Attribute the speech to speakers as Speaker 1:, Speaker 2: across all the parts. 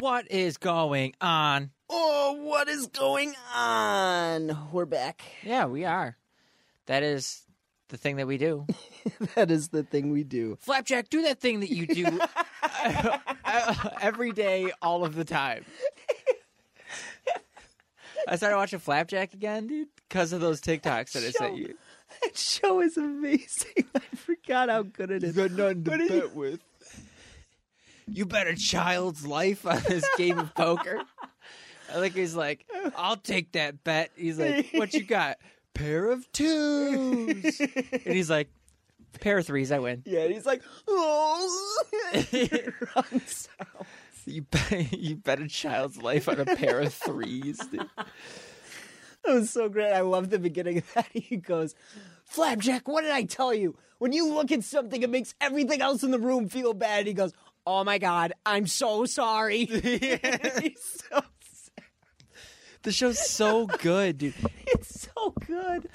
Speaker 1: What is going on?
Speaker 2: Oh, what is going on? We're back.
Speaker 1: Yeah, we are. That is the thing that we do.
Speaker 2: That is the thing we do.
Speaker 1: Flapjack, do that thing that you do uh, every day, all of the time. I started watching Flapjack again, dude, because of those TikToks that I sent you.
Speaker 2: That show is amazing. I forgot how good it is.
Speaker 1: nothing
Speaker 2: What did you-
Speaker 1: with. You bet a child's life on this game of poker. I think he's like, I'll take that bet. He's like, what you got? Pair of twos. and he's like, pair of threes, I win.
Speaker 2: Yeah, and he's like, oh, runs out.
Speaker 1: You bet, you bet a child's life on a pair of threes. dude.
Speaker 2: That was so great. I love the beginning of that. He goes, Flapjack, what did I tell you? When you look at something, it makes everything else in the room feel bad. And he goes, Oh my God, I'm so sorry. he's so,
Speaker 1: The show's so good, dude.
Speaker 2: it's so good.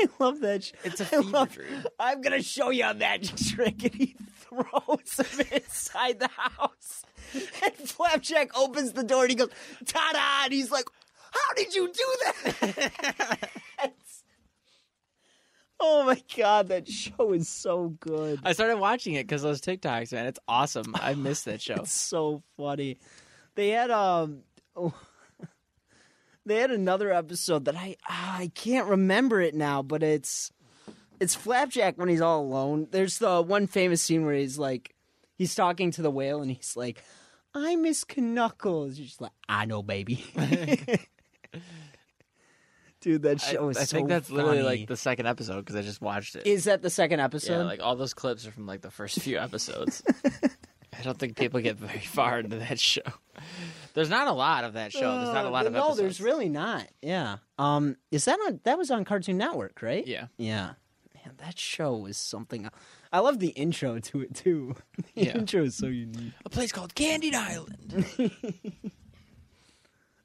Speaker 2: I love that. Sh-
Speaker 1: It's a
Speaker 2: I
Speaker 1: fever
Speaker 2: love-
Speaker 1: dream.
Speaker 2: I'm gonna show you a magic trick, and he throws him inside the house. And Flapjack opens the door, and he goes, "Ta-da!" And he's like, "How did you do that?" oh my god, that show is so good.
Speaker 1: I started watching it because those TikToks, man. It's awesome. I miss that show.
Speaker 2: It's so funny. They had um oh, they had another episode that I ah, I can't remember it now, but it's it's Flapjack when he's all alone. There's the one famous scene where he's like he's talking to the whale and he's like I miss Knuckles. You're just like, I know, baby. Dude, that
Speaker 1: I,
Speaker 2: show is
Speaker 1: I
Speaker 2: so
Speaker 1: think that's literally
Speaker 2: funny.
Speaker 1: like the second episode because I just watched it.
Speaker 2: Is that the second episode?
Speaker 1: Yeah, like all those clips are from like the first few episodes. I don't think people get very far into that show. There's not a lot of that show. Oh, There's not a
Speaker 2: Uh,
Speaker 1: lot of
Speaker 2: no,
Speaker 1: episodes.
Speaker 2: there's really not. Yeah. Um, is that on? That was on Cartoon Network, right?
Speaker 1: Yeah.
Speaker 2: Yeah. Man, that show was something. I love the intro to it too. The
Speaker 1: Yeah.
Speaker 2: intro is so unique.
Speaker 1: a place called Candied Island.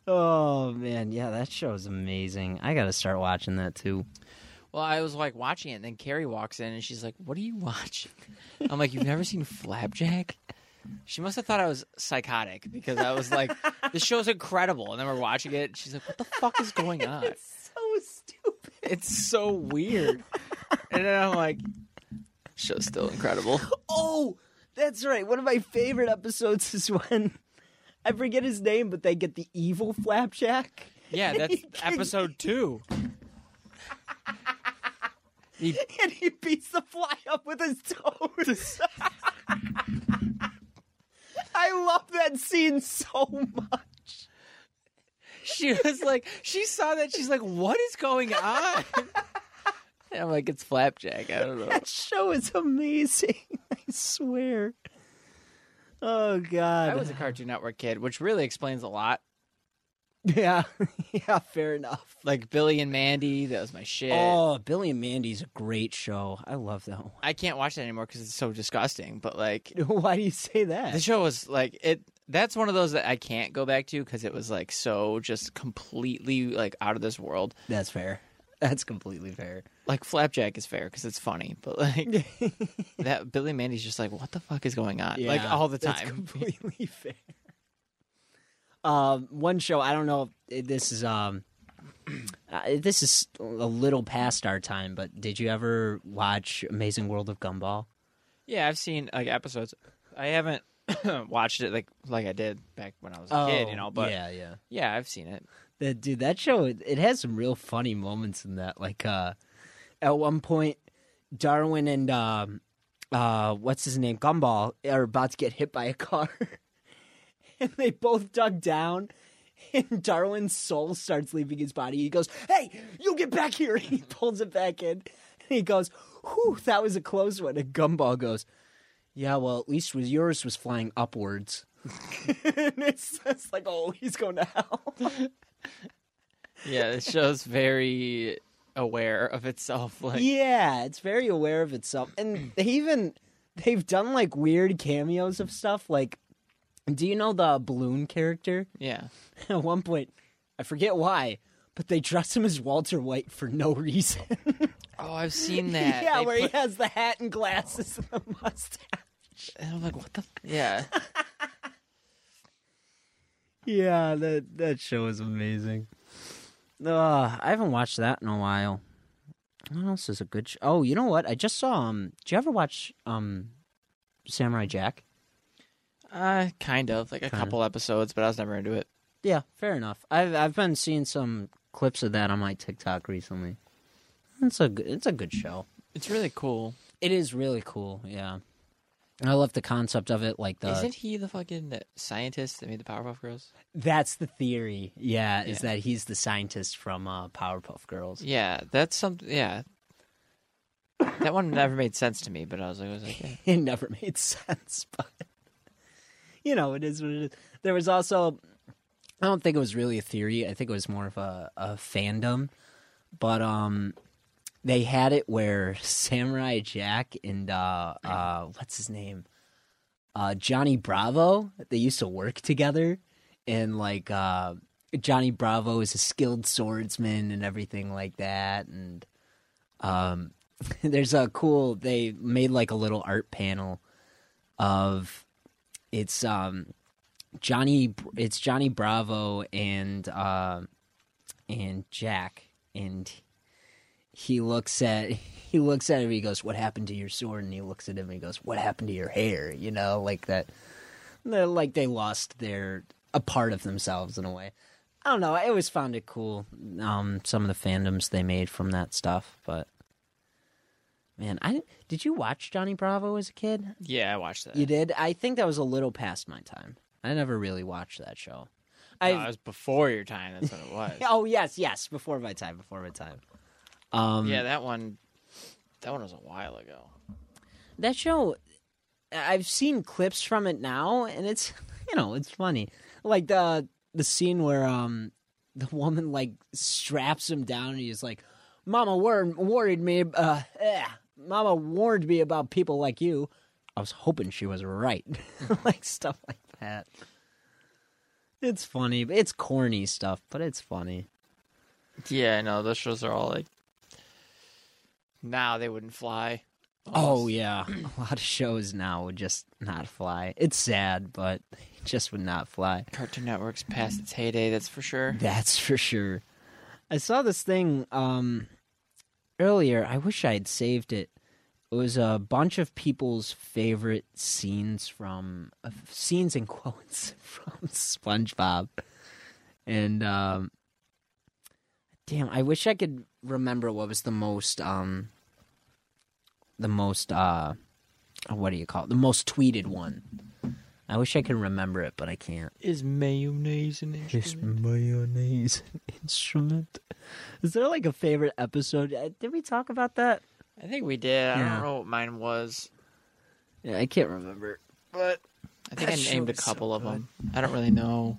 Speaker 2: Oh man, yeah, that show is amazing. I gotta start watching that too.
Speaker 1: Well, I was like watching it, and then Carrie walks in and she's like, "What are you watching?" I'm like, "You've never seen Flapjack?" She must have thought I was psychotic because I was like, "This show's incredible," and then we're watching it. And she's like, "What the fuck is going on?"
Speaker 2: So stupid.
Speaker 1: It's so weird. And then I'm like, show's still incredible.
Speaker 2: Oh, that's right. One of my favorite episodes is when I forget his name, but they get the evil flapjack.
Speaker 1: Yeah, that's episode two. He-
Speaker 2: and he beats the fly up with his toes. I love that scene so much.
Speaker 1: she was like, she saw that. She's like, what is going on? And I'm like, it's Flapjack. I don't know.
Speaker 2: That show is amazing. I swear. Oh God.
Speaker 1: I was a Cartoon Network kid, which really explains a lot.
Speaker 2: yeah, yeah. Fair enough.
Speaker 1: Like Billy and Mandy, that was my shit.
Speaker 2: Oh, Billy and Mandy's a great show. I love that one.
Speaker 1: I can't watch it anymore because it's so disgusting. But like,
Speaker 2: Why do you say
Speaker 1: the
Speaker 2: that?
Speaker 1: show was like it. That's one of those that I can't go back to because it was like so just completely like out of this world.
Speaker 2: That's fair. That's completely fair.
Speaker 1: like flapjack is fair because it's funny, but like that Billy Mandy's just like, what the fuck is going on? like
Speaker 2: Yeah,
Speaker 1: all the
Speaker 2: that's
Speaker 1: time.
Speaker 2: completely fair. Um, one show I don't know. if This is um, uh, this is a little past our time. But did you ever watch Amazing World of Gumball?
Speaker 1: yeah, I've seen like episodes. I haven't watched it like like I did back when I was a kid, you know. But Oh, yeah.
Speaker 2: Oh, yeah, yeah.
Speaker 1: I've seen it.
Speaker 2: That dude, that show it, it has some real funny moments in that. Like uh, at one point, Darwin and um, uh, what's his name, Gumball, are about to get hit by a car, and they both dug down. And Darwin's soul starts leaving his body. He goes, "Hey, you get back here!" And he pulls it back in. he goes, "Whew, that was a close one." And Gumball goes, "Yeah, well, at least was yours was flying upwards." and it's, it's like, oh, he's going to hell.
Speaker 1: yeah, the show's very aware of itself. Like,
Speaker 2: yeah, it's very aware of itself, and they even they've done like weird cameos of stuff. Like, do you know the balloon character?
Speaker 1: yeah.
Speaker 2: At one point, I forget why, but they dress him as Walter White for no reason.
Speaker 1: Oh, I've seen that.
Speaker 2: yeah,
Speaker 1: They
Speaker 2: where
Speaker 1: put-
Speaker 2: he has the hat and glasses and the mustache.
Speaker 1: and I'm like, what the? F-? Yeah,
Speaker 2: Yeah, that that show is amazing. Uh, I haven't watched that in a while. What else is a good show? Oh, you know what? I just saw um do you ever watch um Samurai Jack?
Speaker 1: uh, kind of like a couple episodes, but I was never into it.
Speaker 2: Yeah, fair enough. I've I've been seeing some clips of that on my TikTok recently. It's a good, it's a good show.
Speaker 1: It's really cool.
Speaker 2: It is really cool, yeah. And I love the concept of it like the
Speaker 1: Isn't he the fucking scientist that made the Powerpuff Girls?
Speaker 2: That's the theory. Yeah, is
Speaker 1: Yeah.
Speaker 2: that he's the scientist from uh, Powerpuff Girls.
Speaker 1: Yeah, that's something. Yeah, that one never made sense to me, but I was like, I was like, yeah.
Speaker 2: it never made sense, but you know, it is what it is. There was also, I don't think it was really a theory. I think it was more of a, a fandom, but um, they had it where Samurai Jack and uh, uh, what's his name, uh, Johnny Bravo, they used to work together, and like uh, Johnny Bravo is a skilled swordsman and everything like that, and um, there's a cool they made like a little art panel of it's um Johnny it's Johnny Bravo and uh, and Jack and he looks at he looks at him he goes what happened to your sword and he looks at him and he goes what happened to your hair you know like that they're like they lost their a part of themselves in a way I don't know I always found it cool um some of the fandoms they made from that stuff but man I did you watch Johnny Bravo as a kid
Speaker 1: yeah, I watched that.
Speaker 2: you did? I think that was a little past my time. I never really watched that show.
Speaker 1: No,
Speaker 2: I
Speaker 1: it was before your time. That's what it was.
Speaker 2: Oh yes, yes, before my time, before my time. Um
Speaker 1: yeah, that one. That one was a while ago.
Speaker 2: that show I've seen clips from it now and it's you know, it's funny. Like the the scene where um the woman like straps him down and he's like Mama warned worried me uh eh, Mama warned me about people like you. I was hoping she was right. like stuff like that. It's funny. but It's corny stuff, but it's funny.
Speaker 1: Yeah, no, those shows are all like. Now they wouldn't fly.
Speaker 2: Oh
Speaker 1: Almost.
Speaker 2: yeah, a lot of shows now would just not fly. It's sad, but they just would not fly.
Speaker 1: Cartoon Network's past its heyday. That's for sure.
Speaker 2: That's for sure. I saw this thing um earlier. I wish I had saved it. It was a bunch of people's favorite scenes from uh, scenes and quotes from SpongeBob. And um damn, I wish I could remember what was the most um the most uh what do you call it? The most tweeted one. I wish I could remember it, but I can't.
Speaker 1: Is mayonnaise an
Speaker 2: This mayonnaise instrument. Is there like a favorite episode? Uh, Did we talk about that?
Speaker 1: I think we did. I
Speaker 2: Yeah.
Speaker 1: don't know what mine was,
Speaker 2: Yeah, I can't remember.
Speaker 1: but I think
Speaker 2: That
Speaker 1: I
Speaker 2: show
Speaker 1: named a
Speaker 2: was so
Speaker 1: couple of
Speaker 2: good.
Speaker 1: them. I don't really know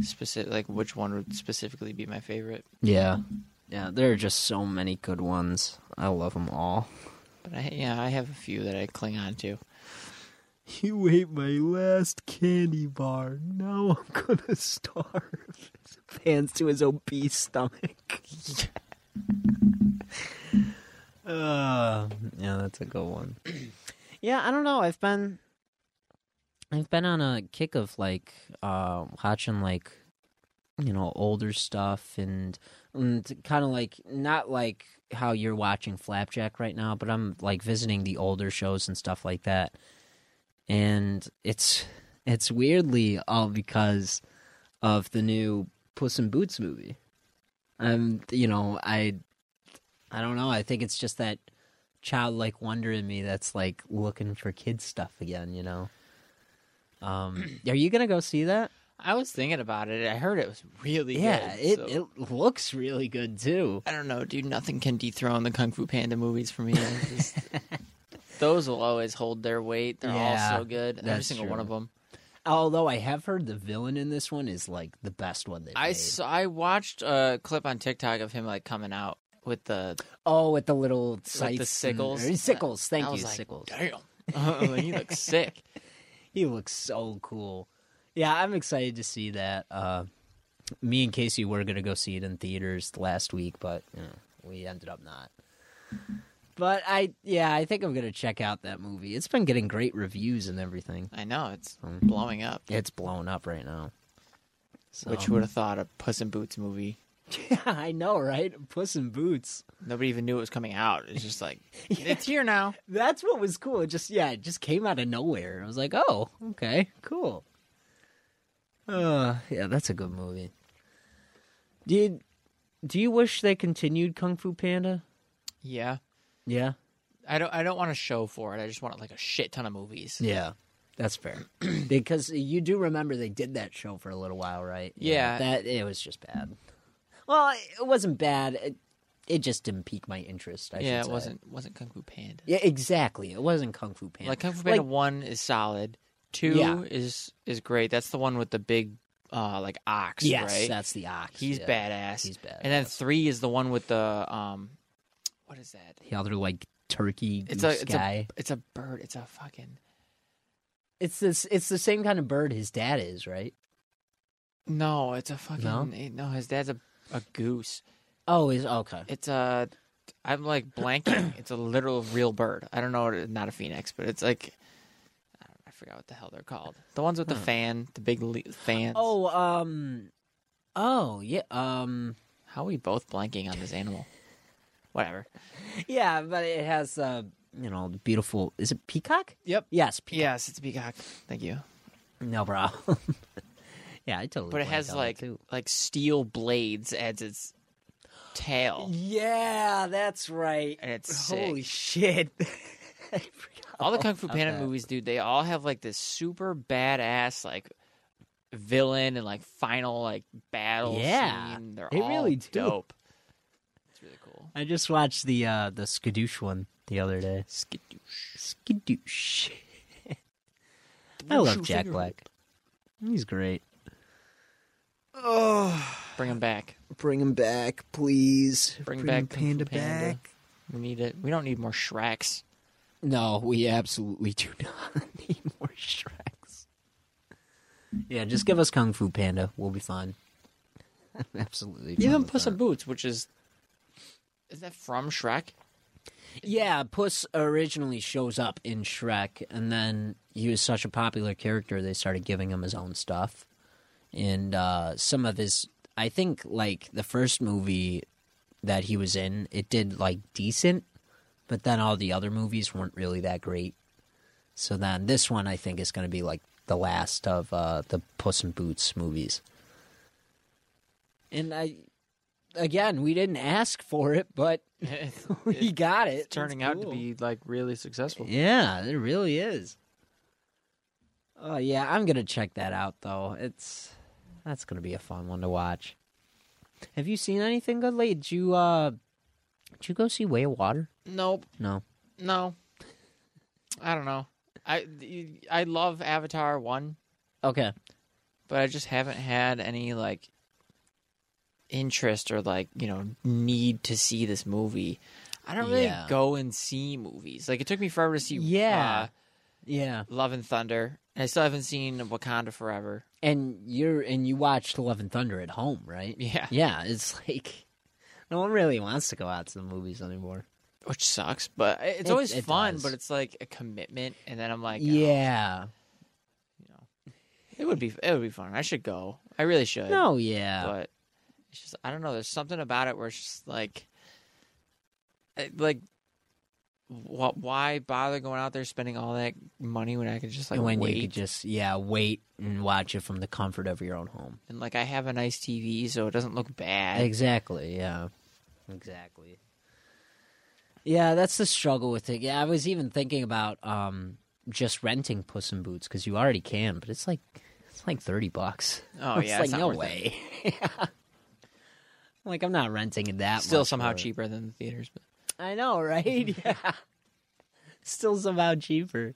Speaker 1: specific like which one would specifically be my favorite,
Speaker 2: Yeah. Yeah, there are just so many good ones. I love them all.
Speaker 1: but I yeah I have a few that I cling on to.
Speaker 2: You ate my last candy bar. Now I'm gonna starve. Pans to his obese stomach. uh, yeah, that's a good one. yeah, I don't know. I've been, I've been on a kick of like uh, watching like, you know, older stuff and, and kind of like not like how you're watching Flapjack right now, but I'm like visiting the older shows and stuff like that and it's it's weirdly all because of the new Puss in Boots movie. Um, you know, I I don't know. I think it's just that childlike wonder in me that's like looking for kids stuff again. You know. Um, are you gonna go see that?
Speaker 1: I was thinking about it. I heard it was really
Speaker 2: Yeah,
Speaker 1: good.
Speaker 2: it,
Speaker 1: so-
Speaker 2: it looks really good too.
Speaker 1: I don't know, dude. Nothing can dethrone the Kung Fu Panda movies for me. I just- those will always hold their weight. They're
Speaker 2: Yeah,
Speaker 1: all so good. Every
Speaker 2: that's
Speaker 1: single
Speaker 2: true.
Speaker 1: one of them.
Speaker 2: Although I have heard the villain in this one is like the best one they've
Speaker 1: I
Speaker 2: made.
Speaker 1: saw, I watched a clip on TikTok of him like coming out with the
Speaker 2: Oh, with the little scythes and-
Speaker 1: sickles?
Speaker 2: or Mm. sickles, thank
Speaker 1: I
Speaker 2: you,
Speaker 1: was like,
Speaker 2: sickles.
Speaker 1: Damn, Like, he looks sick.
Speaker 2: He looks so cool. Yeah, I'm excited to see that. Uh, me and Casey were gonna go see it in theaters last week, but you know, we ended up not. But I, yeah, I think I'm gonna check out that movie. It's been getting great reviews and everything.
Speaker 1: I know it's
Speaker 2: Mm.
Speaker 1: blowing up.
Speaker 2: It's blown up right now. So.
Speaker 1: Which would have thought a Puss in Boots movie?
Speaker 2: yeah, I know, right? Puss in Boots.
Speaker 1: Nobody even knew it was coming out. It's just like it's here now.
Speaker 2: That's what was cool. It just yeah, it just came out of nowhere. I was like, oh, okay, cool. Uh, yeah, that's a good movie. Did do you wish they continued Kung Fu Panda?
Speaker 1: Yeah,
Speaker 2: Yeah,
Speaker 1: I don't. I don't want a show for it. I just want like a shit ton of movies.
Speaker 2: yeah, that's fair. because you do remember they did that show for a little while, right?
Speaker 1: Yeah.
Speaker 2: that it was just bad. Well, it wasn't bad. It, it just didn't pique my interest. I
Speaker 1: yeah,
Speaker 2: should
Speaker 1: it
Speaker 2: say.
Speaker 1: wasn't wasn't Kung Fu Panda.
Speaker 2: Yeah, exactly. It wasn't Kung Fu Panda.
Speaker 1: Like Kung Fu Panda one is solid. Two
Speaker 2: Yeah.
Speaker 1: is is great. That's the one with the big uh like ox,
Speaker 2: yes,
Speaker 1: right?
Speaker 2: that's the ox.
Speaker 1: He's
Speaker 2: yeah.
Speaker 1: badass.
Speaker 2: He's
Speaker 1: And then three is the one with the um what is that?
Speaker 2: the other like turkey
Speaker 1: It's
Speaker 2: goose
Speaker 1: a it's
Speaker 2: guy.
Speaker 1: a it's a bird. It's a fucking
Speaker 2: It's this. It's the same kind of bird his dad is, right?
Speaker 1: No, it's a fucking eh, no, his dad's a, a goose.
Speaker 2: Oh, is okay.
Speaker 1: It's a I'm like blanking. it's a literal real bird. I don't know what it- not a phoenix, but it's like I don't- I forgot what the hell they're called. The ones with the fan, the big le- fans.
Speaker 2: Oh, um, oh yeah, um,
Speaker 1: How are we both blanking on this animal? Whatever.
Speaker 2: yeah, but it has uh, you know, the beautiful. Is it peacock?
Speaker 1: Yep.
Speaker 2: Yes, peacock.
Speaker 1: Yes, it's a peacock. Thank you.
Speaker 2: No problem. yeah, I totally.
Speaker 1: But it
Speaker 2: blanked
Speaker 1: has
Speaker 2: on
Speaker 1: like
Speaker 2: too.
Speaker 1: like steel blades as its tail.
Speaker 2: Yeah, that's right.
Speaker 1: And it's
Speaker 2: holy
Speaker 1: sick.
Speaker 2: shit. I forgot
Speaker 1: All the Kung Fu
Speaker 2: about
Speaker 1: Panda
Speaker 2: that.
Speaker 1: movies, dude, they all have like this super badass like villain and like final like battle
Speaker 2: Yeah,
Speaker 1: scene. They're
Speaker 2: they
Speaker 1: all
Speaker 2: really do.
Speaker 1: dope. It's really cool.
Speaker 2: I just watched the uh the skadoosh one the other day.
Speaker 1: Skidoosh.
Speaker 2: Skadoosh. I love Jack Black. He's great. Oh,
Speaker 1: Bring him back.
Speaker 2: bring him back, please.
Speaker 1: Bring back Kung Fu Panda. We need it. We don't need more Shreks.
Speaker 2: No, we absolutely do not need more Shreks. Yeah, just give us Kung Fu Panda. We'll be fine. absolutely. fine
Speaker 1: Even
Speaker 2: with
Speaker 1: Puss in
Speaker 2: that.
Speaker 1: Boots, which is is that from Shrek?
Speaker 2: Yeah, Puss originally shows up in Shrek, and then he was such a popular character, they started giving him his own stuff. And uh, some of his, I think, like the first movie that he was in, it did like decent, but then all the other movies weren't really that great. So then this one, I think, is going to be like the last of uh, the Puss in Boots movies. And I, again, we didn't ask for it, but
Speaker 1: It's
Speaker 2: we got it. It's
Speaker 1: turning out to
Speaker 2: cool.
Speaker 1: be like really successful.
Speaker 2: Yeah, it really is. Oh yeah, I'm gonna check that out though. It's that's gonna be a fun one to watch. Have you seen anything good lately? Did you uh did you go see Way of Water?
Speaker 1: Nope.
Speaker 2: No.
Speaker 1: No. I don't know. I I love Avatar 1,
Speaker 2: Okay.
Speaker 1: but I just haven't had any like interest or like, you know, need to see this movie. I don't really
Speaker 2: Yeah.
Speaker 1: go and see movies. Like it took me forever to see
Speaker 2: Yeah. Yeah.
Speaker 1: uh, Love and Thunder. And I still haven't seen Wakanda Forever.
Speaker 2: And you're and you watched Love and Thunder at home, right?
Speaker 1: Yeah.
Speaker 2: Yeah, it's like no one really wants to go out to the movies anymore.
Speaker 1: Which sucks, but it's
Speaker 2: It-
Speaker 1: always
Speaker 2: it
Speaker 1: fun,
Speaker 2: does.
Speaker 1: but it's like a commitment and then I'm like, oh,
Speaker 2: yeah.
Speaker 1: you know. It would be it would be fun. I should go. I really should.
Speaker 2: No, yeah.
Speaker 1: but it's just I don't know. There's something about it where it's just like, I- like, wh- why bother going out there spending all that money when I could just like
Speaker 2: when
Speaker 1: wait
Speaker 2: you could just yeah, wait and watch it from the comfort of your own home.
Speaker 1: and like I have a nice TV, so it doesn't look bad.
Speaker 2: Exactly. Yeah. Exactly. Yeah, that's the struggle with it. Yeah, I was even thinking about um just renting Puss in Boots because you already can, but it's like It's like thirty bucks.
Speaker 1: Oh,
Speaker 2: It's
Speaker 1: yeah,
Speaker 2: like
Speaker 1: it's not
Speaker 2: no
Speaker 1: worth it.
Speaker 2: way. Yeah. Like I'm not renting it that.
Speaker 1: Still
Speaker 2: much
Speaker 1: somehow
Speaker 2: for it.
Speaker 1: cheaper than the theaters. But
Speaker 2: I know, right? Yeah. Still somehow cheaper.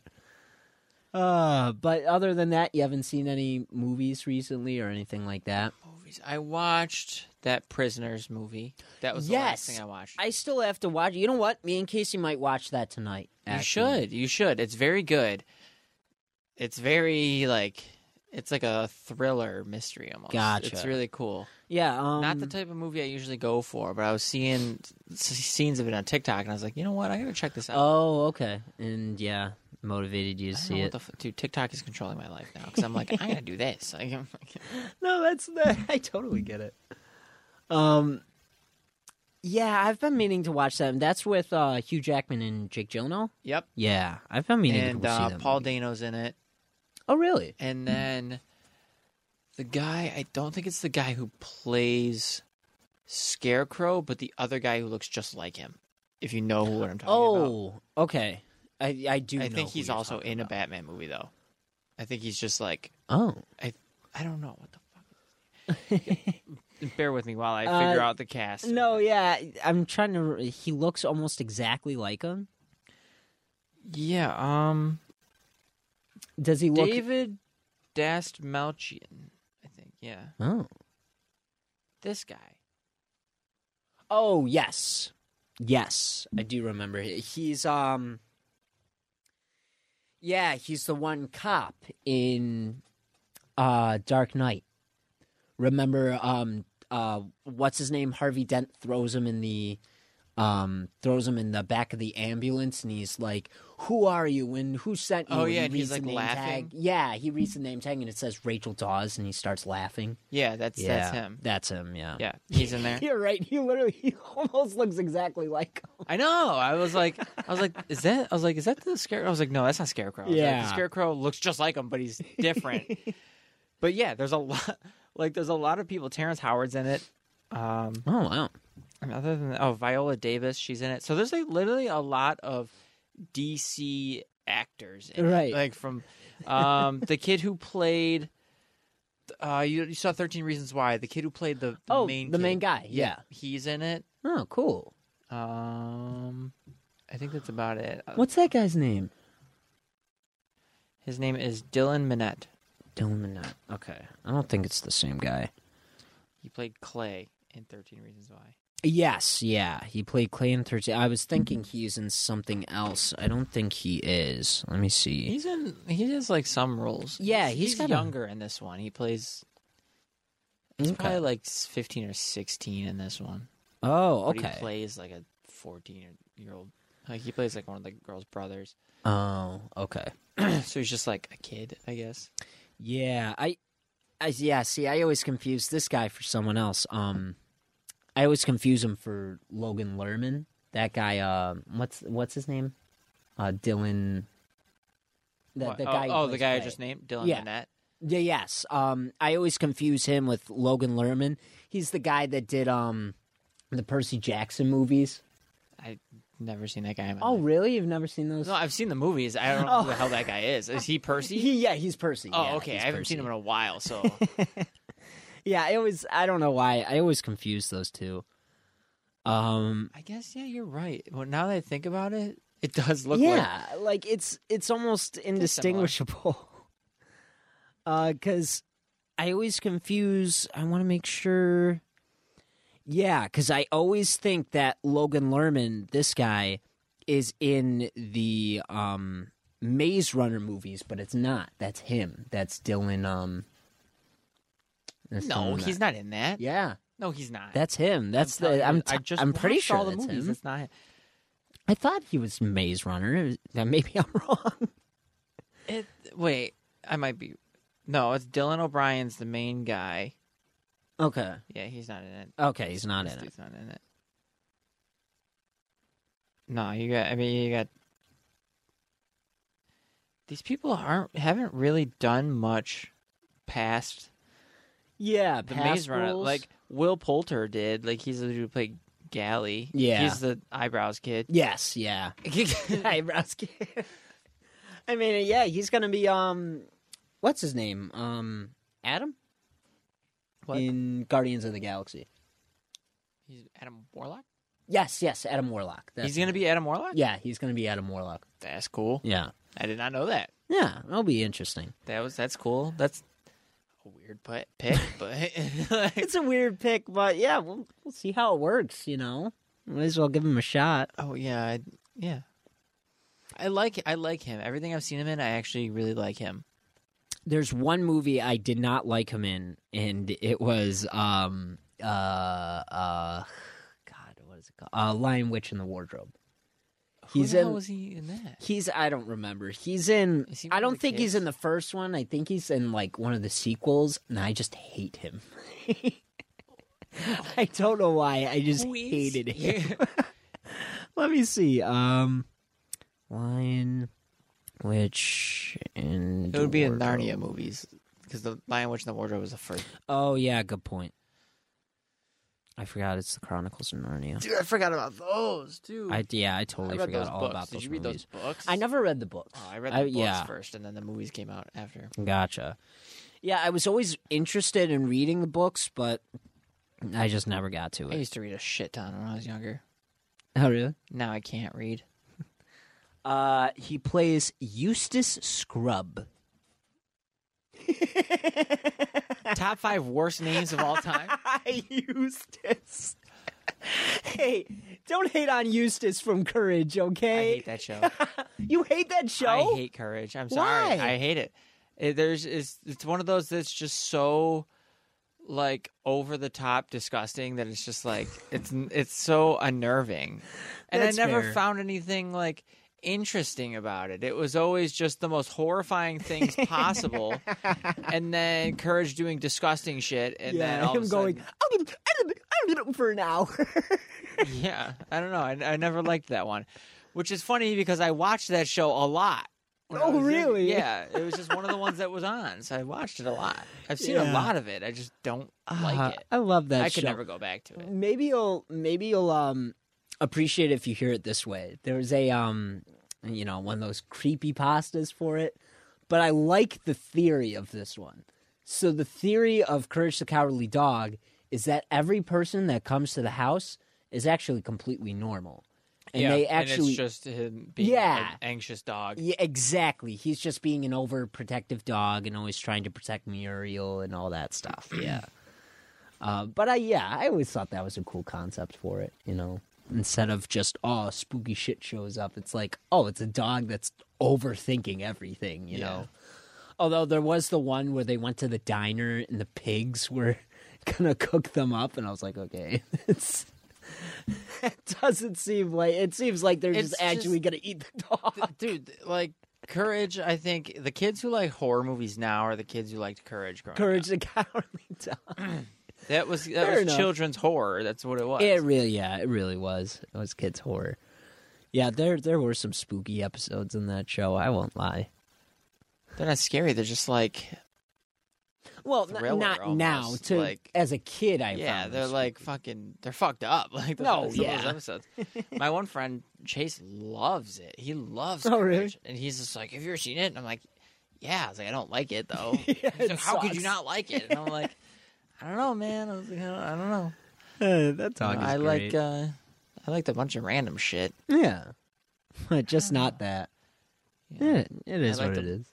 Speaker 2: Uh, but other than that, you haven't seen any movies recently or anything like that.
Speaker 1: movies, I watched that Prisoners movie. That was the last
Speaker 2: Yes.
Speaker 1: thing I watched.
Speaker 2: I still have to watch. You know what? Me and Casey might watch that tonight.
Speaker 1: You
Speaker 2: actually.
Speaker 1: should. You should. It's very good. It's very like it's like a thriller mystery almost. It's
Speaker 2: Gotcha.
Speaker 1: really cool.
Speaker 2: Yeah. Um,
Speaker 1: Not the type of movie I usually go for, but I was seeing s- scenes of it on TikTok, and I was like, you know what? I gotta check this out.
Speaker 2: oh, okay. And yeah, motivated you to
Speaker 1: I don't
Speaker 2: see
Speaker 1: know
Speaker 2: it.
Speaker 1: What the f- Dude, TikTok is controlling my life now because I'm like, I gotta do this. Like, I'm like-
Speaker 2: no, that's that. I totally get it. Um, yeah, I've been meaning to watch them. That's with uh, Hugh Jackman and Jake Gyllenhaal.
Speaker 1: yep.
Speaker 2: Yeah, I've been meaning
Speaker 1: And
Speaker 2: to see
Speaker 1: uh,
Speaker 2: them.
Speaker 1: Paul Dano's in it,
Speaker 2: Oh, really?
Speaker 1: and then the guy. I don't think it's the guy who plays Scarecrow, but the other guy who looks just like him. If you know what I'm talking about.
Speaker 2: Oh, okay. I I do.
Speaker 1: I
Speaker 2: know
Speaker 1: think
Speaker 2: who
Speaker 1: he's
Speaker 2: you're
Speaker 1: also
Speaker 2: talking
Speaker 1: in a
Speaker 2: about.
Speaker 1: Batman movie though. I think he's just like
Speaker 2: Oh,
Speaker 1: I don't know what the fuck. is- Bear with me while I
Speaker 2: Uh,
Speaker 1: figure out the cast.
Speaker 2: no, yeah. I'm trying to. re- He looks almost exactly like him.
Speaker 1: Yeah. Um.
Speaker 2: Does he look?
Speaker 1: David Dast Malchian. I think. Yeah.
Speaker 2: Oh.
Speaker 1: This guy.
Speaker 2: Oh yes, yes. I do remember. He- He's um. Yeah, he's the one cop in, uh, Dark Knight. Remember, um, uh, what's his name? Harvey Dent throws him in the, um, throws him in the back of the ambulance, and he's like, "Who are you? And who sent you?"
Speaker 1: Oh,
Speaker 2: he
Speaker 1: yeah, and he's,
Speaker 2: reads the
Speaker 1: like,
Speaker 2: name
Speaker 1: laughing.
Speaker 2: Tag. Yeah, he reads the name tag, and it says Rachel Dawes, and he starts laughing.
Speaker 1: Yeah. That's
Speaker 2: yeah,
Speaker 1: that's him.
Speaker 2: That's him. Yeah.
Speaker 1: Yeah. He's in there.
Speaker 2: You're right. He literally he almost looks exactly like him.
Speaker 1: I know. I was like, I was like, is that? I was like, is that the scarecrow? I was like, no, that's not scarecrow. I was like,
Speaker 2: Yeah.
Speaker 1: the scarecrow looks just like him, but he's different. but yeah, there's a lot. Like, there's a lot of people. Terrence Howard's in it. Um,
Speaker 2: Oh wow.
Speaker 1: And other than that, oh, Viola Davis, she's in it. So there's like literally a lot of DC actors, in it.
Speaker 2: Right.
Speaker 1: Like from um, the kid who played. Uh, you, you saw Thirteen Reasons Why. The kid who played the, the
Speaker 2: oh,
Speaker 1: main
Speaker 2: the
Speaker 1: kid.
Speaker 2: main guy. Yeah.
Speaker 1: he's in it.
Speaker 2: Oh, cool.
Speaker 1: Um, I think that's about it. Uh,
Speaker 2: What's that guy's name?
Speaker 1: His name is Dylan Minnette.
Speaker 2: Dylan Minnette. Okay, I don't think it's the same guy.
Speaker 1: He played Clay in Thirteen Reasons Why.
Speaker 2: Yes, yeah, he played Clay in Thursday. I was thinking he's in something else. I don't think he is. Let me see.
Speaker 1: He's in. He has like some roles.
Speaker 2: Yeah,
Speaker 1: he's,
Speaker 2: he's got a-
Speaker 1: younger in this one. He plays. He's
Speaker 2: Okay.
Speaker 1: probably like s- fifteen or sixteen in this one.
Speaker 2: oh,
Speaker 1: but
Speaker 2: okay.
Speaker 1: He plays like a fourteen-year-old. Like he plays like one of the girl's brothers.
Speaker 2: oh, okay.
Speaker 1: so he's just like a kid, I guess.
Speaker 2: Yeah, I, I yeah. See, I always confuse this guy for someone else. Um, I always confuse him for Logan Lerman. That guy. Uh, what's what's his name? Uh, Dylan. The,
Speaker 1: What?
Speaker 2: the
Speaker 1: oh,
Speaker 2: guy. who
Speaker 1: oh, the
Speaker 2: plays
Speaker 1: guy I
Speaker 2: Clay.
Speaker 1: just named, Dylan
Speaker 2: Yeah.
Speaker 1: Minnette.
Speaker 2: Yeah, yes. Um, I always confuse him with Logan Lerman. He's the guy that did um, the Percy Jackson movies.
Speaker 1: I never seen that guy. In my
Speaker 2: Oh,
Speaker 1: life.
Speaker 2: really? You've never seen those?
Speaker 1: no, I've seen the movies. I don't know who the hell that guy is. Is he Percy?
Speaker 2: He, yeah, he's Percy.
Speaker 1: oh,
Speaker 2: Yeah,
Speaker 1: okay.
Speaker 2: he's
Speaker 1: I haven't
Speaker 2: Percy.
Speaker 1: seen him in a while, so
Speaker 2: Yeah, I always. I don't know why. I always confuse those two. Um,
Speaker 1: I guess yeah, you're right. Well, now that I think about it, it does look like
Speaker 2: yeah, like... it's it's almost indistinguishable. Because I always confuse. I want to make sure. Yeah, because I always think that Logan Lerman, this guy, is in the um, Maze Runner movies, but it's not. That's him. That's Dylan. Um, that's
Speaker 1: No,
Speaker 2: Dylan- uh,
Speaker 1: he's not in that.
Speaker 2: Yeah,
Speaker 1: No, he's not.
Speaker 2: that's him. That's the. I'm. T-
Speaker 1: I just
Speaker 2: am pretty
Speaker 1: watched
Speaker 2: sure
Speaker 1: all the
Speaker 2: that's
Speaker 1: movies.
Speaker 2: him.
Speaker 1: That's not. it.
Speaker 2: I thought he was Maze Runner. It was- Maybe I'm wrong.
Speaker 1: It, wait, I might be. No, it's Dylan O'Brien's the main guy.
Speaker 2: Okay.
Speaker 1: Yeah, he's not in it.
Speaker 2: Okay, he's not
Speaker 1: This
Speaker 2: in it.
Speaker 1: dude's not in it. No, you got. I mean, you got. These people aren't haven't really done much past
Speaker 2: Yeah,
Speaker 1: the
Speaker 2: pass
Speaker 1: Maze Runner.
Speaker 2: rules.
Speaker 1: Like Will Poulter did. Like he's the dude who played Galley.
Speaker 2: Yeah.
Speaker 1: he's the eyebrows kid.
Speaker 2: yes, yeah. Eyebrows. I mean, yeah, he's gonna be um what's his name? Um, Adam
Speaker 1: What?
Speaker 2: in Guardians of the Galaxy.
Speaker 1: He's Adam Warlock.
Speaker 2: Yes, yes, Adam Warlock. That's
Speaker 1: He's gonna be Adam Warlock.
Speaker 2: yeah, he's gonna be Adam Warlock.
Speaker 1: That's cool.
Speaker 2: Yeah,
Speaker 1: I did not know that.
Speaker 2: yeah, that'll be interesting.
Speaker 1: That was that's cool. That's a weird put, pick, but
Speaker 2: It's a weird pick, but yeah, we'll we'll see how it works. You know, might as well give him a shot.
Speaker 1: oh yeah, I, yeah. I like I like him. Everything I've seen him in, I actually really like him.
Speaker 2: There's one movie I did not like him in, and it was um uh uh God, what is it called? Uh, Lion Witch in the Wardrobe.
Speaker 1: Who
Speaker 2: He's
Speaker 1: the hell
Speaker 2: in-
Speaker 1: was he in that?
Speaker 2: He's I don't remember. He's in
Speaker 1: Is he one
Speaker 2: I
Speaker 1: of
Speaker 2: don't
Speaker 1: the
Speaker 2: think he's
Speaker 1: kids?
Speaker 2: in the first one. I think he's in like one of the sequels and I just hate him. I don't know why. I just
Speaker 1: Who is
Speaker 2: hated
Speaker 1: he?
Speaker 2: him. Let me see. Um Lion Witch and
Speaker 1: It would be in
Speaker 2: Wardrobe.
Speaker 1: Narnia movies because the Lion Witch in the Wardrobe was the first.
Speaker 2: Oh yeah, good point. I forgot it's the Chronicles of Narnia.
Speaker 1: Dude, I forgot about those too.
Speaker 2: I yeah, I totally
Speaker 1: read
Speaker 2: forgot
Speaker 1: those
Speaker 2: all
Speaker 1: books.
Speaker 2: about
Speaker 1: Did
Speaker 2: those
Speaker 1: you read
Speaker 2: movies.
Speaker 1: those books?
Speaker 2: I never read the books.
Speaker 1: Oh, I read the books
Speaker 2: yeah.
Speaker 1: first, and then the movies came out after.
Speaker 2: Gotcha. Yeah, I was always interested in reading the books, but I just never got to
Speaker 1: I
Speaker 2: it.
Speaker 1: used to read a shit ton when I was younger.
Speaker 2: Oh, really?
Speaker 1: Now I can't read.
Speaker 2: Uh, he plays Eustace Scrub.
Speaker 1: Top five worst names of all time.
Speaker 2: Eustace. hey, don't hate on Eustace from Courage,
Speaker 1: I
Speaker 2: okay?
Speaker 1: hate that show.
Speaker 2: You hate that show?
Speaker 1: I hate Courage. I'm sorry.
Speaker 2: Why?
Speaker 1: I hate it. It- There's it's, it's one of those that's just so like over the top disgusting that it's just like it's it's so unnerving. And
Speaker 2: That's
Speaker 1: I never
Speaker 2: fair.
Speaker 1: found anything like interesting about it. It was always just the most horrifying things possible and then courage doing disgusting shit and then
Speaker 2: yeah,
Speaker 1: all of a
Speaker 2: him going for an hour.
Speaker 1: sudden- Yeah. I don't know. I, I never liked that one. Which is funny because I watched that show a lot. when I
Speaker 2: Oh,
Speaker 1: was younger.
Speaker 2: really?
Speaker 1: Yeah, it was just one of the ones that was on, so I watched it a lot. I've seen
Speaker 2: Yeah.
Speaker 1: a lot of it. I just don't like it.
Speaker 2: Uh-huh. I love that
Speaker 1: I
Speaker 2: show.
Speaker 1: could never go back to it.
Speaker 2: maybe you'll maybe you'll um appreciate it if you hear it this way. There was a um you know one of those creepy pastas for it, but I like the theory of this one. So the theory of Courage the Cowardly Dog is that every person that comes to the house is actually completely normal, and
Speaker 1: yeah,
Speaker 2: they actually
Speaker 1: it's just him being
Speaker 2: Yeah.
Speaker 1: an anxious dog.
Speaker 2: yeah, exactly. He's just being an overprotective dog and always trying to protect Muriel and all that stuff. Yeah. Uh, but I, yeah, I always thought that was a cool concept for it. You know, instead of just oh, spooky shit shows up, it's like oh, it's a dog that's overthinking everything. You know. Although there was the one where they went to the diner and the pigs were gonna cook them up, and I was like, okay, it's, it doesn't seem like it seems like they're
Speaker 1: It's
Speaker 2: just actually
Speaker 1: just-
Speaker 2: gonna eat the dog.
Speaker 1: Dude, th- like Courage, I think the kids who like horror movies now are the kids who liked Courage growing
Speaker 2: Courage the Cowardly Dog.
Speaker 1: up. That was that
Speaker 2: Fair
Speaker 1: was
Speaker 2: enough.
Speaker 1: children's horror. That's what it was.
Speaker 2: It really, yeah, it really was. It was kids horror. Yeah, there there were some spooky episodes in that show. I won't lie.
Speaker 1: They're not scary. They're just like
Speaker 2: Well, n-
Speaker 1: Thriller
Speaker 2: not now.
Speaker 1: almost,
Speaker 2: To
Speaker 1: like-
Speaker 2: as a kid, I
Speaker 1: yeah,
Speaker 2: found
Speaker 1: they're
Speaker 2: them
Speaker 1: like fucking, they're fucked up. Like those,
Speaker 2: No,
Speaker 1: some of
Speaker 2: yeah.
Speaker 1: those episodes. My one friend Chase loves it. He loves
Speaker 2: Oh, really?
Speaker 1: Courage, and he's just like, "Have you ever seen it?" And I'm like, "Yeah." I was like, "I don't like it though."
Speaker 2: Yeah,
Speaker 1: he's
Speaker 2: it
Speaker 1: like, How could you
Speaker 2: sucks.
Speaker 1: not like it? And I'm like, "I don't know, man." I was like, "I don't, I don't know."
Speaker 2: spooky. Uh, that dog.
Speaker 1: I
Speaker 2: is
Speaker 1: like,
Speaker 2: great.
Speaker 1: uh, I liked a bunch of random shit.
Speaker 2: yeah, just not that. Yeah, it is
Speaker 1: I like
Speaker 2: what
Speaker 1: the-
Speaker 2: it is.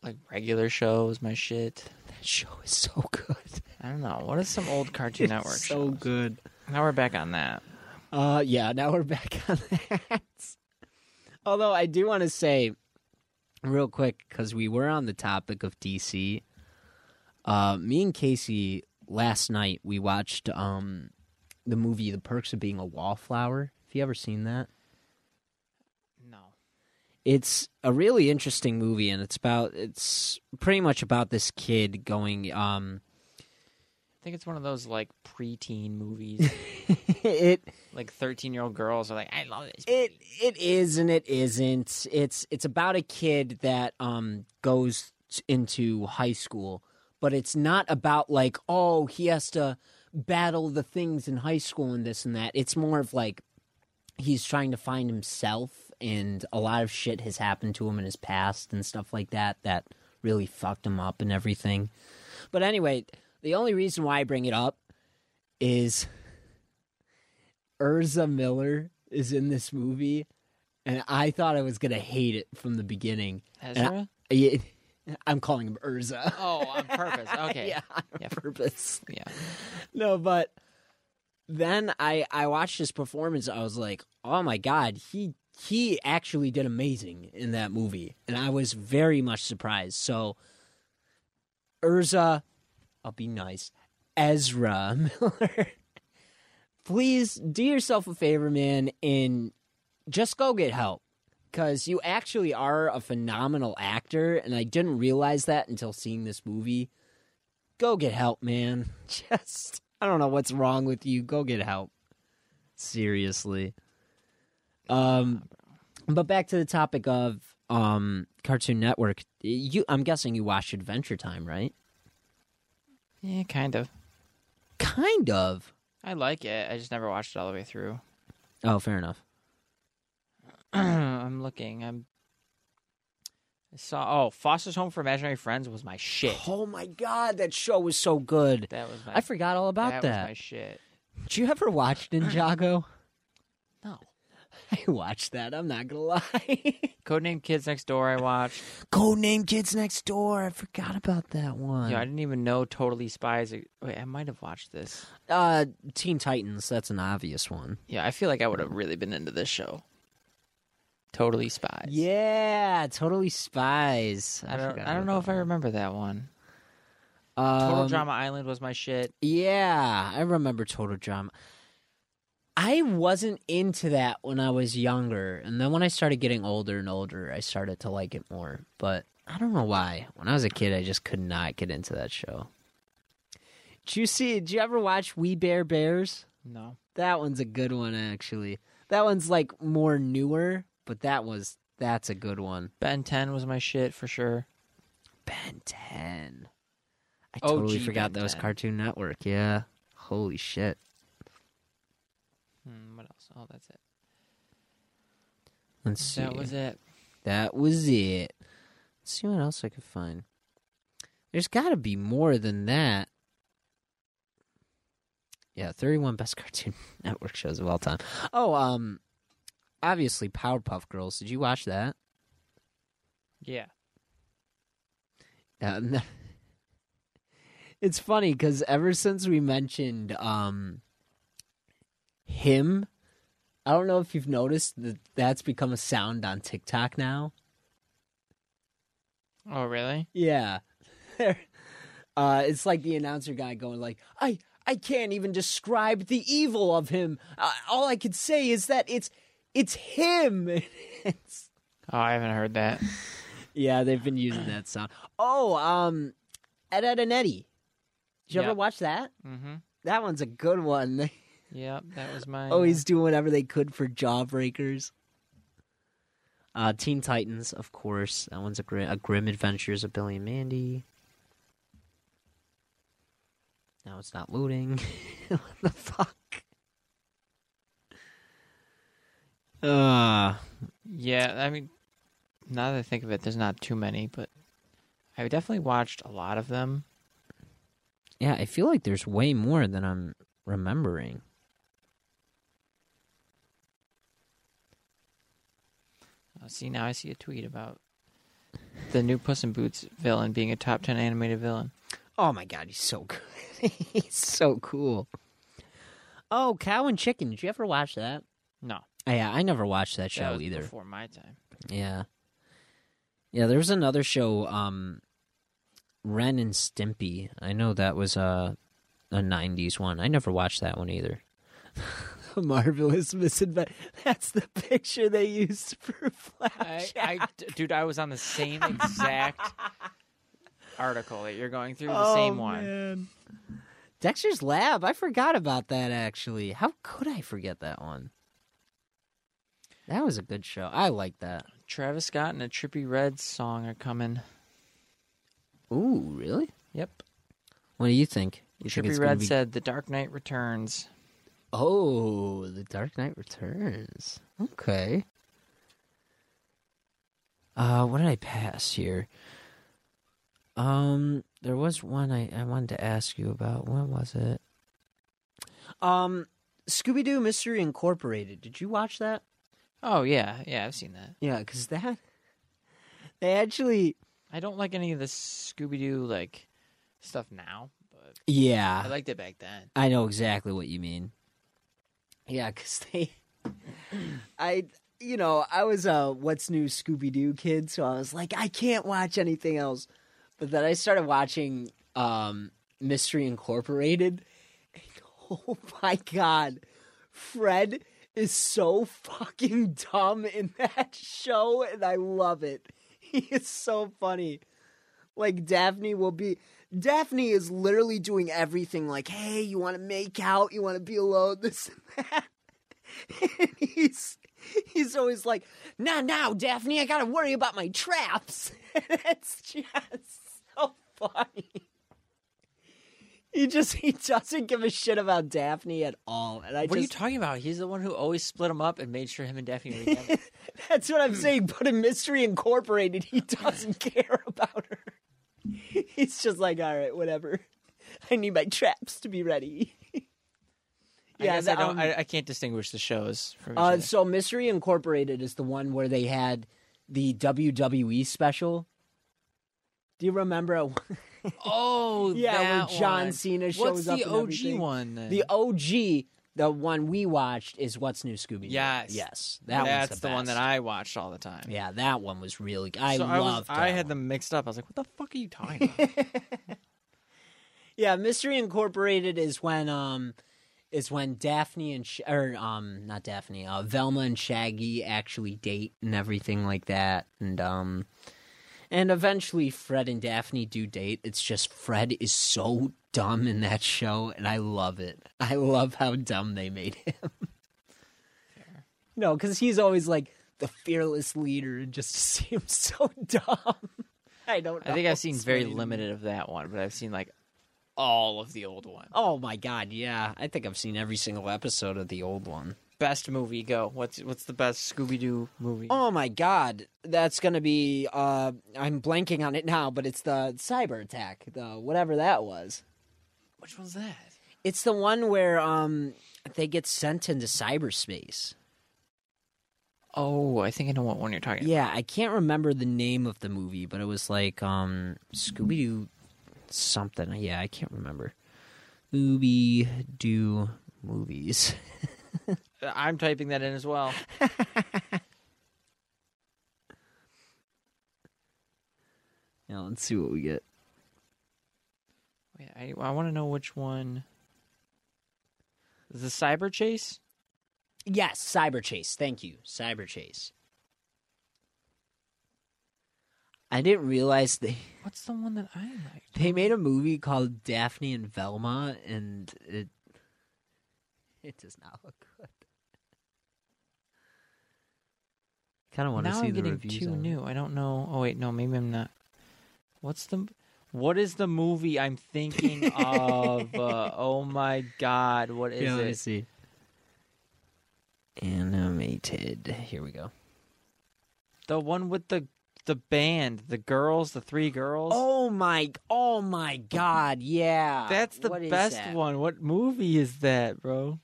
Speaker 1: Like regular shows, my shit.
Speaker 2: That show is so good.
Speaker 1: I don't know. What is some old Cartoon
Speaker 2: It's
Speaker 1: Network
Speaker 2: so
Speaker 1: shows?
Speaker 2: good.
Speaker 1: Now we're back on that.
Speaker 2: Uh, yeah. Now we're back on that. Although I do want to say, real quick, because we were on the topic of DC. Uh, me and Casey last night we watched um the movie The Perks of Being a Wallflower. Have you ever seen that?
Speaker 1: No.
Speaker 2: It's a really interesting movie, and it's about it's pretty much about this kid going um
Speaker 1: I think it's one of those like preteen movies.
Speaker 2: it
Speaker 1: like thirteen year old girls are like, I love this.
Speaker 2: It it is and it isn't. It's it's about a kid that um goes t- into high school, but it's not about like oh he has to battle the things in high school and this and that. It's more of like he's trying to find himself and a lot of shit has happened to him in his past and stuff like that that really fucked him up and everything. But anyway, the only reason why I bring it up is Urza Miller is in this movie, and I thought I was gonna hate it from the beginning. And I-
Speaker 1: Ezra?
Speaker 2: yeah, I'm calling him Urza.
Speaker 1: Oh, on purpose. Okay.
Speaker 2: yeah, on
Speaker 1: Yeah.
Speaker 2: purpose.
Speaker 1: Yeah.
Speaker 2: No, but then I I watched his performance. I was like, oh my god, he he actually did amazing in that movie, and I was very much surprised. So, Urza, I'll be nice. Ezra Miller, please do yourself a favor, man, and just go get help. Because you actually are a phenomenal actor, and I didn't realize that until seeing this movie go get help, man. Just I don't know what's wrong with you. Go get help. Seriously. Um but back to the topic of um Cartoon Network. You I'm guessing you watched Adventure Time, right?
Speaker 1: Yeah, kind of.
Speaker 2: Kind of.
Speaker 1: I like it. I just never watched it all the way through.
Speaker 2: Oh, fair enough.
Speaker 1: I'm looking. I'm. I saw. Oh, Foster's Home for Imaginary Friends was my shit.
Speaker 2: Oh my god, that show was so good.
Speaker 1: That was my.
Speaker 2: I forgot all about that.
Speaker 1: that was my shit.
Speaker 2: Did you ever watch Ninjago?
Speaker 1: No.
Speaker 2: I watched that, I'm not gonna lie.
Speaker 1: Codename Kids Next Door. I watched.
Speaker 2: Codename Kids Next Door. I forgot about that one.
Speaker 1: Yeah, I didn't even know Totally Spies. e-, Wait, I might have watched this.
Speaker 2: Uh, Teen Titans. That's an obvious one.
Speaker 1: Yeah, I feel like I would have really been into this show. Totally Spies.
Speaker 2: Yeah, totally spies.
Speaker 1: I don't.
Speaker 2: forgot
Speaker 1: I don't know
Speaker 2: about
Speaker 1: if I remember that one.
Speaker 2: that. Um,
Speaker 1: Total Drama Island was my shit.
Speaker 2: Yeah, I remember total drama. I wasn't into that when I was younger, and then when I started getting older and older, I started to like it more. But I don't know why. When I was a kid, I just could not get into that show. Did you see? Did you ever watch We Bear Bears?
Speaker 1: No.
Speaker 2: That one's a good one, actually. That one's like more newer, but that was that's a good one.
Speaker 1: Ben 10 was my shit for sure.
Speaker 2: Ben Ten. I
Speaker 1: OG
Speaker 2: totally forgot
Speaker 1: Ben
Speaker 2: that was
Speaker 1: 10.
Speaker 2: Cartoon Network. Yeah. Holy shit.
Speaker 1: Hmm, what else? Oh, that's it.
Speaker 2: Let's see.
Speaker 1: That was it.
Speaker 2: That was it. Let's see what else I could find. There's got to be more than that. Yeah, 31 best Cartoon Network shows of all time. Oh, um, obviously Powerpuff Girls. Did you watch that?
Speaker 1: Yeah.
Speaker 2: Yeah, and that- it's funny because ever since we mentioned um him, I don't know if you've noticed that that's become a sound on TikTok now.
Speaker 1: Oh, really?
Speaker 2: Yeah, uh, it's like the announcer guy going like, "I I can't even describe the evil of him. Uh, all I could say is that it's it's him." it's
Speaker 1: Oh, I haven't heard that.
Speaker 2: Yeah, they've been using that sound. Oh, um, Ed, Ed and Eddie. Did you
Speaker 1: Yeah.
Speaker 2: ever watch that?
Speaker 1: mm-hmm.
Speaker 2: That one's a good one.
Speaker 1: Yep, that was my. uh,
Speaker 2: Always doing whatever they could for jawbreakers. Uh, Teen Titans, of course. That one's a grim, a grim adventures of Billy and Mandy. Now it's not loading. what the fuck? Uh,
Speaker 1: Yeah, I mean, now that I think of it, there's not too many, but I definitely watched a lot of them.
Speaker 2: Yeah, I feel like there's way more than I'm remembering.
Speaker 1: Uh, see, now I see a tweet about the new Puss in Boots villain being a top 10 animated villain.
Speaker 2: Oh my god, he's so good. he's so cool. Oh, Cow and Chicken. Did you ever watch that?
Speaker 1: No,
Speaker 2: Oh, yeah, I never watched that
Speaker 1: that
Speaker 2: show
Speaker 1: was
Speaker 2: either.
Speaker 1: before my time.
Speaker 2: Yeah. Yeah, there was another show, um Ren and Stimpy. I know that was a a nineties one. I never watched that one either. Marvelous misadventure. That's the picture they used for
Speaker 1: I,
Speaker 2: Flash.
Speaker 1: I, d- dude, I was on the same exact article that you're going through, the
Speaker 2: Oh,
Speaker 1: same one.
Speaker 2: Dexter's Lab. I forgot about that actually. How could I forget that one? That was a good show. I like that.
Speaker 1: Travis Scott and a Trippy Red song are coming.
Speaker 2: Ooh, really?
Speaker 1: Yep.
Speaker 2: What do you think? You think
Speaker 1: Trippy
Speaker 2: it's gonna
Speaker 1: Red
Speaker 2: be-
Speaker 1: said The Dark Knight Returns.
Speaker 2: "Oh, The Dark Knight Returns." Okay. Uh, what did I pass here? Um, there was one I, I wanted to ask you about. When was it? Um, Scooby Doo Mystery Incorporated. Did you watch that?
Speaker 1: Oh yeah, yeah, I've seen that.
Speaker 2: Yeah, because that they actually.
Speaker 1: I don't like any of the Scooby Doo like stuff now, but
Speaker 2: Yeah,
Speaker 1: I liked it back then.
Speaker 2: I know exactly what you mean. Yeah, because they, I, you know, I was a what's new Scooby Doo kid, so I was like, I can't watch anything else. But then I started watching um, Mystery Incorporated. And, oh my god, Fred is so fucking dumb in that show, and I love it. He is so funny like Daphne will be Daphne is literally doing everything like, hey, you want to make out, you want to be alone, this and that. And he's he's always like, nah, now, Daphne, I gotta worry about my traps. it's just so funny. He just he doesn't give a shit about Daphne at all. And I
Speaker 1: what are you
Speaker 2: just
Speaker 1: talking about? He's the one who always split them up and made sure him and Daphne were together.
Speaker 2: That's what I'm saying. But in Mystery Incorporated, he doesn't care about her. He's just like, all right, whatever. I need my traps to be ready.
Speaker 1: I guess I
Speaker 2: the-
Speaker 1: don't.
Speaker 2: um,
Speaker 1: I, I can't distinguish the shows from each
Speaker 2: uh,
Speaker 1: other.
Speaker 2: so Mystery Incorporated is the one where they had the WWE special. Do you remember? at one-
Speaker 1: Oh,
Speaker 2: Yeah, where
Speaker 1: that
Speaker 2: John
Speaker 1: one.
Speaker 2: Cena
Speaker 1: What's
Speaker 2: shows up
Speaker 1: the
Speaker 2: and
Speaker 1: OG
Speaker 2: everything?
Speaker 1: one? Then?
Speaker 2: The OG, the one we watched, is What's New Scooby?
Speaker 1: Yes.
Speaker 2: yes, that
Speaker 1: that's
Speaker 2: one's
Speaker 1: the, one that
Speaker 2: best.
Speaker 1: I watched all the time.
Speaker 2: Yeah, that one was really. I
Speaker 1: so I, was,
Speaker 2: loved.
Speaker 1: I
Speaker 2: that
Speaker 1: had
Speaker 2: one.
Speaker 1: them mixed up. I was like, "What the fuck are you talking about?"
Speaker 2: Yeah, Mystery Incorporated is when um is when Daphne and Sh- or um not Daphne, uh, Velma and Shaggy actually date and everything like that, and um and eventually Fred and Daphne do date. It's just Fred is so dumb in that show, and I love it. I love how dumb they made him. No, because he's always like the fearless leader, and just seems so dumb. I don't. Know.
Speaker 1: I think I've seen
Speaker 2: It's
Speaker 1: very
Speaker 2: funny to me.
Speaker 1: limited of that one, but I've seen like all of the old one.
Speaker 2: Oh my god, yeah. I think I've seen every single episode of the old one.
Speaker 1: Best movie go. What's what's the best Scooby Doo movie?
Speaker 2: Oh my god. That's gonna be uh I'm blanking on it now, but it's the cyber attack, the whatever that was.
Speaker 1: Which one's that?
Speaker 2: It's the one where um they get sent into cyberspace.
Speaker 1: Oh, I think I know what one you're talking.
Speaker 2: Yeah, I can't remember the name of the movie, but it was like um Scooby Doo something. Yeah, I can't remember. Scooby Doo movies.
Speaker 1: about. I'm typing that in as well.
Speaker 2: Now let's see what we get.
Speaker 1: Wait, I I want to know which one. The Cyber Chase.
Speaker 2: Yes, Cyber Chase. Thank you, Cyber Chase. I didn't realize they
Speaker 1: What's the one that I like?
Speaker 2: they made a movie called Daphne and Velma, and it it does not look good. Kind of want to
Speaker 1: Now
Speaker 2: see
Speaker 1: I'm
Speaker 2: the
Speaker 1: getting
Speaker 2: reviews.
Speaker 1: too
Speaker 2: on it.
Speaker 1: new. I don't know. Oh wait, no, maybe I'm not. What's the what is the movie I'm thinking of? Uh, oh my god, what is
Speaker 2: yeah, let me
Speaker 1: it?
Speaker 2: see. Animated. Here we go.
Speaker 1: The one with the the band, the girls, the three girls.
Speaker 2: Oh my! Oh my God! Yeah,
Speaker 1: that's the
Speaker 2: What is
Speaker 1: best
Speaker 2: that?
Speaker 1: one. What movie is that, bro?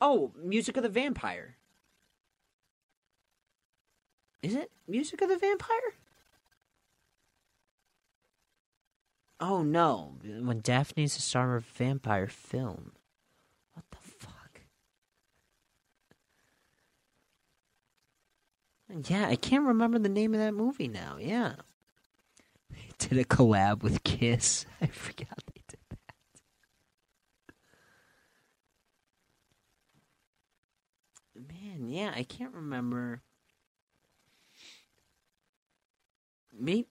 Speaker 2: Oh, Music of the Vampire. Is it Music of the Vampire? Oh no, when Daphne's a star of a vampire film. What the fuck? Yeah, I can't remember the name of that movie now. Yeah. They did a collab with Kiss. I forgot they did that. Man, yeah, I can't remember. Me?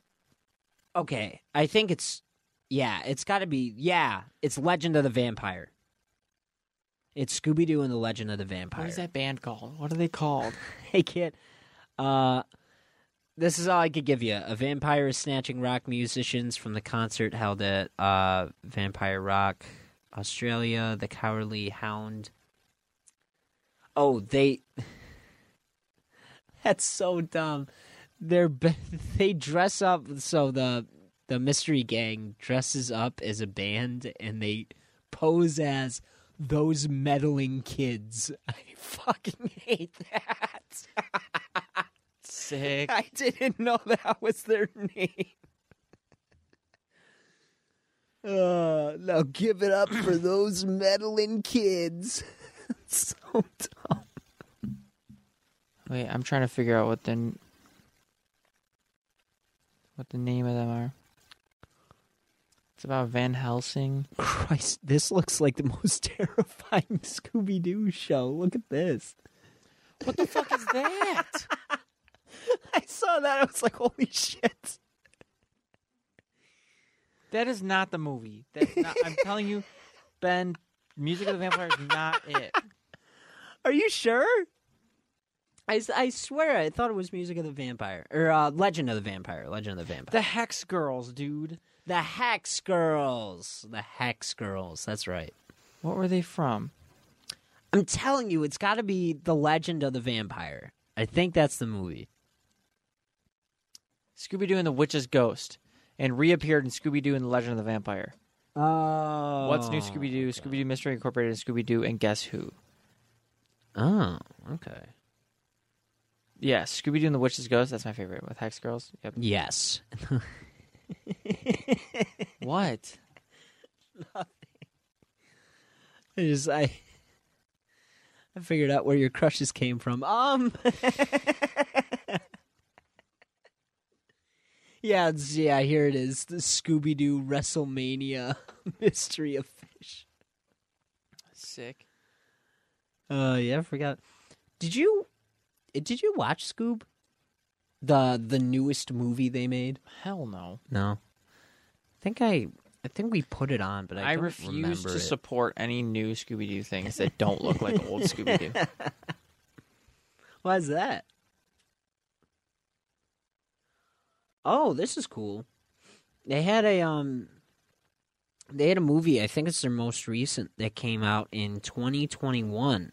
Speaker 2: Okay, I think it's. Yeah, it's got to be. Yeah, it's Legend of the Vampire. It's Scooby Doo and the Legend of the Vampire.
Speaker 1: What is that band called? What are they called?
Speaker 2: I can't. Uh, this is all I could give you. A vampire is snatching rock musicians from the concert held at uh, Vampire Rock, Australia. The Cowardly Hound. Oh, they. That's so dumb. They're be- they dress up so the the mystery gang dresses up as a band and they pose as those meddling kids. I fucking hate that.
Speaker 1: Sick.
Speaker 3: I didn't know that was their name. Uh, now give it up for those meddling kids. so dumb.
Speaker 1: Wait, I'm trying to figure out what the n- what the name of them are. It's about Van Helsing.
Speaker 2: Christ, this looks like the most terrifying Scooby Doo show. Look at this.
Speaker 1: What the fuck is that?
Speaker 3: I saw that. I was like, holy shit.
Speaker 1: that is not the movie. That's not, I'm telling you, Ben, Music of the Vampire is not it.
Speaker 3: Are you sure?
Speaker 2: I, s- I swear I thought it was Music of the Vampire or uh, Legend of the Vampire. Legend of the Vampire.
Speaker 1: The Hex Girls, dude.
Speaker 2: The, Hex Girls. The Hex Girls. That's right.
Speaker 1: What were they from?
Speaker 2: I'm telling you, it's got to be The Legend of the Vampire. I think that's the movie.
Speaker 1: Scooby Doo and the Witch's Ghost, and reappeared in Scooby Doo and the Legend of the Vampire.
Speaker 2: Oh.
Speaker 1: What's new Scooby Doo? Scooby Doo Mystery Incorporated, and Scooby Doo, and guess who?
Speaker 2: Oh, okay.
Speaker 1: Yeah, Scooby Doo and the Witch's Ghost. That's my favorite with Hex Girls. Yep.
Speaker 2: Yes.
Speaker 1: What?
Speaker 2: I just I I figured out where your crushes came from. Um Yeah, it's, yeah, here it is. The Scooby Doo WrestleMania mystery of fish.
Speaker 1: Sick.
Speaker 2: Oh yeah, I forgot. Did you did you watch Scoob? The the newest movie they made?
Speaker 1: Hell no.
Speaker 2: No. I think I I think we put it on, but
Speaker 1: I,
Speaker 2: I, don't
Speaker 1: refuse
Speaker 2: remember
Speaker 1: to
Speaker 2: it.
Speaker 1: support any new Scooby Doo things that don't look like old Scooby Doo.
Speaker 2: Why is that? Oh, this is cool. They had a um they had a movie, I think it's their most recent that came out in 2021.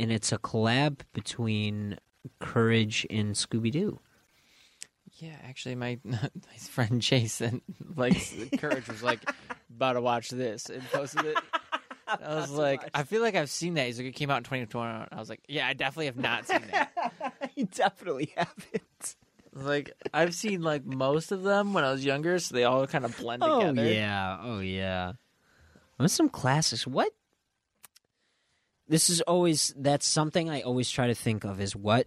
Speaker 2: And it's a collab between Courage and Scooby Doo.
Speaker 1: Yeah, actually, my my friend Jason likes Courage was like about to watch this and posted it. I was like, I feel like I've seen that. He's like, it came out in 2021. I was like, yeah, I definitely have not seen that.
Speaker 3: You definitely haven't.
Speaker 1: I was like, I've seen like most of them when I was younger, so they all kind of blend together.
Speaker 2: yeah, oh yeah. What's some classics? What? This is always that's something I always try to think of is what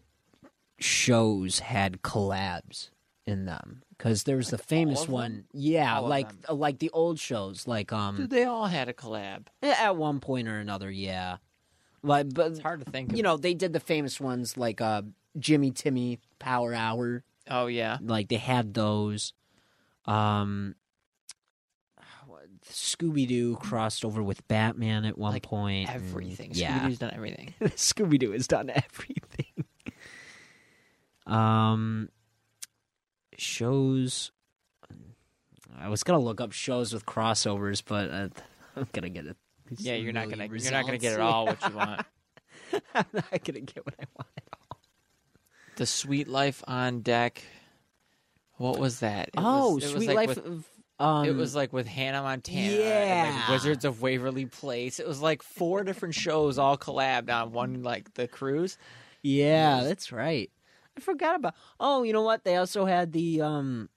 Speaker 2: shows had collabs in them because there was the famous
Speaker 1: of them?
Speaker 2: one, yeah,
Speaker 1: All of
Speaker 2: like
Speaker 1: them.
Speaker 2: uh, like the old shows, like um eh,
Speaker 1: Dude, they all had a collab.
Speaker 2: at one point or another, yeah. Like, but
Speaker 1: It's hard to think. Of.
Speaker 2: you know they did the famous ones like uh Jimmy Timmy Power Hour
Speaker 1: Oh yeah.
Speaker 2: like they had those um Scooby Doo crossed over with Batman at one
Speaker 1: Like,
Speaker 2: point. and-
Speaker 1: Everything. Scooby
Speaker 2: Yeah.
Speaker 1: Doo's done everything.
Speaker 2: Scooby Doo has done everything. um shows I was going to look up shows with crossovers, but uh, I'm going to get it.
Speaker 1: Yeah, you're not gonna
Speaker 2: million
Speaker 1: you're not gonna
Speaker 2: results.
Speaker 1: get at all what you want.
Speaker 2: I'm not going to get what I want.
Speaker 1: The Sweet Life on Deck. What was that? It
Speaker 2: oh,
Speaker 1: was, it was
Speaker 2: Sweet
Speaker 1: like
Speaker 2: Life
Speaker 1: with-
Speaker 2: of um,
Speaker 1: it was like with Hannah Montana, and like
Speaker 2: Yeah.
Speaker 1: Wizards of Waverly Place. It was like four different shows all collabed on one like the cruise.
Speaker 2: Yeah, that's right. I forgot about. Oh, you know what? They also had the um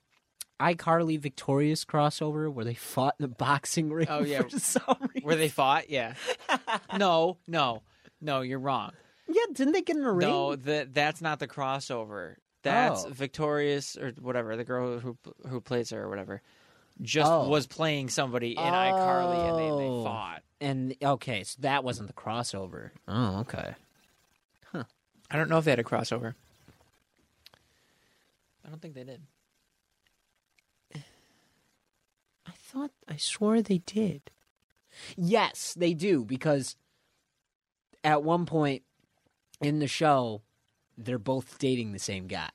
Speaker 2: iCarly Victorious crossover where they fought in the boxing ring.
Speaker 1: Oh, yeah.
Speaker 2: for some reason.
Speaker 1: Where they fought, yeah. no, no, no, you're wrong.
Speaker 2: yeah, didn't they get in a ring?
Speaker 1: No, that that's not the crossover. That's
Speaker 2: Oh.
Speaker 1: Victorious or whatever the girl who who plays her or whatever. Just
Speaker 2: Oh.
Speaker 1: was playing somebody in iCarly and they, they
Speaker 2: Oh.
Speaker 1: fought.
Speaker 2: And okay, so that wasn't the crossover. Oh, okay.
Speaker 1: I don't know if they had a crossover. I don't think they did.
Speaker 2: I thought I swore they did. Yes, they do because at one point in the show they're both dating the same guy.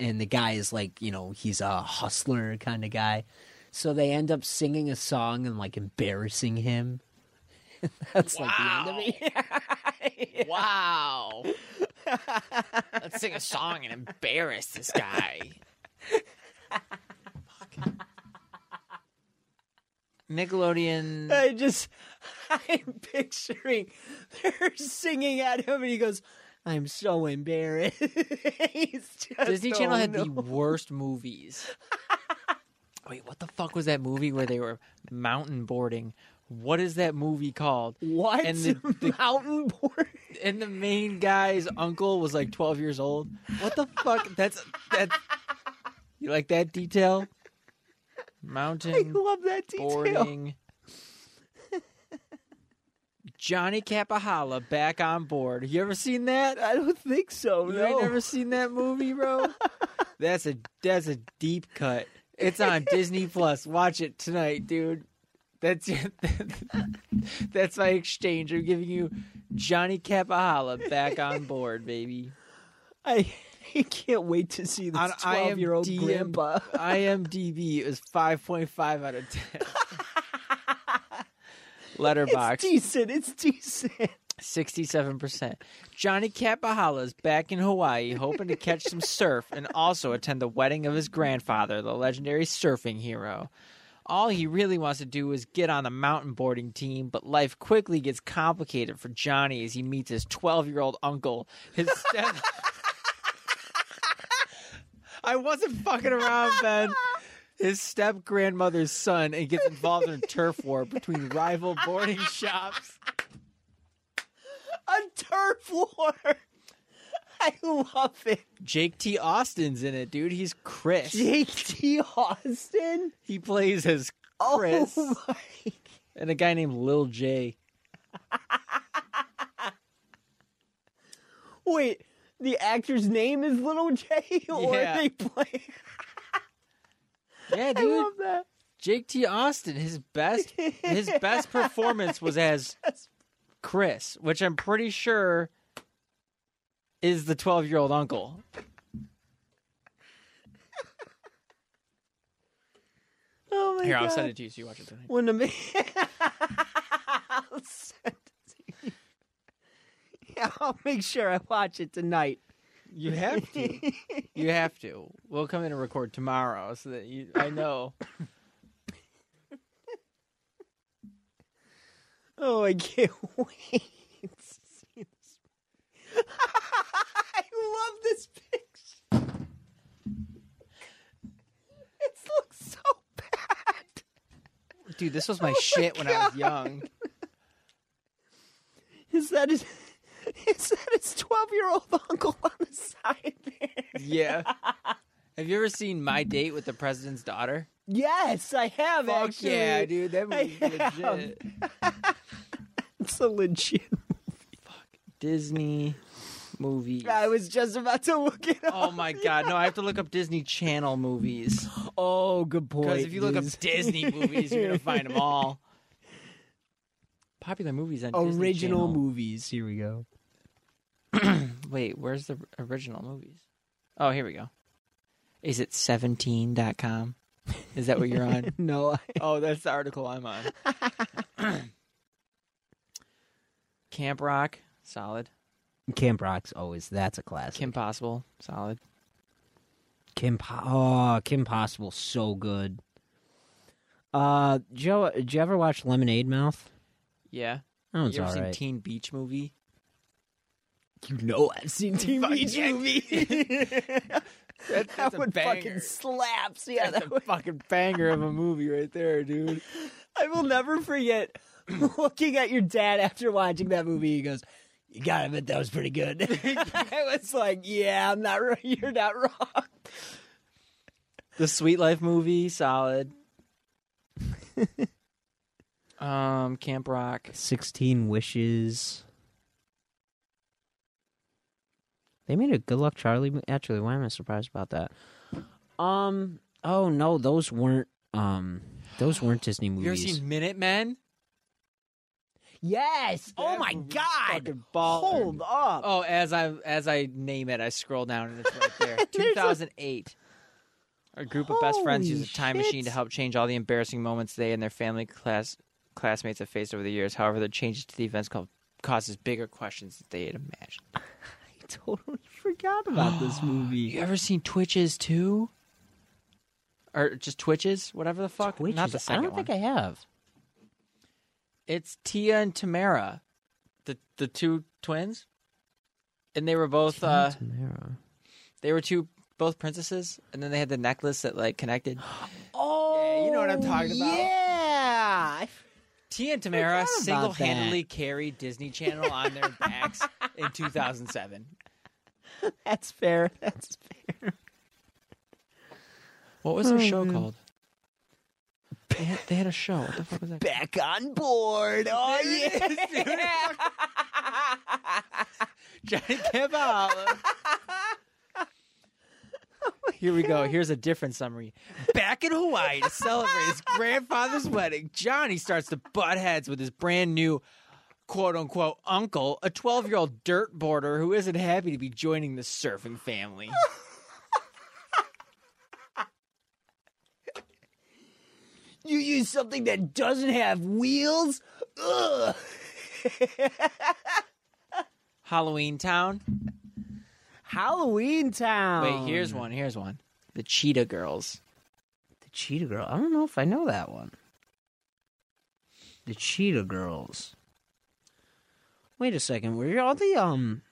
Speaker 2: And the guy is like, you know, he's a hustler kind of guy. So they end up singing a song and like embarrassing him. That's like the end of it.
Speaker 1: Wow. Let's sing a song and embarrass this guy. Fuck. Nickelodeon.
Speaker 2: I just, I'm picturing her singing at him, and he goes, "I'm so embarrassed." He's just
Speaker 1: Disney Channel
Speaker 2: oh
Speaker 1: had
Speaker 2: no.
Speaker 1: the worst movies. Wait, what the fuck was that movie where they were mountain boarding? What is that movie called?
Speaker 2: what
Speaker 1: and the-
Speaker 2: mountain board.
Speaker 1: And the main guy's uncle was like 12 years old. What the fuck? That's that. You like that detail?
Speaker 2: I
Speaker 1: Mountain
Speaker 2: love that detail.
Speaker 1: boarding. Johnny Capahala back on board. You ever seen that?
Speaker 2: I don't think so.
Speaker 1: You
Speaker 2: no.
Speaker 1: ain't never seen that movie, bro? that's a that's a deep cut. It's on Disney Plus. Watch it tonight, dude. That's that's my exchange. I'm giving you Johnny Capahala back on board, baby.
Speaker 2: I, I can't wait to see this
Speaker 1: On
Speaker 2: twelve-year-old
Speaker 1: IMDb.
Speaker 2: grandpa.
Speaker 1: IMDb is 5.5 out of 10.
Speaker 2: It's
Speaker 1: Letterbox
Speaker 2: decent. It's decent.
Speaker 1: 67%. Johnny Capahala is back in Hawaii, hoping to catch some surf and also attend the wedding of his grandfather, the legendary surfing hero. All he really wants to do is get on the mountain boarding team, but life quickly gets complicated for Johnny as he meets his 12 year old uncle. His step. I wasn't fucking around, Ben. His step grandmother's son and gets involved in a turf war between rival boarding shops.
Speaker 2: A turf war. I love it.
Speaker 1: Jake T. Austin's in it, dude. He's Chris.
Speaker 2: Jake T. Austin.
Speaker 1: He plays as Chris
Speaker 2: Oh my
Speaker 1: and a guy named Lil J.
Speaker 2: Wait, the actor's name is Little J, or
Speaker 1: Yeah.
Speaker 2: they play.
Speaker 1: Yeah,
Speaker 2: I
Speaker 1: dude.
Speaker 2: love that.
Speaker 1: Jake T. Austin, his best his best performance was as Chris, which I'm pretty sure is the 12 year old uncle.
Speaker 2: Oh my
Speaker 1: Here,
Speaker 2: god!
Speaker 1: I'll send it to you so you watch it tonight.
Speaker 2: When the man, I'll send it to you. Yeah, I'll make sure I watch it tonight.
Speaker 1: You have to. You have to. We'll come in and record tomorrow so that you I know.
Speaker 2: Oh, I can't wait to see this. I love this picture. It looks so bad.
Speaker 1: Dude, this
Speaker 2: Oh
Speaker 1: was my shit when I was young.
Speaker 2: Is that his? Is that his twelve-year-old uncle on the side there?
Speaker 1: Yeah. Have you ever seen My Date with the President's Daughter?
Speaker 2: Yes, I have.
Speaker 1: Fuck
Speaker 2: actually.
Speaker 1: yeah, dude. That movie's
Speaker 2: have.
Speaker 1: legit.
Speaker 2: It's a legit.
Speaker 1: Disney movies.
Speaker 2: I was just about to look it up.
Speaker 1: Oh my god, no, I have to look up Disney Channel movies.
Speaker 2: Oh, good point.
Speaker 1: Because if you look up
Speaker 2: Diz.
Speaker 1: Disney movies, you're gonna find them all. Popular movies on Disney
Speaker 2: original
Speaker 1: Channel.
Speaker 2: movies, here we go.
Speaker 1: Wait, where's the original movies? Oh, here we go. Is it 17.com? Is that what you're on?
Speaker 2: No, I,
Speaker 1: oh, that's the article I'm on. Camp Rock, solid.
Speaker 2: Camp Rock's always that's a classic.
Speaker 1: Kim Possible, solid.
Speaker 2: Kim, Po- oh, Kim Possible, so good. Uh, Joe, did you ever watch Lemonade Mouth?
Speaker 1: Yeah.
Speaker 2: That one's
Speaker 1: you ever
Speaker 2: all
Speaker 1: seen
Speaker 2: right.
Speaker 1: Teen Beach Movie?
Speaker 2: you know, I've seen Teen Beach movie.
Speaker 1: That,
Speaker 2: that one fucking slaps. Yeah, that one-
Speaker 1: fucking banger of a movie right there, dude.
Speaker 2: I will never forget looking at your dad after watching that movie. He goes, "You got to bet that was pretty good." I was like, "Yeah, I'm not. right. You're not wrong."
Speaker 1: The Sweet Life movie, solid. um, Camp Rock.
Speaker 2: Sixteen Wishes. They made a Good Luck Charlie. mo- Actually, why am I surprised about that? Um. Oh no, those weren't. Um. Those weren't Disney
Speaker 1: You ever
Speaker 2: movies.
Speaker 1: seen Minutemen?
Speaker 2: yes. Oh
Speaker 1: That
Speaker 2: my
Speaker 1: movie's
Speaker 2: God.
Speaker 1: fucking baller.
Speaker 2: Hold up.
Speaker 1: Oh, as I as I name it, I scroll down and it's right there. 2008. A group of best friends
Speaker 2: Holy
Speaker 1: use a time
Speaker 2: shit.
Speaker 1: machine to help change all the embarrassing moments they and their family class classmates have faced over the years. However, the changes to the events co- causes bigger questions that they had imagined.
Speaker 2: I totally forgot about this movie.
Speaker 1: You ever seen Twitches too? Or just Twitches, whatever the fuck.
Speaker 2: Witches.
Speaker 1: Not the
Speaker 2: I
Speaker 1: second
Speaker 2: don't
Speaker 1: one.
Speaker 2: think I have.
Speaker 1: It's Tia and Tamara, the the two twins, and they were both uh they were two both princesses, and then they had the necklace that like connected.
Speaker 4: Oh,
Speaker 1: you know what I'm talking about.
Speaker 4: Yeah.
Speaker 1: Tia and Tamara
Speaker 4: about
Speaker 1: single handedly carried Disney Channel on their backs in 2007.
Speaker 2: That's fair. That's fair.
Speaker 1: What was their show called? They had, they had a show. What the fuck was that?
Speaker 2: Back on board. Oh yeah.
Speaker 1: Johnny Cavallo. Here we go. Here's a different summary. Back in Hawaii to celebrate his grandfather's wedding, Johnny starts to butt heads with his brand new quote unquote uncle, a 12 year old dirt boarder who isn't happy to be joining the surfing family.
Speaker 2: You use something that doesn't have wheels. Ugh.
Speaker 1: Halloween Town.
Speaker 2: Halloween Town.
Speaker 1: Wait, here's one. Here's one. The Cheetah Girls.
Speaker 2: the Cheetah Girl. I don't know if I know that one. The Cheetah Girls. Wait a second. Were all the um,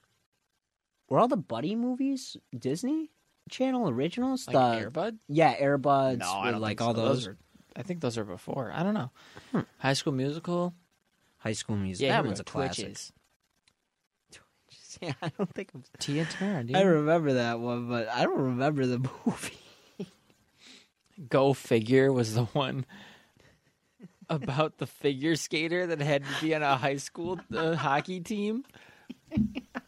Speaker 2: were all the buddy movies Disney Channel originals?
Speaker 1: Like
Speaker 2: the
Speaker 1: Airbud?
Speaker 2: yeah, Airbuds.
Speaker 1: No, I
Speaker 2: with,
Speaker 1: don't
Speaker 2: like
Speaker 1: think
Speaker 2: all
Speaker 1: so.
Speaker 2: those,
Speaker 1: Those are- I think those are before. I don't know. High School Musical.
Speaker 2: High School Music.
Speaker 1: Yeah,
Speaker 2: Hmm. that
Speaker 1: here we go.
Speaker 2: one's a classic.
Speaker 1: Twitches.
Speaker 2: Yeah, I don't think I'm
Speaker 1: Tia Turner, dude.
Speaker 2: I remember that one, but I don't remember the movie.
Speaker 1: Go Figure was the one about the figure skater that had to be on a high school uh, hockey team.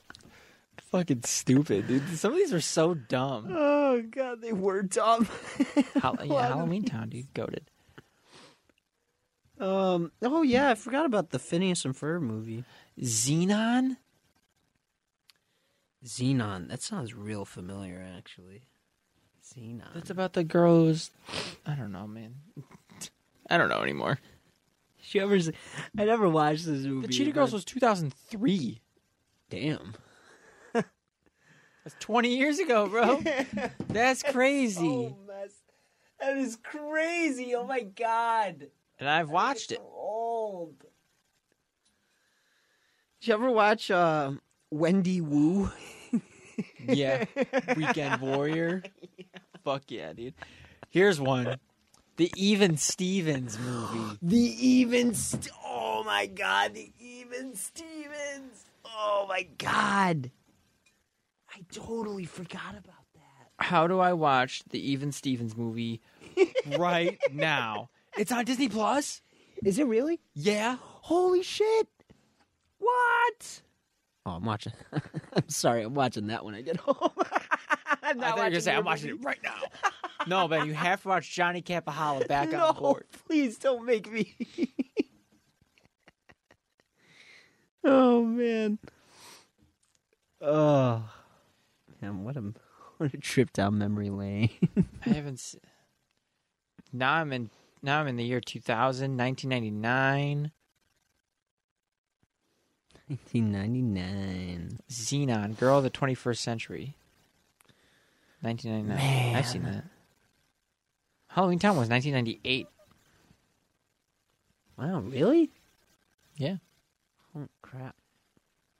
Speaker 1: Fucking stupid, dude. Some of these are so dumb.
Speaker 2: Oh god, they were dumb.
Speaker 1: Hall- yeah, Halloween Town, dude. Goaded.
Speaker 2: um. Oh yeah, I forgot about the Phineas and Ferb movie.
Speaker 1: Xenon?
Speaker 2: Xenon. That sounds real familiar, actually. Xenon.
Speaker 1: That's about the girl who's. I don't know, man. I don't know anymore.
Speaker 2: Did you ever? See... I never watched this movie.
Speaker 1: The Cheetah Girls
Speaker 2: but-
Speaker 1: was 2003.
Speaker 2: damn.
Speaker 1: That's 20 years ago, bro. That's crazy.
Speaker 2: mess. That is crazy. Oh my god.
Speaker 1: And I've watched it.
Speaker 2: Old. Did you ever watch uh, Wendy Wu?
Speaker 1: Yeah. Weekend Warrior. Fuck yeah, dude. Here's one. The Even Stevens movie.
Speaker 2: The Even. St- oh my god. The Even Stevens. Oh my god. I totally forgot about that.
Speaker 1: How do I watch the Even Stevens movie right now? It's on Disney Plus?
Speaker 2: Is it really?
Speaker 1: Yeah.
Speaker 2: Holy shit! What? Oh, I'm watching. I'm sorry, I'm watching that when I get home. I'm
Speaker 1: I thought
Speaker 2: not
Speaker 1: you were gonna say
Speaker 2: your
Speaker 1: I'm watching
Speaker 2: movie.
Speaker 1: it right now. no, man, you have to watch Johnny Capahala back
Speaker 2: no,
Speaker 1: on board.
Speaker 2: please don't make me. oh man. Oh man, what a what a trip down memory lane.
Speaker 1: I haven't. Se- now I'm in. Now I'm in the year 2000, 1999.
Speaker 2: 1999.
Speaker 1: Xenon, Girl of the 21st Century. 1999. I've seen that. Halloween Town was 1998.
Speaker 2: Wow, really?
Speaker 1: Yeah.
Speaker 2: Oh crap.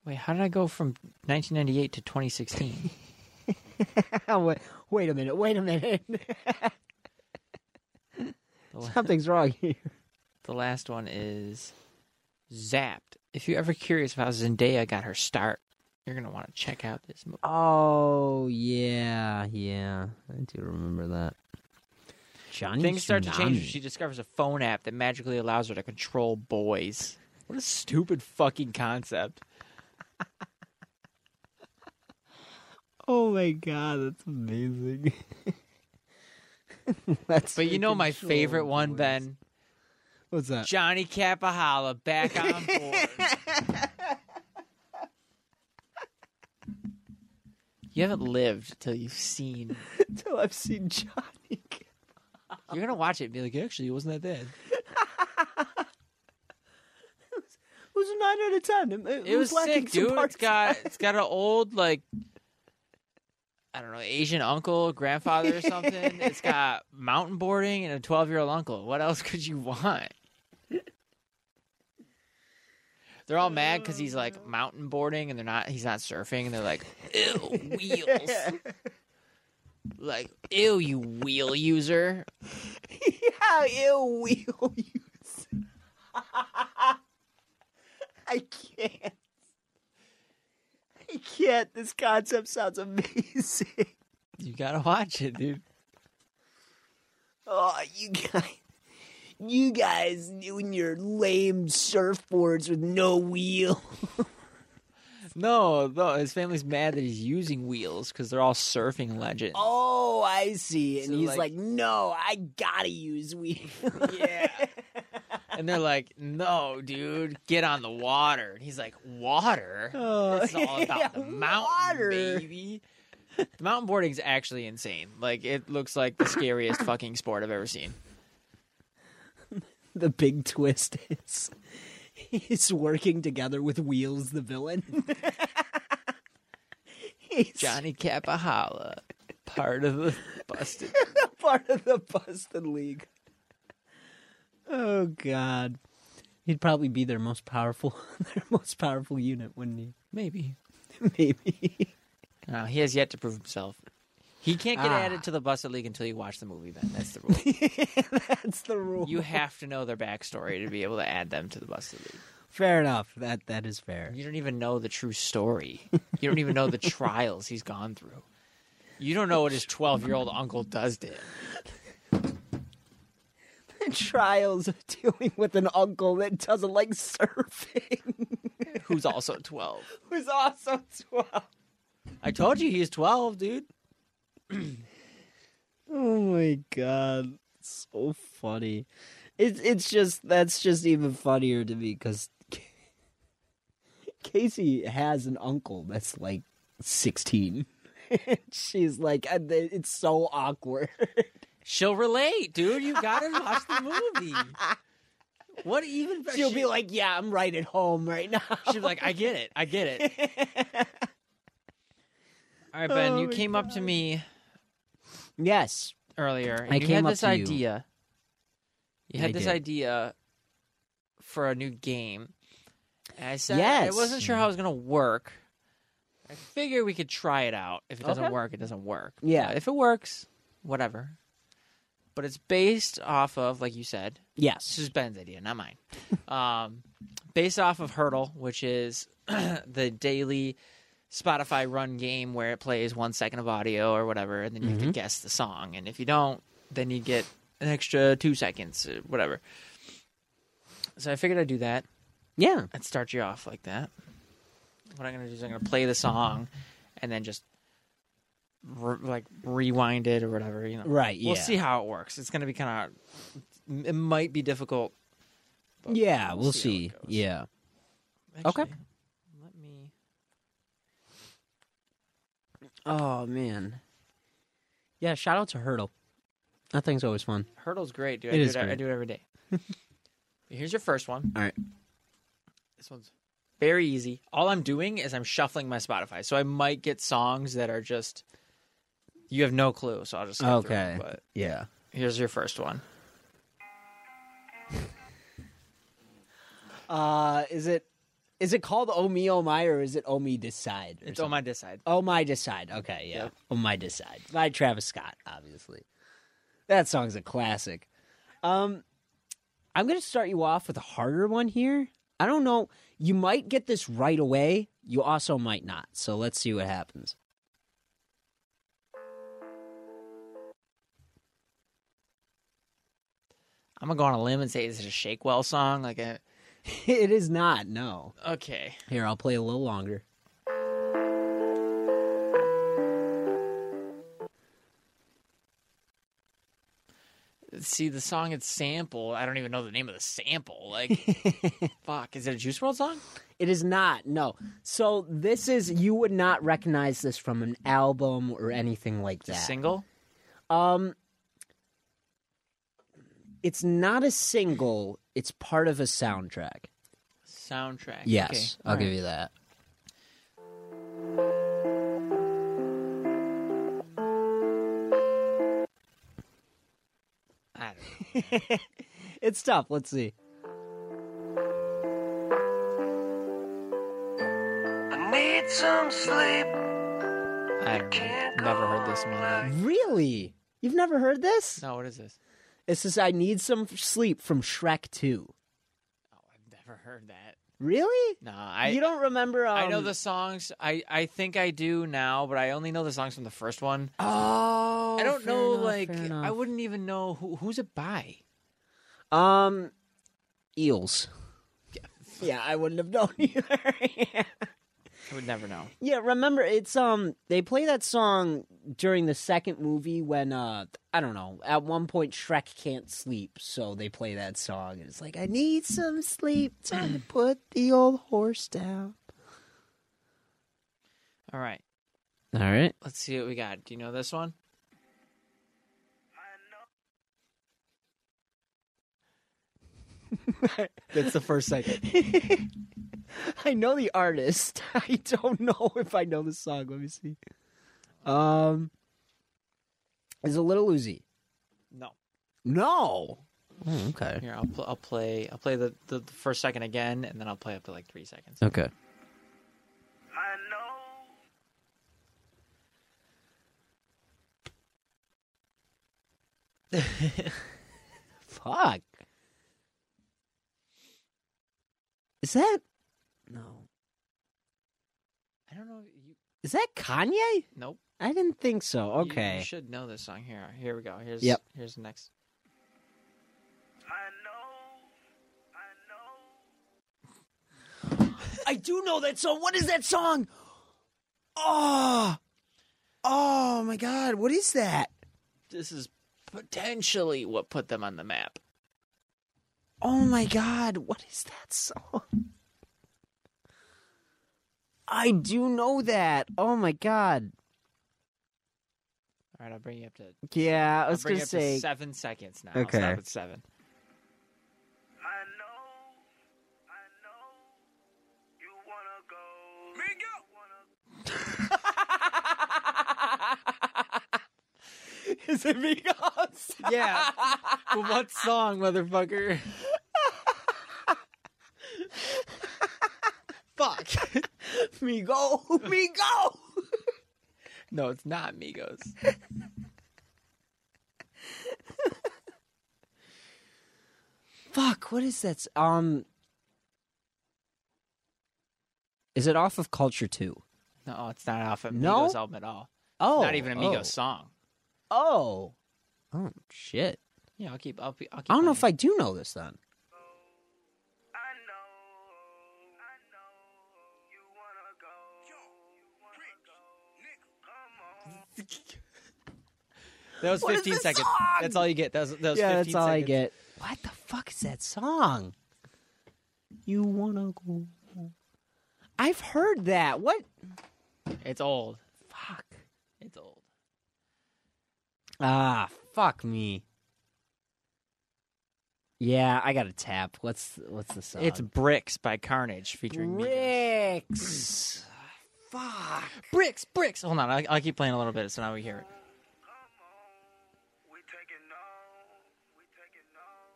Speaker 1: Wait, how did I go from 1998 to 2016?
Speaker 2: wait, wait a minute. Wait a minute.
Speaker 1: the, la-
Speaker 2: Something's wrong here.
Speaker 1: the last one is Zapped. If you're ever curious about how Zendaya got her start, you're going to want to check out this movie.
Speaker 2: Oh yeah, yeah. I do remember that. Johnny
Speaker 1: Things start to change when
Speaker 2: Tsunami.
Speaker 1: she discovers a phone app that magically allows her to control boys. What a stupid fucking concept.
Speaker 2: Oh my god, that's amazing. that's
Speaker 1: But you know my
Speaker 2: control
Speaker 1: favorite one,
Speaker 2: boys.
Speaker 1: Ben?
Speaker 2: What's that?
Speaker 1: Johnny Capahala back on board. you haven't lived till you've seen.
Speaker 2: Until I've seen Johnny.
Speaker 1: You're gonna watch it and be like, actually, it wasn't that bad.
Speaker 2: It was a nine out of ten. It, it
Speaker 1: It was
Speaker 2: lacking
Speaker 1: sick,
Speaker 2: some
Speaker 1: dude. It's
Speaker 2: parts.
Speaker 1: got it's got an old like. I don't know, Asian uncle, grandfather, or something. it's got mountain boarding and a 12 year old uncle. What else could you want? They're all mad because he's
Speaker 2: Oh.
Speaker 1: like mountain boarding and they're not. He's not surfing and they're like, ew, wheels. like, ew, you wheel user.
Speaker 2: yeah, ew, wheel use. I can't. I can't. This concept sounds amazing.
Speaker 1: You gotta watch it, dude.
Speaker 2: Oh, you guys. You guys doing your lame surfboards with no wheel.
Speaker 1: No, no, his family's mad that he's using wheels because they're all surfing legends.
Speaker 2: Oh, I see. And
Speaker 1: So,
Speaker 2: he's
Speaker 1: like-
Speaker 2: like, no, I gotta use wheel.
Speaker 1: Yeah. and they're like, no, dude, get on the water. And he's like, water? It's all about the mountain,
Speaker 2: Uh, water.
Speaker 1: baby. The mountain boarding's actually insane. Like, it looks like the scariest fucking sport I've ever seen.
Speaker 2: the big twist is he's working together with Wheels, the villain. he's
Speaker 1: Johnny Capahala, part of the busted.
Speaker 2: part of the Busted League.
Speaker 4: Oh God, he'd probably be their most powerful, their most powerful unit, wouldn't he?
Speaker 1: Maybe.
Speaker 2: Maybe.
Speaker 1: No, he has yet to prove himself. He can't get
Speaker 4: Ah.
Speaker 1: added to the busted league until you watch the movie, Ben. That's the rule.
Speaker 2: That's the rule.
Speaker 1: you have to know their backstory to be able to add them to the busted league.
Speaker 4: Fair enough. That that is fair.
Speaker 1: You don't even know the true story. You don't even know the trials he's gone through. You don't know what his 12 year old uncle does to him.
Speaker 2: The trials of dealing with an uncle that doesn't like surfing.
Speaker 1: Who's also 12.
Speaker 2: Who's also 12.
Speaker 1: I told you he's 12, dude.
Speaker 2: Oh my god.
Speaker 4: so funny. It's it's just that's just even funnier to me because Casey has an uncle that's like sixteen.
Speaker 2: She's like, I- it's so awkward.
Speaker 1: She'll relate, dude. You gotta watch the movie. What even?
Speaker 2: She'll be like, yeah, I'm right at home right now.
Speaker 1: she'll be like, I get it. I get it. All right, Ben,
Speaker 2: Oh
Speaker 1: you came up to me
Speaker 4: Yes.
Speaker 1: earlier. And
Speaker 4: I
Speaker 1: you
Speaker 4: came
Speaker 1: had
Speaker 4: up
Speaker 1: this
Speaker 4: to you.
Speaker 1: idea. You
Speaker 4: I
Speaker 1: had this
Speaker 4: did.
Speaker 1: idea for a new game. And I said
Speaker 4: Yes.
Speaker 1: I wasn't sure how it was gonna work. I figured we could try it out. If it doesn't
Speaker 4: Okay.
Speaker 1: work, it doesn't work.
Speaker 4: Yeah.
Speaker 1: Uh, if it works, whatever. But it's based off of, like you said, this
Speaker 4: Yes.
Speaker 1: is Ben's idea, not mine. Um, based off of Hurdle, which is the daily Spotify run game where it plays one second of audio or whatever, and then you have
Speaker 4: Mm-hmm.
Speaker 1: to guess the song. And if you don't, then you get an extra two seconds or whatever. So I figured I'd do that.
Speaker 4: Yeah.
Speaker 1: I'd start you off like that. What I'm going to do is I'm going to play the song and then just re- like rewind it or whatever, you know.
Speaker 4: Right.
Speaker 1: We'll
Speaker 4: yeah.
Speaker 1: see how it works. It's going to be kind of. It might be difficult. but
Speaker 4: yeah. We'll
Speaker 1: how
Speaker 4: see.
Speaker 1: it goes.
Speaker 4: Yeah.
Speaker 1: Actually,
Speaker 4: Okay.
Speaker 1: Let me.
Speaker 4: Oh man. Yeah. Shout out to Hurdle. That thing's always fun.
Speaker 1: Hurdle's great, dude. I
Speaker 4: It
Speaker 1: do
Speaker 4: is
Speaker 1: it, I
Speaker 4: great.
Speaker 1: do it every day. Here's your first one.
Speaker 4: All right.
Speaker 1: This one's very easy. All I'm doing is I'm shuffling my Spotify, so I might get songs that are just you have no clue. So I'll just go through
Speaker 4: Okay.
Speaker 1: it, but
Speaker 4: Yeah.
Speaker 1: here's your first one.
Speaker 2: Uh, is it
Speaker 4: Is it called Oh Me Oh My or is it Oh Me Decide? or
Speaker 1: It's on my decide.
Speaker 4: Oh My Decide. Okay, yeah.
Speaker 1: Yep.
Speaker 4: Oh My Decide by Travis Scott, obviously. That song's a classic. Um I'm going to start you off with a harder one here. I don't know. You might get this right away. You also might not. So let's see what happens.
Speaker 1: I'm gonna go on a limb and say this is a Shakewell song. Like, a,
Speaker 4: it is not. No.
Speaker 1: okay,
Speaker 4: Here, I'll play a little longer.
Speaker 1: see the song it's sample. I don't even know the name of the sample. Like, fuck, is it a Juice World song?
Speaker 4: It is not. No. So this is you would not recognize this from an album or anything like
Speaker 1: It's a
Speaker 4: that.
Speaker 1: single.
Speaker 4: Um, it's not a single. It's part of a soundtrack.
Speaker 1: soundtrack.
Speaker 4: Yes,
Speaker 1: Okay.
Speaker 4: I'll
Speaker 1: All
Speaker 4: give
Speaker 1: right.
Speaker 4: you that.
Speaker 1: I don't know.
Speaker 4: It's tough. Let's see.
Speaker 5: some sleep.
Speaker 1: I've never heard this one.
Speaker 2: Really?
Speaker 6: You've never heard this?
Speaker 1: No, what is this?
Speaker 2: It says, I need some f- sleep from Shrek 2.
Speaker 1: Oh, I've never heard that.
Speaker 2: Really?
Speaker 1: No, I
Speaker 2: you don't remember. Um,
Speaker 1: I know the songs. I I think I do now, but I only know the songs from the first one.
Speaker 2: Oh.
Speaker 1: I don't
Speaker 2: fair
Speaker 1: know
Speaker 2: enough,
Speaker 1: like
Speaker 2: fair enough.
Speaker 1: I wouldn't even know who who's it by.
Speaker 2: Um, eels.
Speaker 6: Yeah, I wouldn't have known either.
Speaker 1: I would never know.
Speaker 2: Yeah, remember it's um they play that song during the second movie when uh I don't know at one point Shrek can't sleep so they play that song and it's like I need some sleep time to put the old horse down.
Speaker 1: All right,
Speaker 2: All right,
Speaker 1: let's see what we got. Do you know this one?
Speaker 2: that's the first second.
Speaker 6: I know the artist. I don't know if I know the song. Let me see. Um,
Speaker 2: It's a little Uzi.
Speaker 1: No.
Speaker 2: No.
Speaker 6: Hmm,
Speaker 2: okay.
Speaker 1: Here, I'll pl- I'll play I'll play the, the the first second again, and then I'll play up to like three seconds.
Speaker 2: Okay.
Speaker 5: I know.
Speaker 2: Fuck. Is that no?
Speaker 1: I don't know. if You
Speaker 2: Is that Kanye?
Speaker 1: nope.
Speaker 2: I didn't think so.
Speaker 1: You-
Speaker 2: Okay.
Speaker 1: You should know this song. Here, here we go. Here's
Speaker 2: Yep.
Speaker 1: Here's the next.
Speaker 5: I know. I know.
Speaker 2: I do know that song. What is that song? Oh, oh my God! What is that?
Speaker 1: This is potentially what put them on the map.
Speaker 2: Oh my God! What is that song? I do know that. Oh my God!
Speaker 1: All right, I'll bring you up to.
Speaker 2: Yeah, I
Speaker 1: I'll
Speaker 2: was
Speaker 1: bring
Speaker 2: gonna
Speaker 1: you up
Speaker 2: say.
Speaker 1: to seven seconds now.
Speaker 2: Okay.
Speaker 1: Okay. Stop at seven.
Speaker 5: I know. I know. You wanna go. Mingo! Wanna
Speaker 2: Is it Migos?
Speaker 1: Yeah. but what song, motherfucker? Fuck.
Speaker 2: Migo, Migo.
Speaker 1: No, it's not Migos.
Speaker 2: Fuck! What is that? s- Um, is it off of Culture Two?
Speaker 1: No, it's not off of
Speaker 2: No?
Speaker 1: Migos album at all.
Speaker 2: Oh,
Speaker 1: It's not even a Migos
Speaker 2: oh.
Speaker 1: song.
Speaker 2: Oh. Oh shit.
Speaker 1: Yeah, I'll keep. I'll, be, I'll keep.
Speaker 2: I don't know
Speaker 1: playing
Speaker 2: if I do know this then.
Speaker 5: I know. I know. You wanna go. Yo. You wanna go. Nigga. Come on.
Speaker 1: it. That was
Speaker 2: is
Speaker 1: 15
Speaker 2: this
Speaker 1: seconds.
Speaker 2: song?
Speaker 1: That's all you get. That was, that was
Speaker 2: yeah,
Speaker 1: 15
Speaker 2: that's all I
Speaker 1: seconds.
Speaker 2: get. What the fuck is that song? You wanna go? I've heard that. What?
Speaker 1: It's old.
Speaker 2: Fuck.
Speaker 1: It's old.
Speaker 2: Ah, fuck me. Yeah, I got a tap. What's what's the song?
Speaker 1: It's Bricks by Carnage featuring Migos.
Speaker 2: Bricks. fuck.
Speaker 1: Bricks, Bricks. Hold on, I'll, I'll keep playing a little bit so now we hear it.
Speaker 5: Come on. We taking off. We taking off.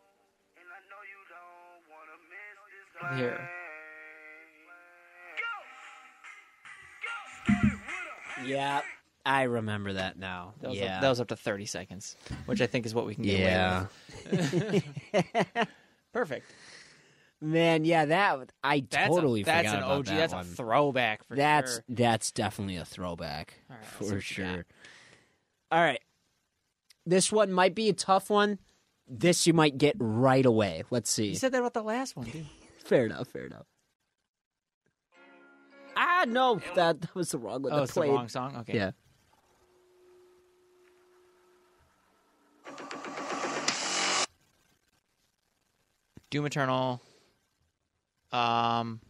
Speaker 5: And I know you don't wanna miss this plane.
Speaker 1: Here.
Speaker 5: Go. Go. Start it with 'em.
Speaker 2: Yeah, I remember that now.
Speaker 1: That was,
Speaker 2: yeah.
Speaker 1: up, that was up to 30 seconds, which I think is what we can get away
Speaker 2: yeah.
Speaker 1: with. Perfect.
Speaker 2: Man, yeah, that I
Speaker 1: That's a-
Speaker 2: totally
Speaker 1: That's
Speaker 2: forgot
Speaker 1: an
Speaker 2: about
Speaker 1: OG.
Speaker 2: that
Speaker 1: that's
Speaker 2: one.
Speaker 1: a throwback for
Speaker 2: that's
Speaker 1: sure.
Speaker 2: that's definitely a throwback
Speaker 1: All right, let's see what
Speaker 2: for
Speaker 1: you
Speaker 2: sure. All right, this one might be a tough one. This you might get right away. Let's see.
Speaker 1: You said that about the last one, dude.
Speaker 2: fair enough. Fair enough. Ah, no, that, that was the wrong one.
Speaker 1: oh,
Speaker 2: that
Speaker 1: it's
Speaker 2: played.
Speaker 1: the wrong song. Okay.
Speaker 2: Yeah.
Speaker 1: Doom Eternal. Um,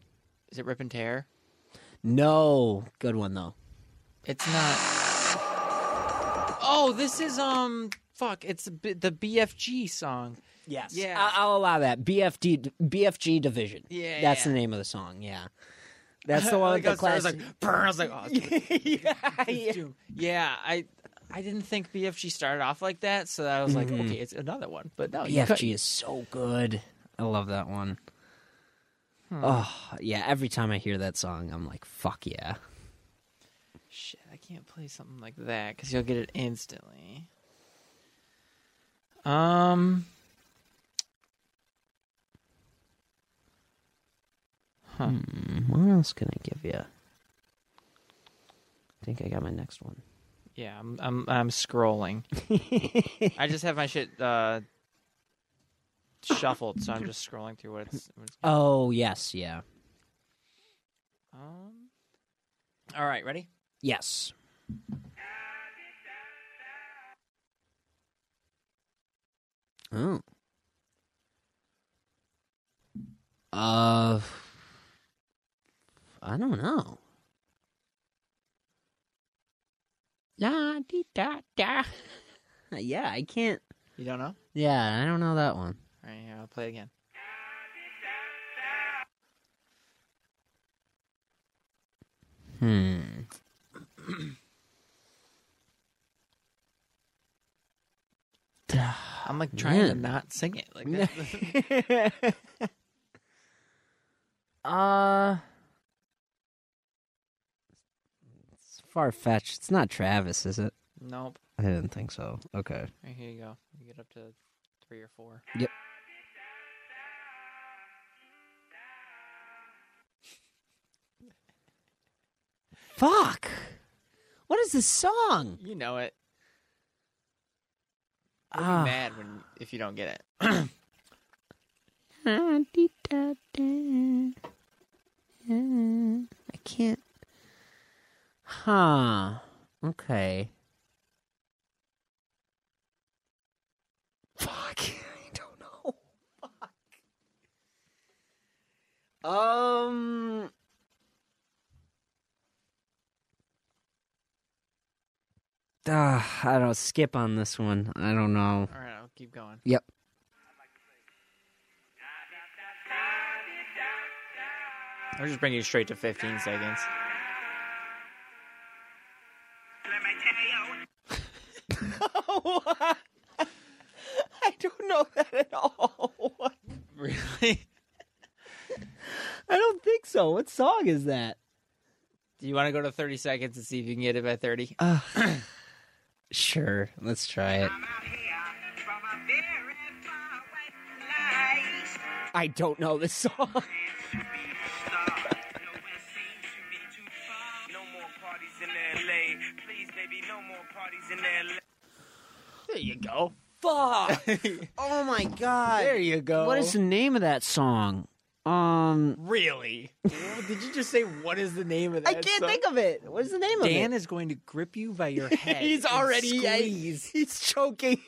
Speaker 1: is it Rip and Tear?
Speaker 2: No, good one though.
Speaker 1: It's not. Oh, this is um. Fuck! It's b- the BFG song.
Speaker 2: Yes.
Speaker 1: Yeah.
Speaker 2: I- I'll allow that. BFD, BFG division.
Speaker 1: Yeah,
Speaker 2: That's
Speaker 1: yeah.
Speaker 2: the name of the song. Yeah. That's the one with the
Speaker 1: I was
Speaker 2: class.
Speaker 1: like, "Brr," I was like, oh, it's
Speaker 2: yeah.
Speaker 1: Doom. Yeah, I I didn't think BFG started off like that, so I was like, okay, it's another one. But no, Oh, you cut-
Speaker 2: BFG E is so good. I love that one. Oh yeah! Every time I hear that song, I'm like, "Fuck yeah!"
Speaker 1: Shit, I can't play something like that because you'll get it instantly. Um. Huh.
Speaker 2: Hmm, what else can I give you? I think I got my next one.
Speaker 1: Yeah, I'm I'm I'm scrolling. I just have my shit uh shuffled, so I'm just scrolling through what it's. What it's
Speaker 2: Oh yes, yeah,
Speaker 1: um. All right, ready?
Speaker 2: yes. Oh. Uh, I don't know. La di da da. Yeah, I can't.
Speaker 1: You don't know?
Speaker 2: Yeah, I don't know that one.
Speaker 1: All right, here I'll play it again.
Speaker 2: Hmm.
Speaker 1: I'm like trying to
Speaker 2: Man.
Speaker 1: not sing it. Like that.
Speaker 2: uh it's far fetched. It's not Travis, is it?
Speaker 1: nope.
Speaker 2: I didn't think so. Okay.
Speaker 1: All right, here you go. You get up to three or four.
Speaker 2: Yep. Fuck. What is this song?
Speaker 1: You know it. You'll be
Speaker 2: Ah.
Speaker 1: mad when if you don't get it.
Speaker 2: I can't. Huh. Okay. Fuck. I don't know.
Speaker 7: Um.
Speaker 2: Uh, I don't skip on this one. I don't know.
Speaker 1: All right, I'll keep going.
Speaker 2: Yep.
Speaker 1: I'll just bring you straight to 15 seconds.
Speaker 5: Let me tell you.
Speaker 7: I don't know that at all.
Speaker 1: Really?
Speaker 7: I don't think so. What song is that?
Speaker 1: Do you want to go to 30 seconds and see if you can get it by 30?
Speaker 2: Sure. Let's try it.
Speaker 5: I'm out here from a very far away place.
Speaker 2: I don't know this song.
Speaker 5: No more parties in LA. Please, baby, no more parties in LA.
Speaker 1: There you go.
Speaker 7: Fuck. oh my god.
Speaker 1: There you go.
Speaker 2: What is the name of that song? Um.
Speaker 1: Really? Did you just say what is the name of
Speaker 7: I
Speaker 1: that?
Speaker 7: can't think of it. What is the name of it?
Speaker 1: Dan is going to grip you by your head.
Speaker 7: He's
Speaker 1: and
Speaker 7: already I-
Speaker 1: squeeze.
Speaker 7: he's choking.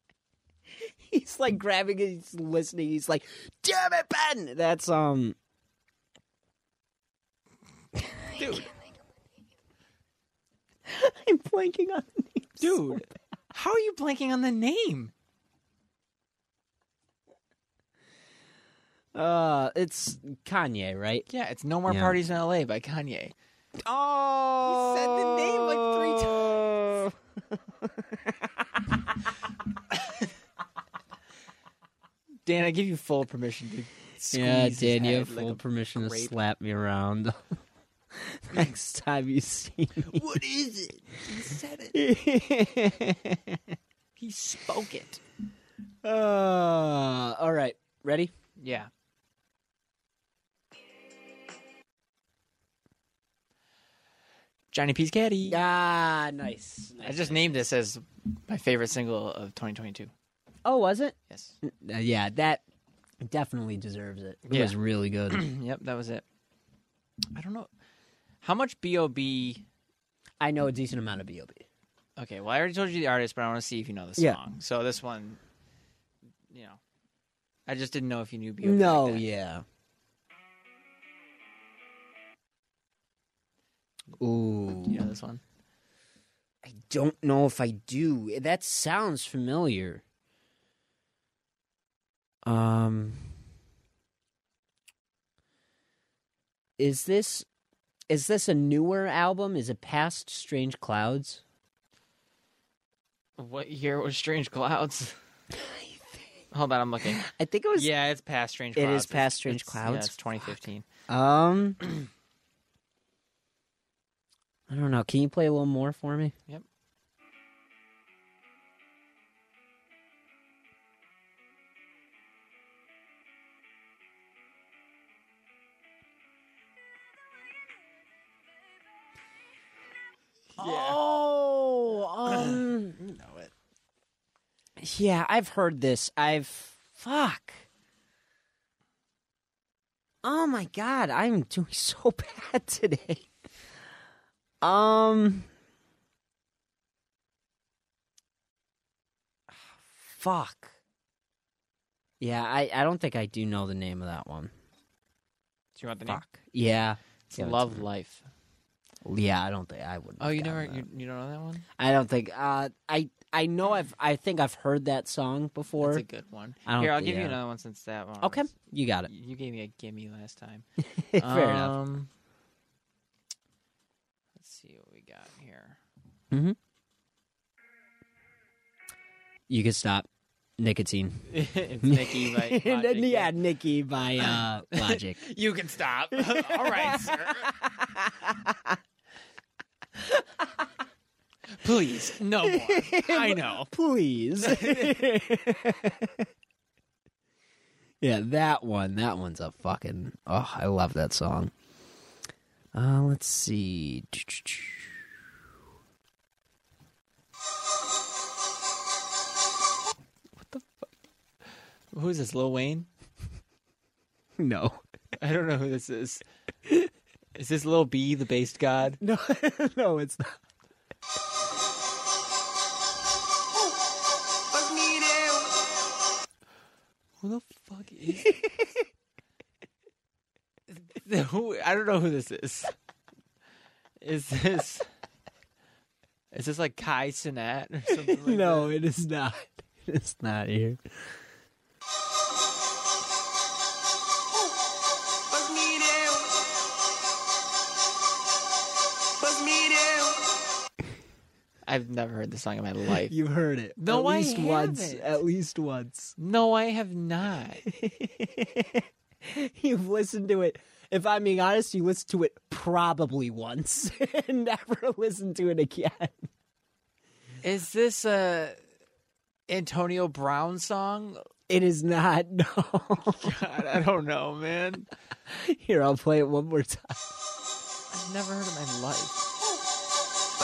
Speaker 7: he's like grabbing it, he's listening, he's like, damn it, Ben! That's um
Speaker 1: Dude,
Speaker 7: I'm blanking on the name.
Speaker 1: dude, how are you blanking on the name?
Speaker 2: Uh. It's Kanye, right?
Speaker 1: Yeah, it's No More
Speaker 2: Yeah.
Speaker 1: Parties in LA by Kanye.
Speaker 7: Oh
Speaker 1: said the name like three times.
Speaker 2: Oh.
Speaker 7: times.
Speaker 1: Dan, I give you full permission to squeeze
Speaker 2: yeah,
Speaker 1: his
Speaker 2: Dan, you
Speaker 1: head
Speaker 2: have
Speaker 1: like
Speaker 2: full
Speaker 1: a
Speaker 2: permission to
Speaker 1: grape.
Speaker 2: slap me around next time you see me.
Speaker 1: What is it? He said it. He spoke it.
Speaker 2: uh, all right, ready?
Speaker 1: Yeah. Johnny P's Caddy.
Speaker 2: Ah, nice.
Speaker 1: I just named this as my favorite single of 2022.
Speaker 2: Oh, was it?
Speaker 1: Yes.
Speaker 2: Uh, yeah, that definitely deserves it. It
Speaker 1: Yeah.
Speaker 2: was really good.
Speaker 1: yep, that was it. I don't know how much BOB.
Speaker 2: I know a decent amount of B.O.B.
Speaker 1: Okay, well, I already told you the artist, but I want to see if you know the song.
Speaker 2: Yeah.
Speaker 1: So this one, you know, I just didn't know if you knew BOB.
Speaker 2: No,
Speaker 1: like that.
Speaker 2: yeah. Ooh.
Speaker 1: You know this one?
Speaker 2: I don't know if I do. That sounds familiar. Um Is this is this a newer album? Is it past Strange Clouds?
Speaker 1: What year was Strange Clouds? Hold on, I'm looking.
Speaker 2: I think it was
Speaker 1: yeah, it's past Strange
Speaker 2: It
Speaker 1: Clouds.
Speaker 2: is past Strange
Speaker 1: it's-
Speaker 2: Clouds?
Speaker 1: Yeah, it's 2015.
Speaker 2: um I don't know. Can you play a little more for me?
Speaker 1: Yep.
Speaker 2: Oh, um,
Speaker 1: You know it.
Speaker 2: yeah, I've heard this. I've fuck. Oh my god, I'm doing so bad today. Um fuck. Yeah, I I don't think I do know the name of that one.
Speaker 1: Do you want the name?
Speaker 2: Fuck. Yeah.
Speaker 1: It's
Speaker 2: Yeah,
Speaker 1: Love Life.
Speaker 2: Yeah, I don't think I would.
Speaker 1: Oh, you never, you, you don't know that one?
Speaker 2: I don't think. Uh, I I know I've. I think I've heard that song before.
Speaker 1: That's a good one.
Speaker 2: I don't
Speaker 1: Here, I'll
Speaker 2: thi-
Speaker 1: give you
Speaker 2: yeah.
Speaker 1: another one since that one.
Speaker 2: Okay,
Speaker 1: was-
Speaker 2: you got it. Uh,
Speaker 1: You gave me a gimme last time.
Speaker 2: Fair enough.
Speaker 1: Um, Let's see what we got here.
Speaker 2: You can stop. Nicotine.
Speaker 1: it's Nikki by
Speaker 2: And then,
Speaker 1: Logic,
Speaker 2: yeah, Nikki by uh, Logic.
Speaker 1: You can stop. All right, sir. Please, no more. I know.
Speaker 2: Please. yeah, that one. That one's a fucking. Oh, I love that song. Uh, let's see.
Speaker 1: Who is this, Lil Wayne?
Speaker 2: No.
Speaker 1: I don't know who this is. Is this Lil B, the based god?
Speaker 2: No, no, it's not.
Speaker 1: Who the fuck is this? who, I don't know who this is. Is this is this like Kai Sinat or something? Like
Speaker 2: no, it is not. It's not here.
Speaker 1: that? I've never heard this song in my life.
Speaker 2: You've heard it.
Speaker 1: No,
Speaker 2: at
Speaker 1: I
Speaker 2: least once.
Speaker 1: haven't.
Speaker 2: At least once.
Speaker 1: No, I have not.
Speaker 2: You've listened to it. If I'm being honest, you listened to it probably once and never listened to it again.
Speaker 1: Is this a Antonio Brown song?
Speaker 2: It is not. No.
Speaker 1: God, I don't know, man.
Speaker 2: Here, I'll play it one more time.
Speaker 1: I've never heard it in my life.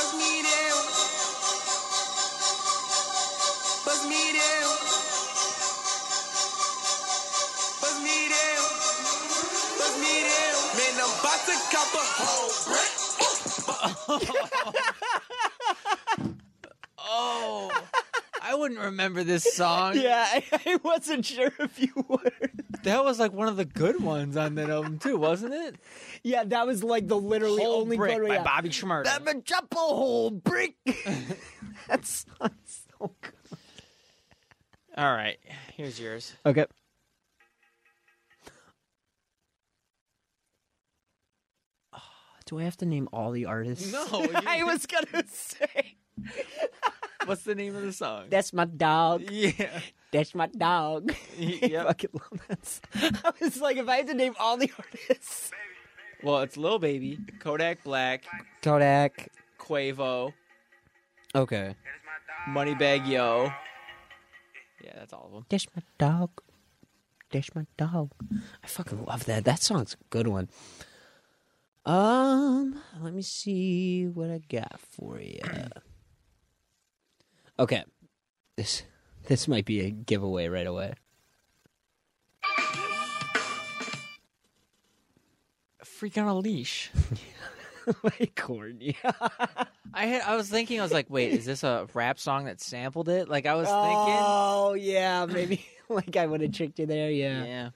Speaker 1: Oh, I wouldn't remember this song.
Speaker 2: Yeah, I, I wasn't sure if you were.
Speaker 1: That was like one of the good ones on that album too, wasn't it?
Speaker 2: Yeah, that was like the literally
Speaker 1: Whole
Speaker 2: only
Speaker 1: Brick
Speaker 2: good
Speaker 1: by
Speaker 2: yeah.
Speaker 1: Bobby Schmurda.
Speaker 2: I'm a chapel hole brick. that sounds so good.
Speaker 1: All right, here's yours.
Speaker 2: Okay. Do I have to name all the artists?
Speaker 1: you-
Speaker 2: was gonna say
Speaker 1: what's the name of the song?
Speaker 2: that's my dog.
Speaker 1: yeah,
Speaker 2: That's my dog. I
Speaker 1: yep.
Speaker 2: fucking love that. song. I was like, if I had to name all the artists,
Speaker 1: Well, it's Lil Baby, Kodak Black,
Speaker 2: Kodak.
Speaker 1: Quavo,
Speaker 2: Okay.
Speaker 1: Moneybag Yo. Yeah, that's all of them.
Speaker 2: That's my dog. That's my dog. I fucking love that. That song's a good one. Um, let me see what I got for you. Okay, this this might be a giveaway right away.
Speaker 1: Freak on a leash.
Speaker 2: like corny.
Speaker 1: I had, I was thinking, I was like, wait, is this a rap song that sampled it? Like I was thinking.
Speaker 2: Oh yeah, maybe like I would have tricked you there. Yeah.
Speaker 1: Yeah.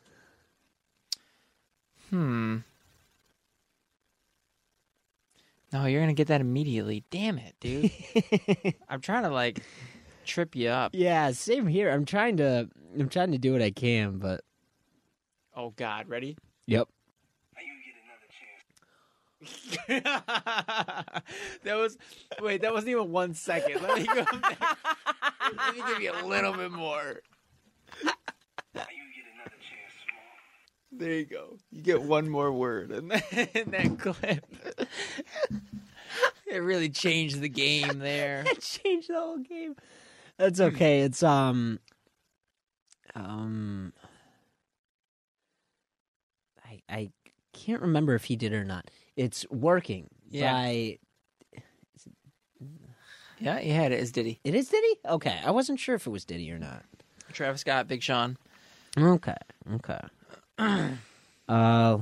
Speaker 1: Hmm. No, you're gonna get that immediately. Damn it, dude. I'm trying to like trip you up.
Speaker 2: Yeah, same here. I'm trying to I'm trying to do what I can, but
Speaker 1: Oh God, ready?
Speaker 2: yep.
Speaker 1: that was wait. That wasn't even one second. Let me go. Back. Let me give you a little bit more. There you go. You get one more word in that, in that clip. It really changed the game there.
Speaker 2: It changed the whole game. That's okay. It's um um I I can't remember if he did or not. It's working
Speaker 1: Yeah.
Speaker 2: by
Speaker 1: Yeah, he had it as Diddy.
Speaker 2: it is Diddy? Okay. I wasn't sure if it was Diddy or not.
Speaker 1: Travis Scott, Big Sean.
Speaker 2: Okay. Okay. uh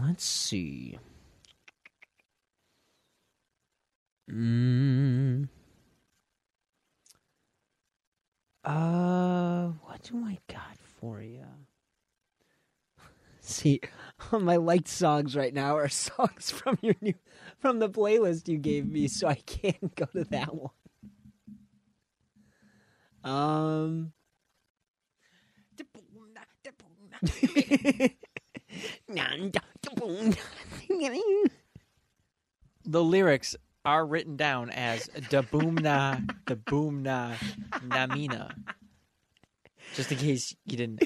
Speaker 2: let's see. Mm. Uh what do I got for you? See, my liked songs right now are songs from your new from the playlist you gave me, so I can't go to that one. Um
Speaker 1: The lyrics are written down as da boomna, da boomna, namina. Just in case you didn't.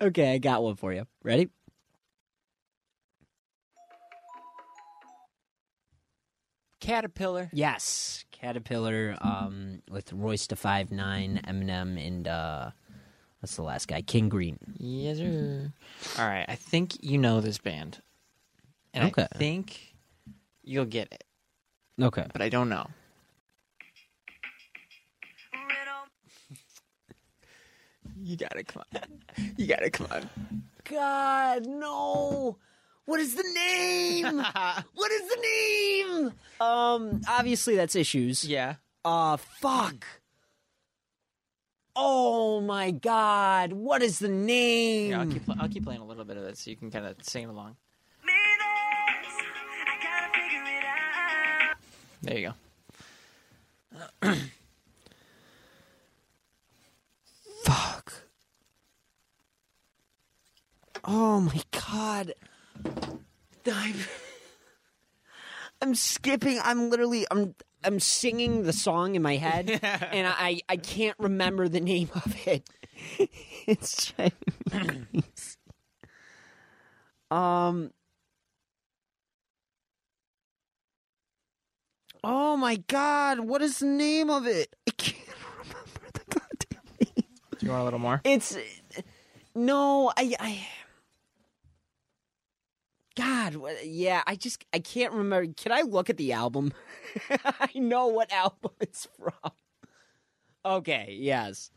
Speaker 2: okay, I got one for you. Ready?
Speaker 1: Caterpillar.
Speaker 2: Yes, Caterpillar um, with Royce to five nine, Eminem, and uh, what's the last guy? King Green.
Speaker 1: Yes, sir. All right, I think you know this band. And
Speaker 2: Okay.
Speaker 1: I think you'll get it,
Speaker 2: Okay.
Speaker 1: but I don't know. You gotta come on. You gotta come on.
Speaker 2: God no! What is the name? what is the name? Um, obviously that's issues.
Speaker 1: Yeah.
Speaker 2: Uh, fuck. Oh my God! What is the name?
Speaker 1: Here, I'll keep pl- I'll keep playing a little bit of it so you can kind of sing along. There you go.
Speaker 2: Fuck. Oh my god. I'm, I'm skipping. I'm literally I'm I'm singing the song in my head and I I can't remember the name of it. it's driving me crazy. Um Oh my god, what is the name of it? I can't remember the goddamn name.
Speaker 1: Do you want a little more?
Speaker 2: It's no, I, I. God, what- yeah, I just I can't remember. Can I look at the album? I know what album it's from. Okay, yes.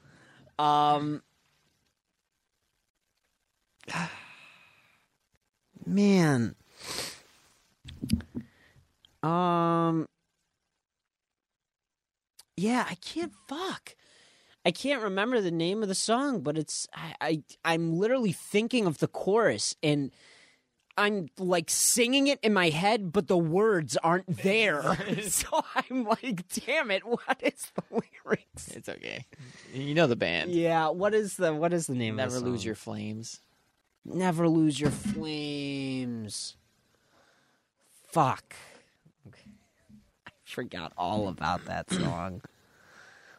Speaker 2: Um Man. Um Yeah, I can't fuck. I can't remember the name of the song, but it's I, I I'm literally thinking of the chorus and I'm like singing it in my head, but the words aren't there. so I'm like, damn it, what is the lyrics?
Speaker 1: It's okay. You know the band.
Speaker 2: Yeah, what is the what is the name
Speaker 1: Never
Speaker 2: of the
Speaker 1: lose
Speaker 2: song?
Speaker 1: your flames.
Speaker 2: Never lose your flames. Fuck. I forgot all about that song.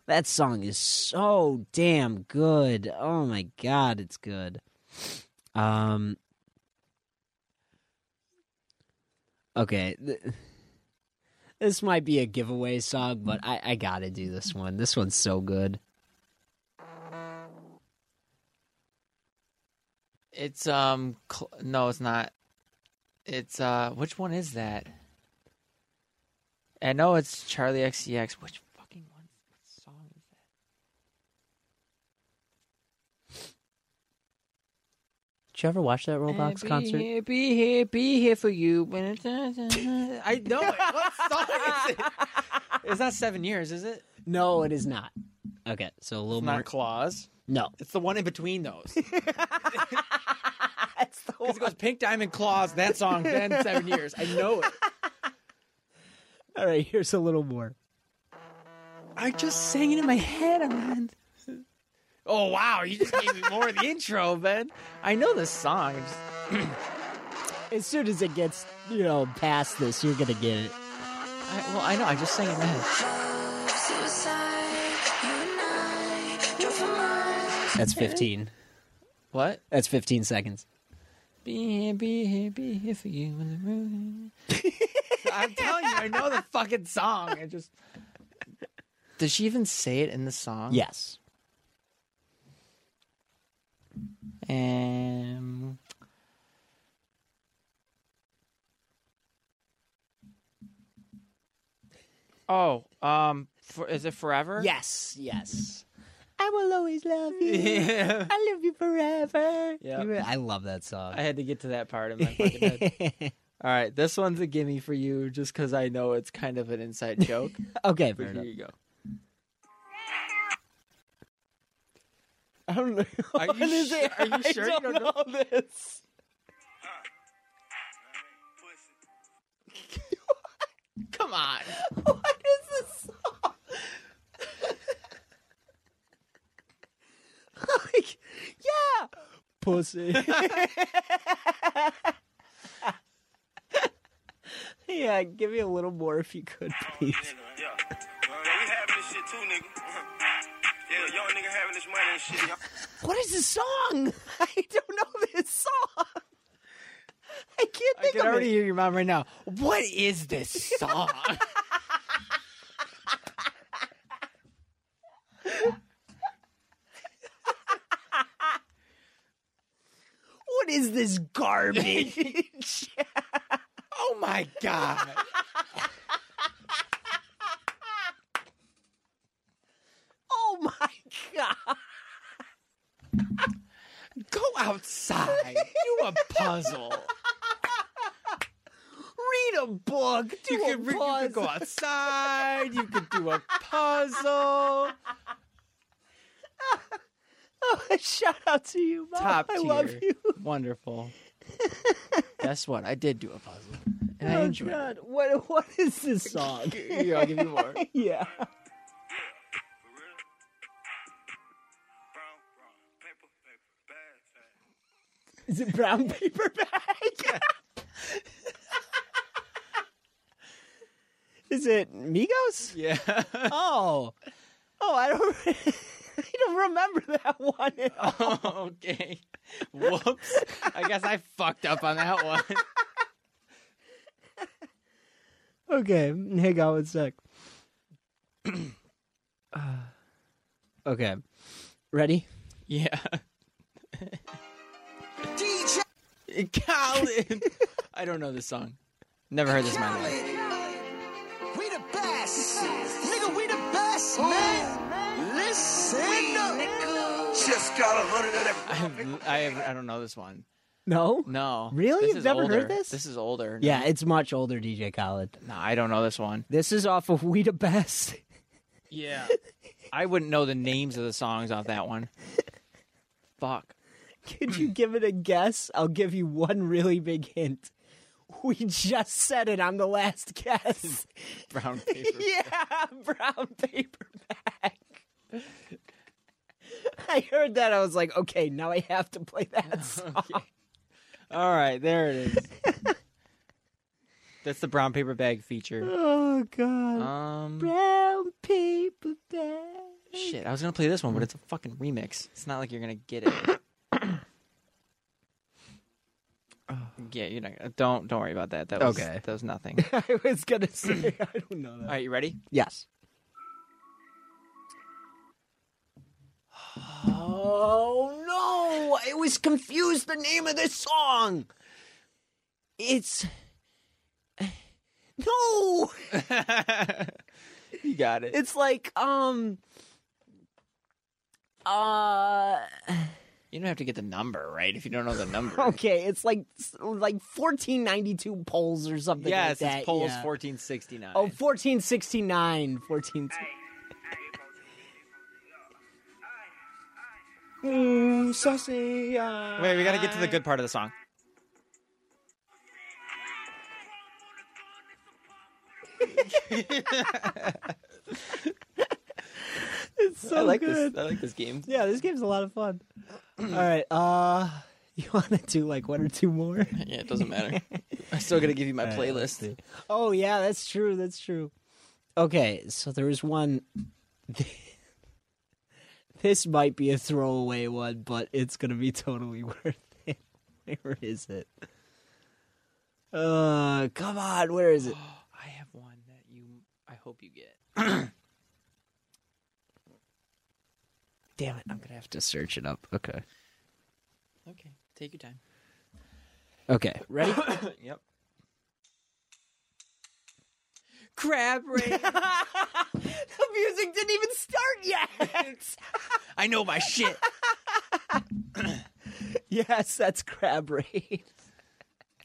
Speaker 2: that song is so damn good. Oh my god, it's good. Um Okay. th- This might be a giveaway song, but I, I gotta do this one. This one's so good.
Speaker 1: It's um cl- no, it's not. It's uh which one is that? I know it's Charlie XCX. Which fucking one? What song is that?
Speaker 2: Did you ever watch that
Speaker 1: And Be here, be here, be here for you. When it's- I know it. What song is it? It's not seven years, is it?
Speaker 2: No, it is not. Okay, so a little more.
Speaker 1: Not Claws.
Speaker 2: No.
Speaker 1: It's the one in between those.
Speaker 2: That's the
Speaker 1: Because it goes Pink Diamond Claws, that song, then Seven Years. I know it.
Speaker 2: All right, here's a little more.
Speaker 1: I just sang it in my head, man. Oh wow, you just gave me more of the intro, man. I know this song. I'm just-
Speaker 2: As soon as it gets, you know, past this, you're gonna get it.
Speaker 1: I, well, I know. I just sang it in my head.
Speaker 2: That's 15.
Speaker 1: What?
Speaker 2: That's 15 seconds.
Speaker 1: Be here, be here, be here for you in the room. I'm telling you, I know the fucking song. I just. Does she even say it in the song?
Speaker 4: Yes.
Speaker 1: Um. Oh, um, for, is it forever?
Speaker 4: Yes. Yes. I will always love you.
Speaker 1: Yeah.
Speaker 4: I love you forever.
Speaker 1: Yep.
Speaker 4: You- I love that song.
Speaker 1: I had to get to that part in my fucking head. All right, this one's a gimme for you, just because I know it's kind of an inside joke.
Speaker 4: okay,
Speaker 1: but
Speaker 4: fair
Speaker 1: here
Speaker 4: enough.
Speaker 1: you go.
Speaker 2: I don't know.
Speaker 1: Are
Speaker 2: What
Speaker 1: you
Speaker 2: is
Speaker 1: su-
Speaker 2: it?
Speaker 1: are you
Speaker 2: I
Speaker 1: sure you
Speaker 2: don't
Speaker 1: don't
Speaker 2: know this.
Speaker 5: Pussy.
Speaker 1: Come on.
Speaker 2: What is this song? like, yeah. Pussy. yeah, give me a little more if you could, please.
Speaker 5: Nigga, yeah. Yeah, we having this shit too, nigga. Yeah, y'all nigga having this money and shit. Y'all-
Speaker 2: What is this song? I don't know this song. I can't
Speaker 1: I
Speaker 2: think
Speaker 1: can
Speaker 2: of
Speaker 1: already
Speaker 2: it.
Speaker 1: hear your mom right now. What is this song?
Speaker 2: What is this garbage?
Speaker 1: oh my god.
Speaker 2: oh my god.
Speaker 1: Go outside. Do a puzzle.
Speaker 2: Read a book. Do
Speaker 1: You
Speaker 2: a
Speaker 1: can, you can go
Speaker 2: puzzle.
Speaker 1: outside. You can do a puzzle.
Speaker 2: Shout out to you, Mom.
Speaker 1: Top
Speaker 2: I
Speaker 1: tier.
Speaker 2: love you.
Speaker 1: Wonderful. Guess what? I did do a puzzle, and I
Speaker 2: Oh,
Speaker 1: enjoyed it.
Speaker 2: God. What what is this song?
Speaker 1: Here, I'll give you more.
Speaker 2: yeah.
Speaker 5: For real?
Speaker 2: Is
Speaker 5: Brown, brown, paper, paper, bad thing.
Speaker 2: it brown paper bag? is it Migos?
Speaker 1: Yeah.
Speaker 2: Oh. Oh, I don't I don't remember that one at all.
Speaker 1: okay. Whoops. I guess I fucked up on that one.
Speaker 2: Okay, hang on one sec. Uh. okay. Ready?
Speaker 1: Yeah. DJ Khaled. I don't know this song. Never heard this in my life.
Speaker 8: We the best. Nigga, we the best, man. Listen up.
Speaker 5: Just got a hundred of that
Speaker 1: I have, I, have, I don't know this one.
Speaker 2: No?
Speaker 1: No.
Speaker 2: Really?
Speaker 1: This
Speaker 2: You've
Speaker 1: is
Speaker 2: never heard
Speaker 1: older.
Speaker 2: this?
Speaker 1: This is older.
Speaker 4: Yeah, it's much older, DJ Khaled.
Speaker 1: No, I don't know this one.
Speaker 4: This is off of We the Best.
Speaker 1: Yeah. I wouldn't know the names of the songs off that one. Fuck.
Speaker 2: Could you give it a guess? I'll give you one really big hint. We just said it on the last guess.
Speaker 1: Brown paper.
Speaker 2: yeah, brown paper bag. I heard that. I was like, okay, now I have to play that song.
Speaker 1: All right, there it is. That's the brown paper bag feature.
Speaker 2: Oh, God.
Speaker 1: Um,
Speaker 2: brown paper bag.
Speaker 1: shit. I was gonna play this one, but it's a fucking remix. It's not like you're gonna get it. yeah, you're not. gonna- Don't don't worry about that. That was
Speaker 4: Okay.
Speaker 1: that was nothing. All
Speaker 2: I was going to say, I don't know that.
Speaker 1: right, you ready?
Speaker 4: Yes.
Speaker 2: Oh, no. I was confused the name of this song. It's. No.
Speaker 1: you got it.
Speaker 2: It's like, um. Uh.
Speaker 1: You don't have to get the number right if you don't know the number.
Speaker 2: Okay, it's like like fourteen ninety two polls or something.
Speaker 1: Yes,
Speaker 2: like that.
Speaker 1: it's polls
Speaker 2: yeah.
Speaker 1: 1469.
Speaker 2: Oh, 1469. 14.
Speaker 1: Wait, we gotta get to the good part of the song.
Speaker 2: It's so
Speaker 1: I like
Speaker 2: oh, good.
Speaker 1: this. I like this game.
Speaker 2: Yeah, this game's a lot of fun. All right, uh, you want to do like one or two more?
Speaker 1: Yeah, it doesn't matter. I'm still gonna give you my playlist.
Speaker 2: Oh yeah, that's true. That's true. Okay, so there was one. This might be a throwaway one, but it's gonna be totally worth it. Where is it?
Speaker 9: Uh, come on, where is it?
Speaker 1: I have one that you. I hope you get. Damn it! I'm gonna have to search it up.
Speaker 2: Okay.
Speaker 1: Okay, take your time.
Speaker 2: Okay.
Speaker 9: Ready?
Speaker 1: yep. Crab raid.
Speaker 2: The music didn't even start yet.
Speaker 1: I know my shit.
Speaker 9: yes, that's Crab Raid.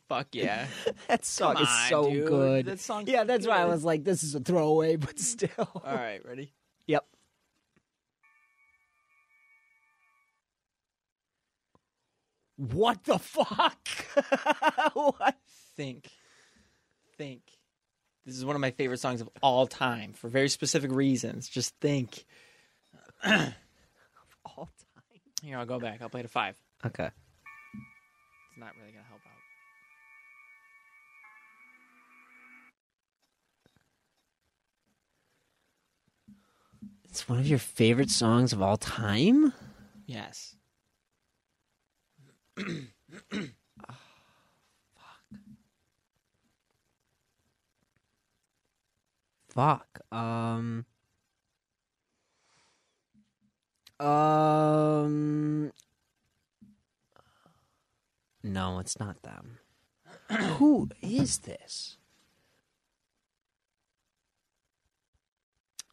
Speaker 1: Fuck yeah.
Speaker 9: That song
Speaker 1: Come
Speaker 9: is
Speaker 1: on,
Speaker 9: so
Speaker 1: dude.
Speaker 9: good.
Speaker 1: That song's
Speaker 9: yeah, that's why I
Speaker 1: good. Mm-hmm.
Speaker 9: was like, this is a throwaway, but still.
Speaker 1: All right, ready?
Speaker 9: Yep. What the fuck? what?
Speaker 1: Think. Think. This is one of my favorite songs of all time for very specific reasons. Just think.
Speaker 9: All time.
Speaker 1: Here, I'll go back. I'll play it at five.
Speaker 2: Okay.
Speaker 1: It's not really gonna help out.
Speaker 2: It's one of your favorite songs of all time?
Speaker 1: Yes.
Speaker 2: Fuck. Um Um No, it's not them. Who is this?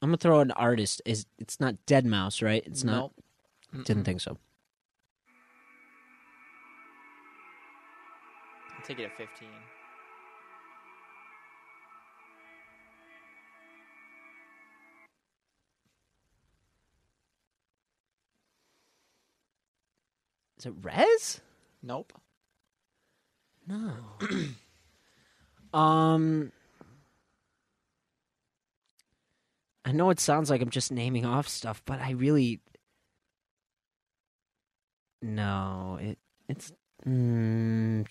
Speaker 2: I'm gonna throw an artist. Is it's not Dead Mouse, right? It's not. Didn't think so.
Speaker 1: I'll take it at fifteen.
Speaker 2: Is it Rez?
Speaker 1: Nope.
Speaker 2: No. um I know it sounds like I'm just naming off stuff, but I really No, it it's mm,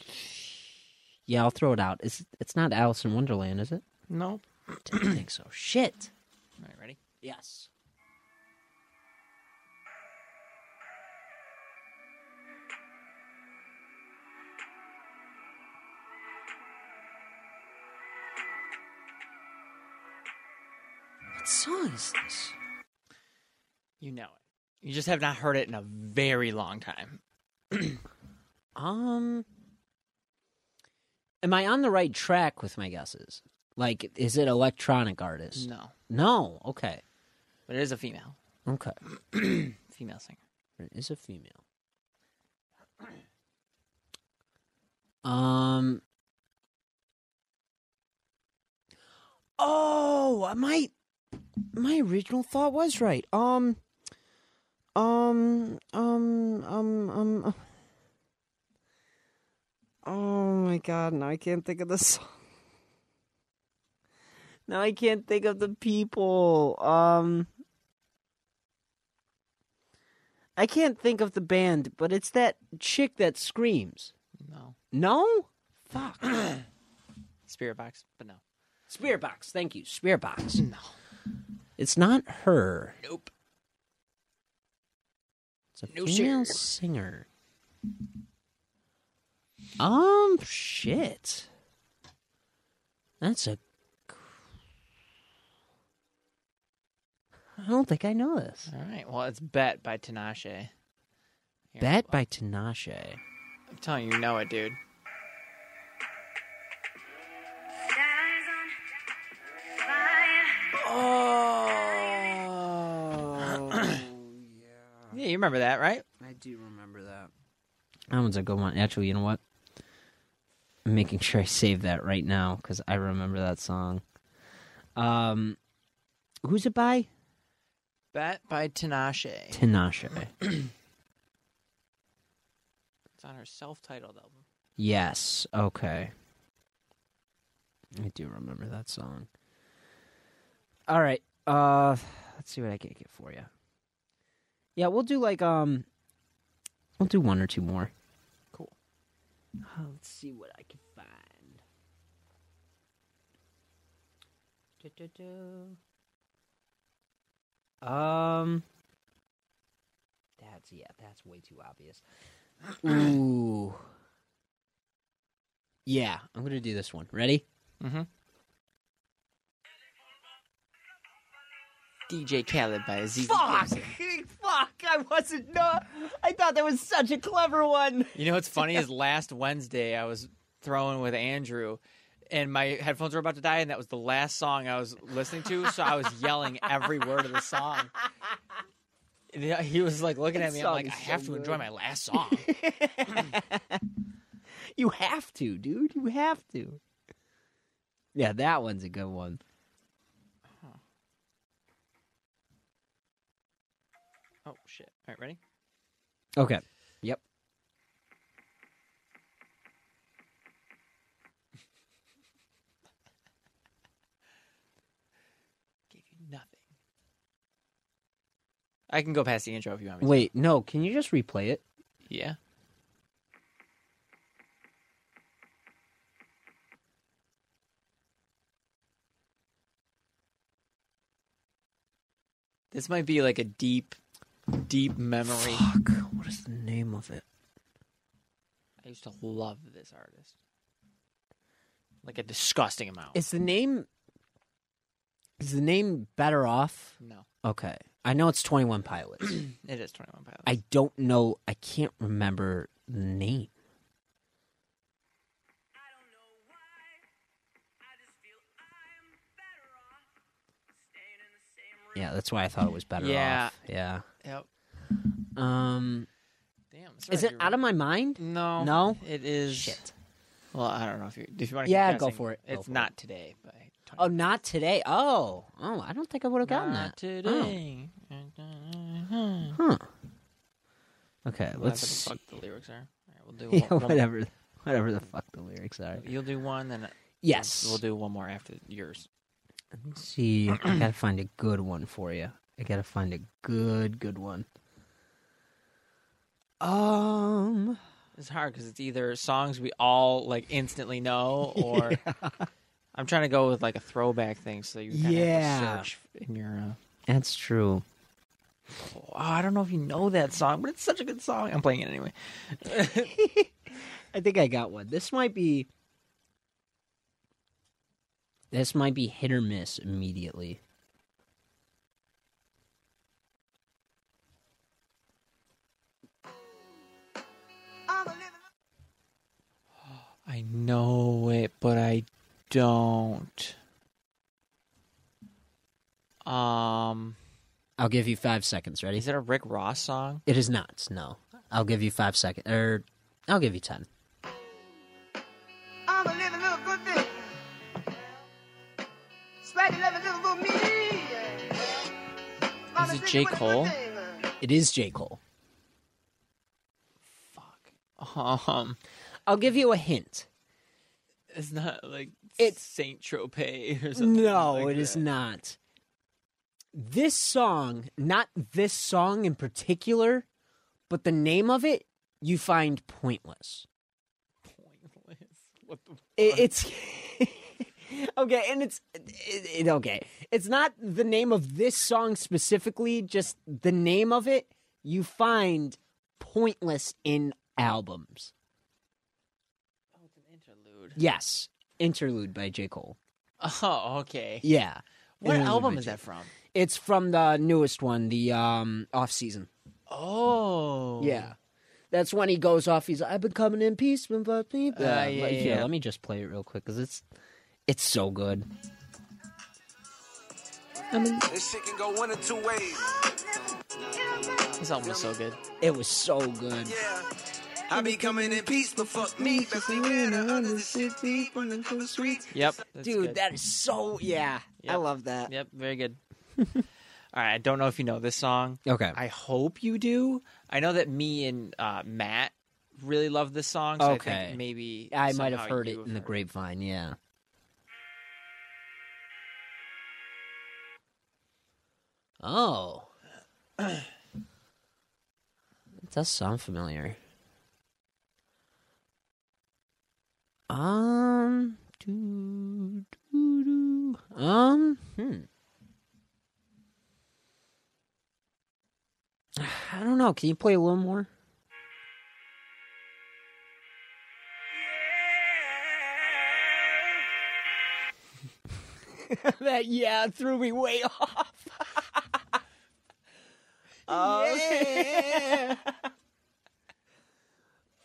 Speaker 2: Yeah, I'll throw it out. It's it's not Alice in Wonderland, is it?
Speaker 1: Nope.
Speaker 2: Didn't think so. Shit.
Speaker 1: All right, ready?
Speaker 2: Yes. What song is this?
Speaker 1: You know it. You just have not heard it in a very long time.
Speaker 2: Um, am I on the right track with my guesses? Like, is it electronic artist?
Speaker 1: No,
Speaker 2: No. Okay.
Speaker 1: but it is a female,
Speaker 2: Okay.
Speaker 1: female singer.
Speaker 2: It is a female. Um. Oh, my my original thought was right. Um.
Speaker 9: Um, um, um, um. uh, Oh my god, now I can't think of the song. Now I can't think of the people. Um. I can't think of the band, but it's that chick that screams.
Speaker 1: No,
Speaker 9: No? Fuck.
Speaker 1: Spirit Box, but no,
Speaker 2: Spirit box. Thank you. Spirit box.
Speaker 1: no,
Speaker 2: It's not her.
Speaker 1: nope.
Speaker 2: It's a
Speaker 1: No,
Speaker 2: female
Speaker 1: sir.
Speaker 2: singer. Um, shit. That's a. I don't think I know this.
Speaker 1: All right, well, it's Bet by Tinashe. Here,
Speaker 2: Bet by Tinashe.
Speaker 1: I'm telling you, you know it, dude. Oh. Yeah, you remember that, right?
Speaker 2: I do remember that. That one's a good one. Actually, you know what? I'm making sure I save that right now because I remember that song. Um, who's it by?
Speaker 1: Bet by Tinashe.
Speaker 2: Tinashe.
Speaker 1: It's on her self-titled album.
Speaker 2: Yes. Okay. I do remember that song. All right. Uh, let's see what I can get for you. Yeah, we'll do like um, we'll do one or two more.
Speaker 1: Cool.
Speaker 2: Uh, let's see what I can find. Du-du-du. Um, that's yeah, that's way too obvious. Ooh. Yeah, I'm gonna do this one. Ready?
Speaker 1: DJ Khaled by Aziz.
Speaker 10: Fuck! Fuck! I wasn't. No, I thought that was such a clever one.
Speaker 1: You know what's funny is last Wednesday I was throwing with Andrew and my headphones were about to die and that was the last song I was listening to so I was yelling every word of the song. And he- he was like looking
Speaker 2: That
Speaker 1: at me I'm
Speaker 2: song
Speaker 1: like I
Speaker 2: is
Speaker 1: have
Speaker 2: so
Speaker 1: to enjoy
Speaker 2: good.
Speaker 1: my last song.
Speaker 2: You have to, dude. You have to. Yeah, that one's a good one.
Speaker 1: oh shit. All right, ready?
Speaker 2: Okay. Yep.
Speaker 1: Gave you nothing. I can go past the intro if you want me. to.
Speaker 2: Wait, no. Can you just replay it?
Speaker 1: Yeah. This might be like a deep, deep memory.
Speaker 2: Fuck. What is the name of it?
Speaker 1: I used to love this artist. Like a disgusting amount.
Speaker 2: Is the name? Is the name better off?
Speaker 1: no,
Speaker 2: Okay. I know it's Twenty One Pilots.
Speaker 1: it is 21 Pilots.
Speaker 2: I don't know. I can't remember the name.
Speaker 5: I don't know why. I just feel I'm better off staying in the same room.
Speaker 2: Yeah, that's why I thought it was better
Speaker 1: Yeah.
Speaker 2: off. Yeah.
Speaker 1: Yep.
Speaker 2: Um,
Speaker 1: Damn. that's
Speaker 2: is
Speaker 1: right,
Speaker 2: it
Speaker 1: you're
Speaker 2: out of
Speaker 1: right.
Speaker 2: my mind?
Speaker 1: No.
Speaker 2: No?
Speaker 1: It is.
Speaker 2: Shit.
Speaker 1: Well, I don't know if you if you want to.
Speaker 2: Yeah, go for it. Go
Speaker 1: It's
Speaker 2: for
Speaker 1: not today, but.
Speaker 2: Oh, not today. Oh, oh, I don't think I would have gotten
Speaker 1: Not
Speaker 2: that. Oh.
Speaker 1: today.
Speaker 2: Huh. Okay, let's.
Speaker 1: Whatever the
Speaker 2: see.
Speaker 1: fuck the lyrics are. All right, we'll do
Speaker 2: Yeah,
Speaker 1: one, one more.
Speaker 2: whatever, whatever the fuck the lyrics are.
Speaker 1: You'll do one, then
Speaker 2: Yes.
Speaker 1: we'll do one more after yours.
Speaker 2: Let me see. I gotta find a good one for you. I gotta find a good, good one. Um.
Speaker 1: It's hard because it's either songs we all like instantly know, or I'm trying to go with like a throwback thing, so you kind of
Speaker 2: Yeah.
Speaker 1: have to search in your. Uh...
Speaker 2: That's true.
Speaker 1: Oh, I don't know if you know that song, but it's such a good song. I'm playing it anyway.
Speaker 2: I think I got one. This might be. This might be hit or miss immediately.
Speaker 1: I know it, but I don't. Um,
Speaker 2: I'll give you five seconds. Ready?
Speaker 1: is it a Rick Ross song?
Speaker 2: It is not. No. I'll give you five seconds. Or I'll give you ten.
Speaker 4: I'm a living little good thing. Spreading loving little good me. Mama
Speaker 1: it
Speaker 4: said
Speaker 1: J.
Speaker 4: you was a good
Speaker 1: Cole?
Speaker 4: thing.
Speaker 2: It is J. Cole.
Speaker 1: Um,
Speaker 2: I'll give you a hint.
Speaker 1: it's not like
Speaker 2: It's-
Speaker 1: it's Saint Tropez or something.
Speaker 2: No,
Speaker 1: like
Speaker 2: it is
Speaker 1: that.
Speaker 2: not. This song, not this song in particular, but the name of it, you find pointless.
Speaker 1: Pointless. What the?
Speaker 2: It, it's okay, and it's it, it, okay. It's not the name of this song specifically, just the name of it. You find pointless in albums.
Speaker 1: Oh, it's an interlude.
Speaker 2: Yes, interlude by J Cole.
Speaker 1: Oh, okay.
Speaker 2: Yeah,
Speaker 1: What
Speaker 2: Interlude
Speaker 1: album
Speaker 2: by
Speaker 1: is
Speaker 2: J.
Speaker 1: that from?
Speaker 2: It's from the newest one, the um off season.
Speaker 1: Oh,
Speaker 2: Yeah. That's when he goes off. He's like, I've been coming in peace, but but me.
Speaker 1: Uh,
Speaker 2: Uh,
Speaker 1: yeah,
Speaker 2: let-
Speaker 1: yeah,
Speaker 2: here,
Speaker 1: yeah.
Speaker 2: let me just play it real quick because it's it's so good.
Speaker 5: This shit can go one of two ways.
Speaker 1: this album is so good.
Speaker 2: It was so good.
Speaker 5: Yeah. I be coming in peace, but fuck me. Best beware the others that shit deep on the cool streets.
Speaker 1: Yep, that's
Speaker 2: Dude,
Speaker 1: good.
Speaker 2: that is so yeah.
Speaker 1: Yep.
Speaker 2: I love that.
Speaker 1: Yep, very good. All right, I don't know if you know this song.
Speaker 2: Okay.
Speaker 1: I hope you do. I know that me and uh, Matt really love this song. So I
Speaker 2: Okay.
Speaker 1: think maybe
Speaker 2: I might have
Speaker 1: somehow
Speaker 2: heard
Speaker 1: you
Speaker 2: it in the
Speaker 1: heard
Speaker 2: grapevine, yeah. Oh. it does sound familiar. Um doo, doo, doo. Um hmm. I don't know. Can you play a little more?
Speaker 5: Yeah.
Speaker 2: that yeah threw me way off. um,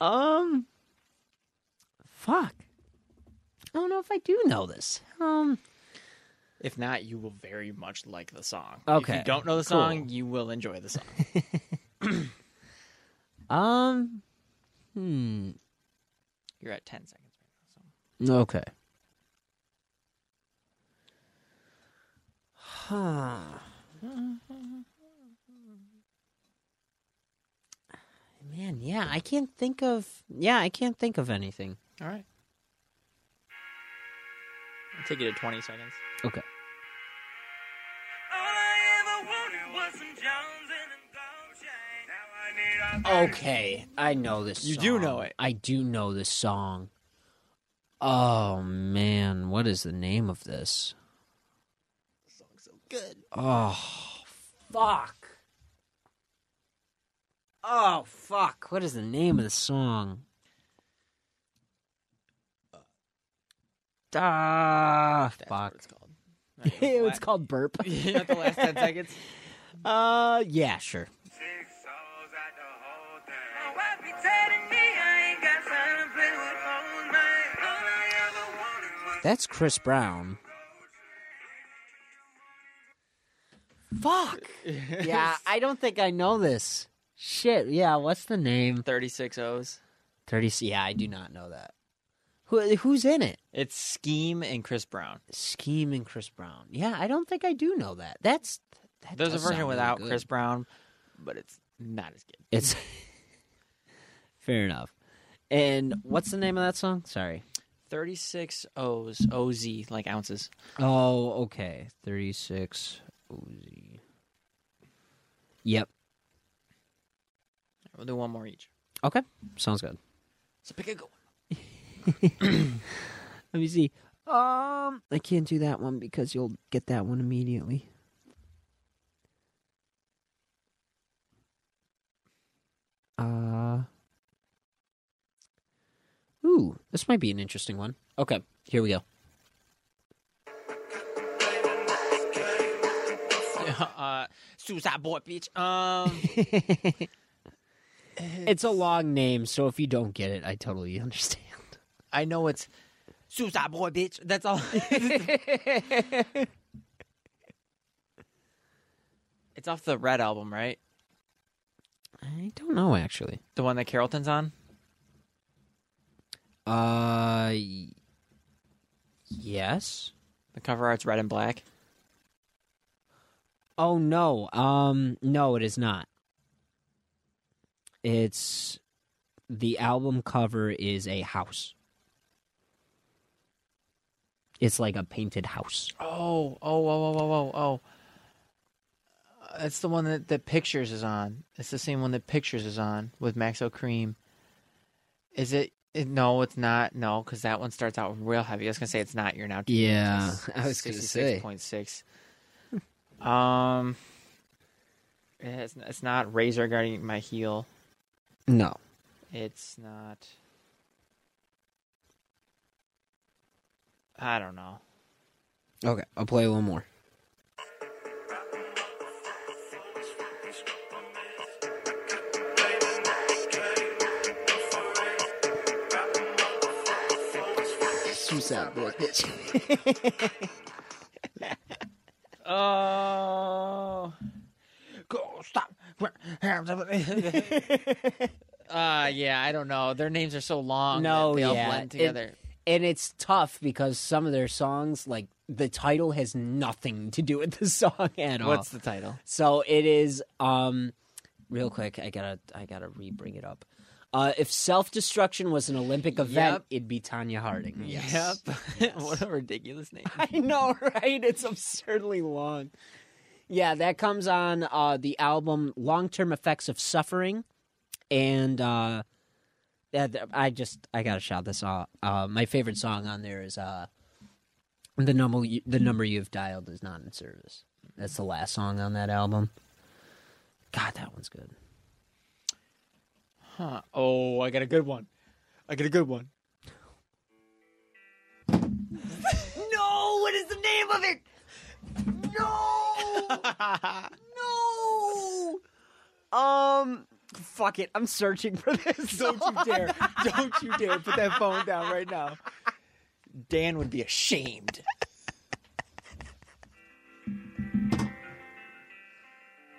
Speaker 2: um, fuck. I don't know if I do know this. Um,
Speaker 1: If not, you will very much like the song. If
Speaker 2: Okay,
Speaker 1: you don't know the
Speaker 2: cool.
Speaker 1: song, you will enjoy the song.
Speaker 2: um, hmm.
Speaker 1: You're at 10 seconds.
Speaker 2: Okay. Huh. Man, yeah, I can't think of. Yeah, I can't think of anything.
Speaker 1: All right. I'll take you to 20 seconds.
Speaker 2: Okay.
Speaker 5: All I ever wanted was some Jones and a gold chain. Now I need a
Speaker 2: Okay, I know this.
Speaker 1: You do
Speaker 2: song.
Speaker 1: know it.
Speaker 2: I do know this song. Oh man, what is the name of this? song's so good. Oh fuck. Oh fuck, what is the name of the song? Ah, fuck.
Speaker 1: That's what it's called.
Speaker 2: it's called burp.
Speaker 1: Not the last 10 seconds.
Speaker 2: Uh, yeah, sure.
Speaker 5: six souls out the whole thing. My wife Oh, be telling me I ain't got time to play with old man. All I ever wanted was
Speaker 2: That's Chris Brown. Fuck. yeah, I don't think I know this. Shit. Yeah, what's the name?
Speaker 1: 36 O's.
Speaker 2: Thirty. Yeah, I do not know that. Who who's in it?
Speaker 1: It's Scheme and Chris Brown.
Speaker 2: Scheme and Chris Brown. Yeah, I don't think I do know that. That's that
Speaker 1: There's a
Speaker 2: does
Speaker 1: version
Speaker 2: sound really
Speaker 1: without
Speaker 2: good.
Speaker 1: Chris Brown, but it's not as good.
Speaker 2: It's fair enough. And what's the name of that song? Sorry.
Speaker 1: 36 O's. OZ, like ounces.
Speaker 2: Oh, okay. Thirty six. Uzi. Yep.
Speaker 1: We'll do one more each.
Speaker 2: Okay. Sounds good.
Speaker 1: So pick a good one.
Speaker 2: Let me see. Um, I can't do that one because you'll get that one immediately. Uh. Ooh, this might be an interesting one. Okay, here we go.
Speaker 1: uh, suicide boy, bitch. Um,
Speaker 2: It's a long name, so if you don't get it, I totally understand.
Speaker 1: I know it's suicide boy, bitch. That's all. it's off the Red album, right?
Speaker 2: I don't know actually.
Speaker 1: The one that Carrollton's on.
Speaker 2: Uh, y- yes.
Speaker 1: The cover art's red and black.
Speaker 2: Oh no. Um no, it is not. It's the album cover is a house. It's like a painted house.
Speaker 1: Oh, oh, oh, oh, oh, oh, oh. It's the one that, that Pictures is on. It's the same one that Pictures is on with Max O'Cream. Is it? it no, it's not. No, because that one starts out real heavy. I was gonna say it's not. You're now.
Speaker 2: Yeah,
Speaker 1: It's 66.6. Um, it's, it's not razor guarding my heel.
Speaker 2: No.
Speaker 1: It's not. I don't know.
Speaker 2: Okay, I'll play a little more.
Speaker 11: Suicide boy, bitch.
Speaker 1: Oh, go stop. uh, yeah, I don't know. Their names are so long.
Speaker 2: No,
Speaker 1: that they all
Speaker 2: yeah,
Speaker 1: blend
Speaker 2: it-
Speaker 1: together.
Speaker 2: And it's tough because some of their songs, like the title, has nothing to do with the song at all.
Speaker 1: What's the title?
Speaker 2: So it is um real quick, I gotta I gotta re bring it up. Uh if self destruction was an Olympic event,
Speaker 1: Yep.
Speaker 2: it'd be Tanya Harding. Yes.
Speaker 1: Yep. what a ridiculous name.
Speaker 2: I know, right? It's absurdly long. Yeah, that comes on uh the album Long Term Effects of Suffering and uh that that- I just I gotta shout this out. Uh, my favorite song on there is uh, the number you, the number you've dialed is not in service. That's the last song on that album. God, that one's good.
Speaker 1: Huh. Oh, I got a good one. I got a good one.
Speaker 2: No, what is the name?
Speaker 8: name of it! No! no!
Speaker 2: Um, fuck it. I'm searching for this.
Speaker 1: Don't you dare. Don't you dare put that phone down right now. Dan would be ashamed.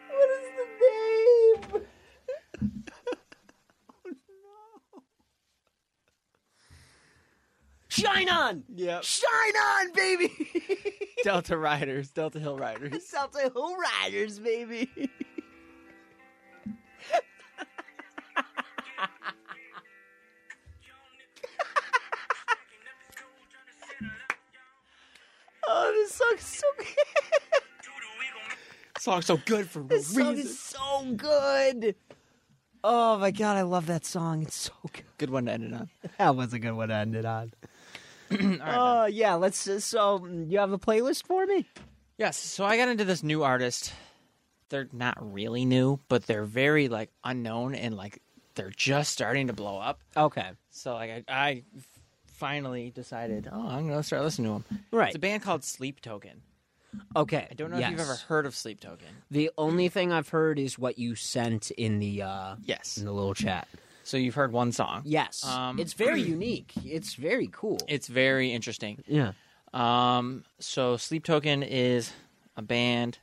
Speaker 2: What is the name?
Speaker 1: Oh,
Speaker 2: Shine on!
Speaker 1: Yep.
Speaker 2: Shine on, baby!
Speaker 1: Delta Riders, Delta Hill Riders.
Speaker 2: Delta Hill Riders, baby! oh, this song's so
Speaker 1: Song's so good for
Speaker 2: This song is so good! Oh my god, I love that song. It's so good.
Speaker 1: Good one to end it on.
Speaker 2: That was a good one to end it on.
Speaker 1: All right, man.
Speaker 2: Oh yeah, let's. uh, So mm, you have a playlist for me?
Speaker 1: Yes, so I got into this new artist. They're not really new, but they're very like unknown and like they're just starting to blow up.
Speaker 4: Okay.
Speaker 1: So like I, I finally decided, oh, I'm gonna start listening to them.
Speaker 4: Right.
Speaker 1: It's a band called Sleep Token.
Speaker 4: Okay.
Speaker 1: I don't know if you've ever heard of Sleep Token.
Speaker 4: The only thing I've heard is what you sent in the uh
Speaker 1: Yes.
Speaker 4: in the little chat.
Speaker 1: So you've heard one song.
Speaker 4: Yes.
Speaker 1: Um,
Speaker 4: it's very unique. It's very cool.
Speaker 1: It's very interesting.
Speaker 4: yeah.
Speaker 1: Um, so Sleep Token is a band.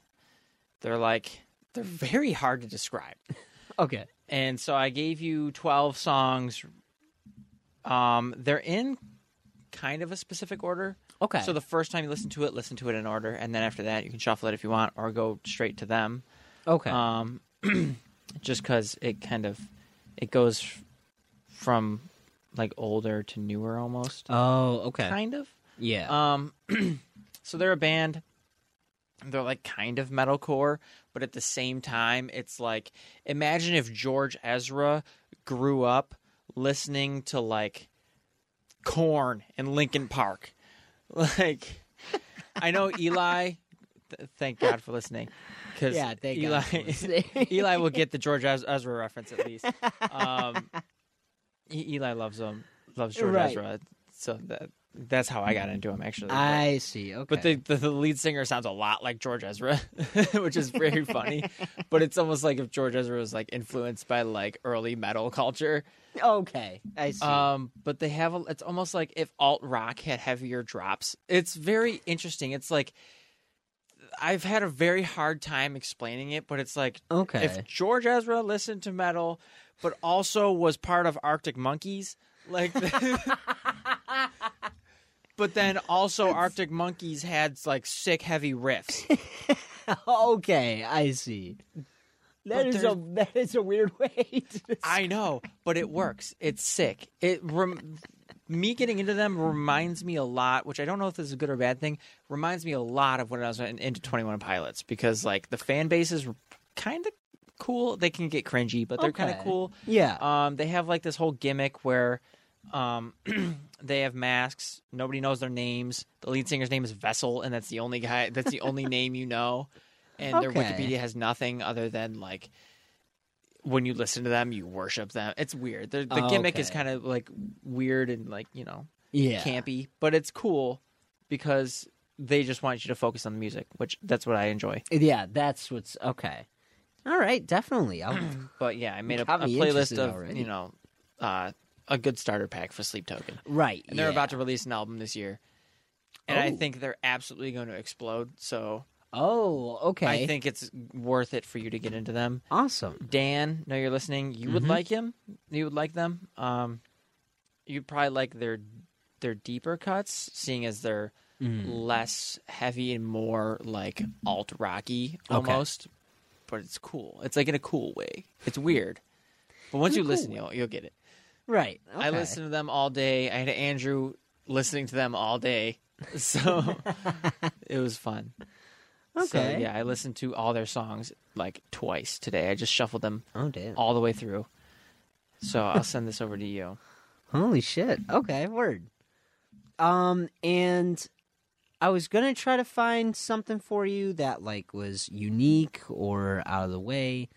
Speaker 1: They're like they're very hard to describe.
Speaker 4: Okay.
Speaker 1: And so I gave you 12 songs. Um, they're in kind of a specific order.
Speaker 4: Okay.
Speaker 1: So the first time you listen to it, listen to it in order, and then after that, you can shuffle it if you want, or go straight to them.
Speaker 4: okay.
Speaker 1: Um, just because it kind of it goes f- from like older to newer almost,
Speaker 4: oh, okay.
Speaker 1: kind of.
Speaker 4: yeah.
Speaker 1: Um, so they're a band. They're like kind of metalcore, but at the same time, it's like imagine if George Ezra grew up listening to like Corn and Linkin Park. Like, I know Eli. th- thank God for listening, because
Speaker 4: yeah, thank
Speaker 1: Eli.
Speaker 4: God for listening.
Speaker 1: Eli will get the George Ez- Ezra reference at least. Um, E- Eli loves him, loves George
Speaker 4: Right.
Speaker 1: Ezra, so that that's how I got into him actually. But-
Speaker 4: I see. Okay.
Speaker 1: But the, the the lead singer sounds a lot like George Ezra, which is very funny. But it's almost like if George Ezra was like influenced by like early metal culture.
Speaker 4: okay. I see.
Speaker 1: Um, but they have a, it's almost like if alt rock had heavier drops. It's very interesting. It's like I've had a very hard time explaining it, but it's like
Speaker 4: okay.
Speaker 1: if George Ezra listened to metal, but also was part of Arctic Monkeys, like, but then also Arctic Monkeys had like sick heavy riffs.
Speaker 4: okay, I see. That
Speaker 1: But
Speaker 4: is
Speaker 1: there's-
Speaker 4: a that is a weird way. To describe-
Speaker 1: I know, but it works. It's sick. It rem- me getting into them reminds me a lot, which I don't know if this is a good or bad thing. Reminds me a lot of when I was in- into Twenty One Pilots because like the fan base is kind of cool. They can get cringy, but they're kind of
Speaker 4: Okay.
Speaker 1: cool.
Speaker 4: yeah.
Speaker 1: Um, they have like this whole gimmick where um, they have masks. Nobody knows their names. The lead singer's name is Vessel, and that's the only guy. That's the only name you know. And their
Speaker 4: Okay.
Speaker 1: Wikipedia has nothing other than like when you listen to them, you worship them. It's weird. The, the
Speaker 4: Oh,
Speaker 1: gimmick is
Speaker 4: okay.
Speaker 1: kind of like weird and like you know
Speaker 4: yeah.
Speaker 1: campy, but it's cool because they just want you to focus on the music, which that's what I enjoy.
Speaker 4: Yeah, that's what's okay. All right, definitely. Oh, I'll,
Speaker 1: But yeah, I made a,
Speaker 4: got
Speaker 1: a
Speaker 4: me
Speaker 1: playlist
Speaker 4: interested
Speaker 1: of
Speaker 4: already.
Speaker 1: you know uh, a good starter pack for Sleep Token.
Speaker 4: right.
Speaker 1: and they're about to
Speaker 4: yeah.
Speaker 1: release an album this year. And I
Speaker 4: Oh.
Speaker 1: think they're absolutely going to explode. So
Speaker 4: Oh, okay.
Speaker 1: I think it's worth it for you to get into them.
Speaker 4: awesome.
Speaker 1: Dan, know you're listening. You
Speaker 4: Mm-hmm.
Speaker 1: would like him. You would like them. Um, you'd probably like their their deeper cuts, seeing as they're
Speaker 4: Mm.
Speaker 1: less heavy and more like alt rocky almost. But it's cool. It's like in a cool way. It's weird. But once you listen, you'll you'll get it.
Speaker 4: Right. Okay.
Speaker 1: I listened to them all day. I had Andrew listening to them all day. So it was fun. So,
Speaker 4: Okay.
Speaker 1: yeah, I listened to all their songs like twice today. I just shuffled them
Speaker 4: Oh damn.
Speaker 1: all the way through. So I'll send this over to you.
Speaker 4: Holy shit. Okay, word. Um and I was going to try to find something for you that like was unique or out of the way.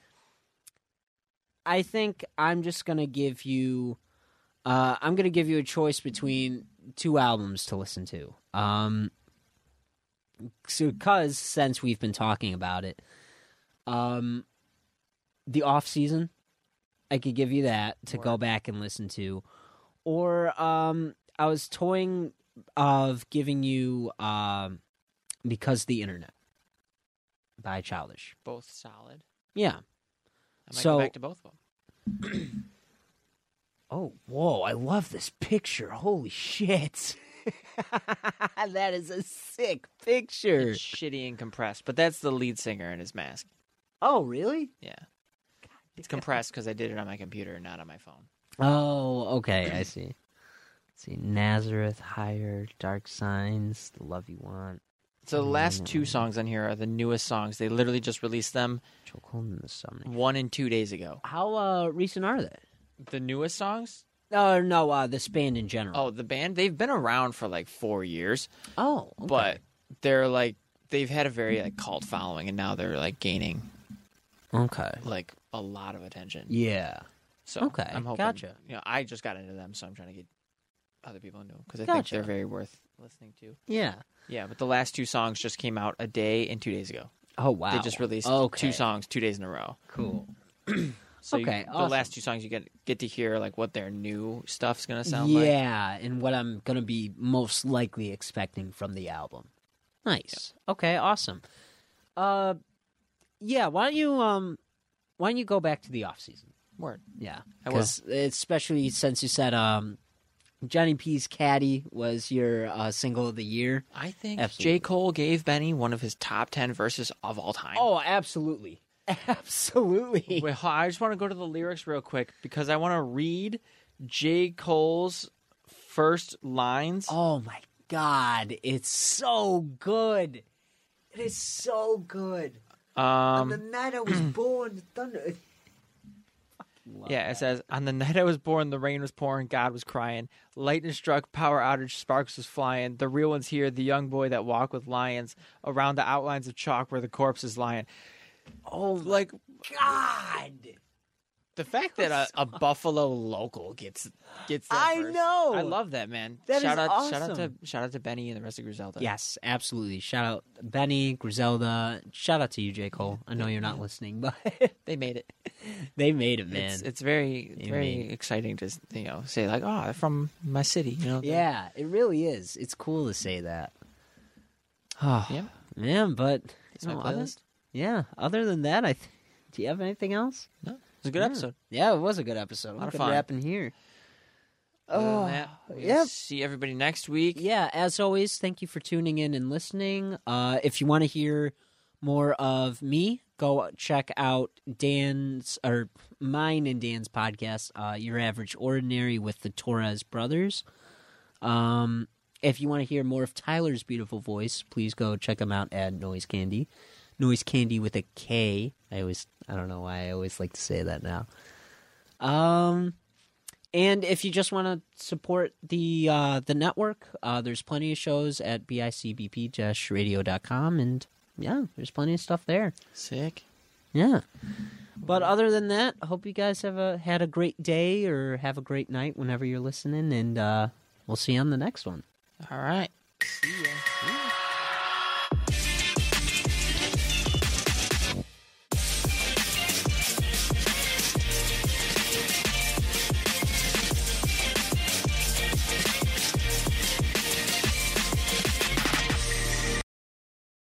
Speaker 4: I think I'm just going to give you uh I'm going to give you a choice between two albums to listen to. Um
Speaker 2: so because since we've been talking about it, um, the off season, I could give you that to go back and listen to, or um, I was toying of giving you um, because the internet by Childish.
Speaker 1: Both solid.
Speaker 2: Yeah.
Speaker 1: I might
Speaker 2: So-
Speaker 1: go back to both of them.
Speaker 2: Oh, whoa! I love this picture. Holy shit! that is a sick picture.
Speaker 1: It's shitty and compressed, but that's the lead singer in his mask.
Speaker 2: Oh, really?
Speaker 1: Yeah. It's compressed because I did it on my computer and not on my phone.
Speaker 2: Oh, okay, I see. see, Nazareth, Higher, Dark Signs, The Love You Want,
Speaker 1: So the last
Speaker 2: Mm.
Speaker 1: two songs on here are the newest songs. They literally just released them
Speaker 2: Chokehold in the Summoning.
Speaker 1: one and two days ago.
Speaker 2: How uh, recent are they?
Speaker 1: The newest songs?
Speaker 2: Oh, no, uh, this band in general.
Speaker 1: Oh, the band? They've been around for like four years,
Speaker 2: Oh, okay.
Speaker 1: but they're like, they've had a very like cult following and now they're like gaining
Speaker 2: Okay.
Speaker 1: like a lot of attention.
Speaker 2: Yeah.
Speaker 1: So
Speaker 2: Okay,
Speaker 1: I'm hoping,
Speaker 2: gotcha.
Speaker 1: You know, I just got into them, so I'm trying to get other people into them because I think
Speaker 2: Gotcha.
Speaker 1: they're very worth listening to.
Speaker 2: Yeah.
Speaker 1: Yeah, but the last two songs just came out a day and two days ago.
Speaker 2: Oh, wow.
Speaker 1: They just released
Speaker 2: Okay,
Speaker 1: two songs two days in a row.
Speaker 2: Cool.
Speaker 1: So you-
Speaker 2: Okay,
Speaker 1: the
Speaker 2: awesome.
Speaker 1: last two songs you get get to hear like what their new stuff's gonna sound like.
Speaker 2: yeah, and what I'm going to be most likely expecting from the album. Nice. Okay, awesome. Uh, yeah, why don't you, um, why don't you go back to the off season?
Speaker 1: Word.
Speaker 2: Yeah,
Speaker 1: I will.
Speaker 2: 'cause especially since you said um, Johnny P's "Caddy" was your uh, single of the year.
Speaker 1: I think
Speaker 2: Absolutely.
Speaker 1: J. Cole gave Benny one of his top ten verses of all time.
Speaker 2: Oh, absolutely, absolutely.
Speaker 1: Wait, hold- I just want to go to the lyrics real quick because I want to read J. Cole's first lines.
Speaker 2: Oh my God, it's so good. It is so good.
Speaker 1: um,
Speaker 2: matter was born to thunder.
Speaker 1: Yeah, it says on the night I was born, the rain was pouring, God was crying, lightning struck, power outage, sparks was flying. The real ones here, the young boy that walked with lions around the outlines of chalk where the corpse is lying. Oh, like
Speaker 2: God,
Speaker 1: the fact that a, a Buffalo local gets gets. That
Speaker 2: I
Speaker 1: verse.
Speaker 2: know!
Speaker 1: I love that man.
Speaker 2: That
Speaker 1: shout
Speaker 2: is
Speaker 1: out, shout out to
Speaker 2: awesome.
Speaker 1: shout out to Benny and the rest of Griselda.
Speaker 2: yes, absolutely. Shout out Benny Griselda. Shout out to you, J Cole. I know you're not listening, but
Speaker 1: they made it.
Speaker 2: they made it, man.
Speaker 1: It's, it's very it's very exciting to you know say like oh they're from my city you know
Speaker 2: yeah, it really is. It's cool to say that. Oh,
Speaker 1: yeah.
Speaker 2: man, but
Speaker 1: It's
Speaker 2: you
Speaker 1: my
Speaker 2: know, other-
Speaker 1: playlist.
Speaker 2: yeah. Other than that, I th- do you have anything else?
Speaker 1: No, it's a good
Speaker 2: Yeah.
Speaker 1: episode.
Speaker 2: Yeah, it was a good episode. A
Speaker 1: lot of fun.
Speaker 2: Wrapping here.
Speaker 1: Oh, that, we'll
Speaker 2: yep.
Speaker 1: See everybody next week.
Speaker 2: Yeah, as always, thank you for tuning in and listening. Uh, if you want to hear more of me, go check out Dan's or mine and Dan's podcast, uh, Your Average Ordinary with the Torres Brothers. Um, if you want to hear more of Tyler's beautiful voice, please go check him out at Noise Candy. Noise Candy with a K. I always, I don't know why I always like to say that now. Um, and if you just want to support the uh, the network, uh, there's plenty of shows at bicbp-radio.com, and yeah, there's plenty of stuff there.
Speaker 1: Sick.
Speaker 2: Yeah. But other than that, hope you guys have a had a great day or have a great night whenever you're listening, and uh, we'll see you on the next one.
Speaker 1: All right. See ya.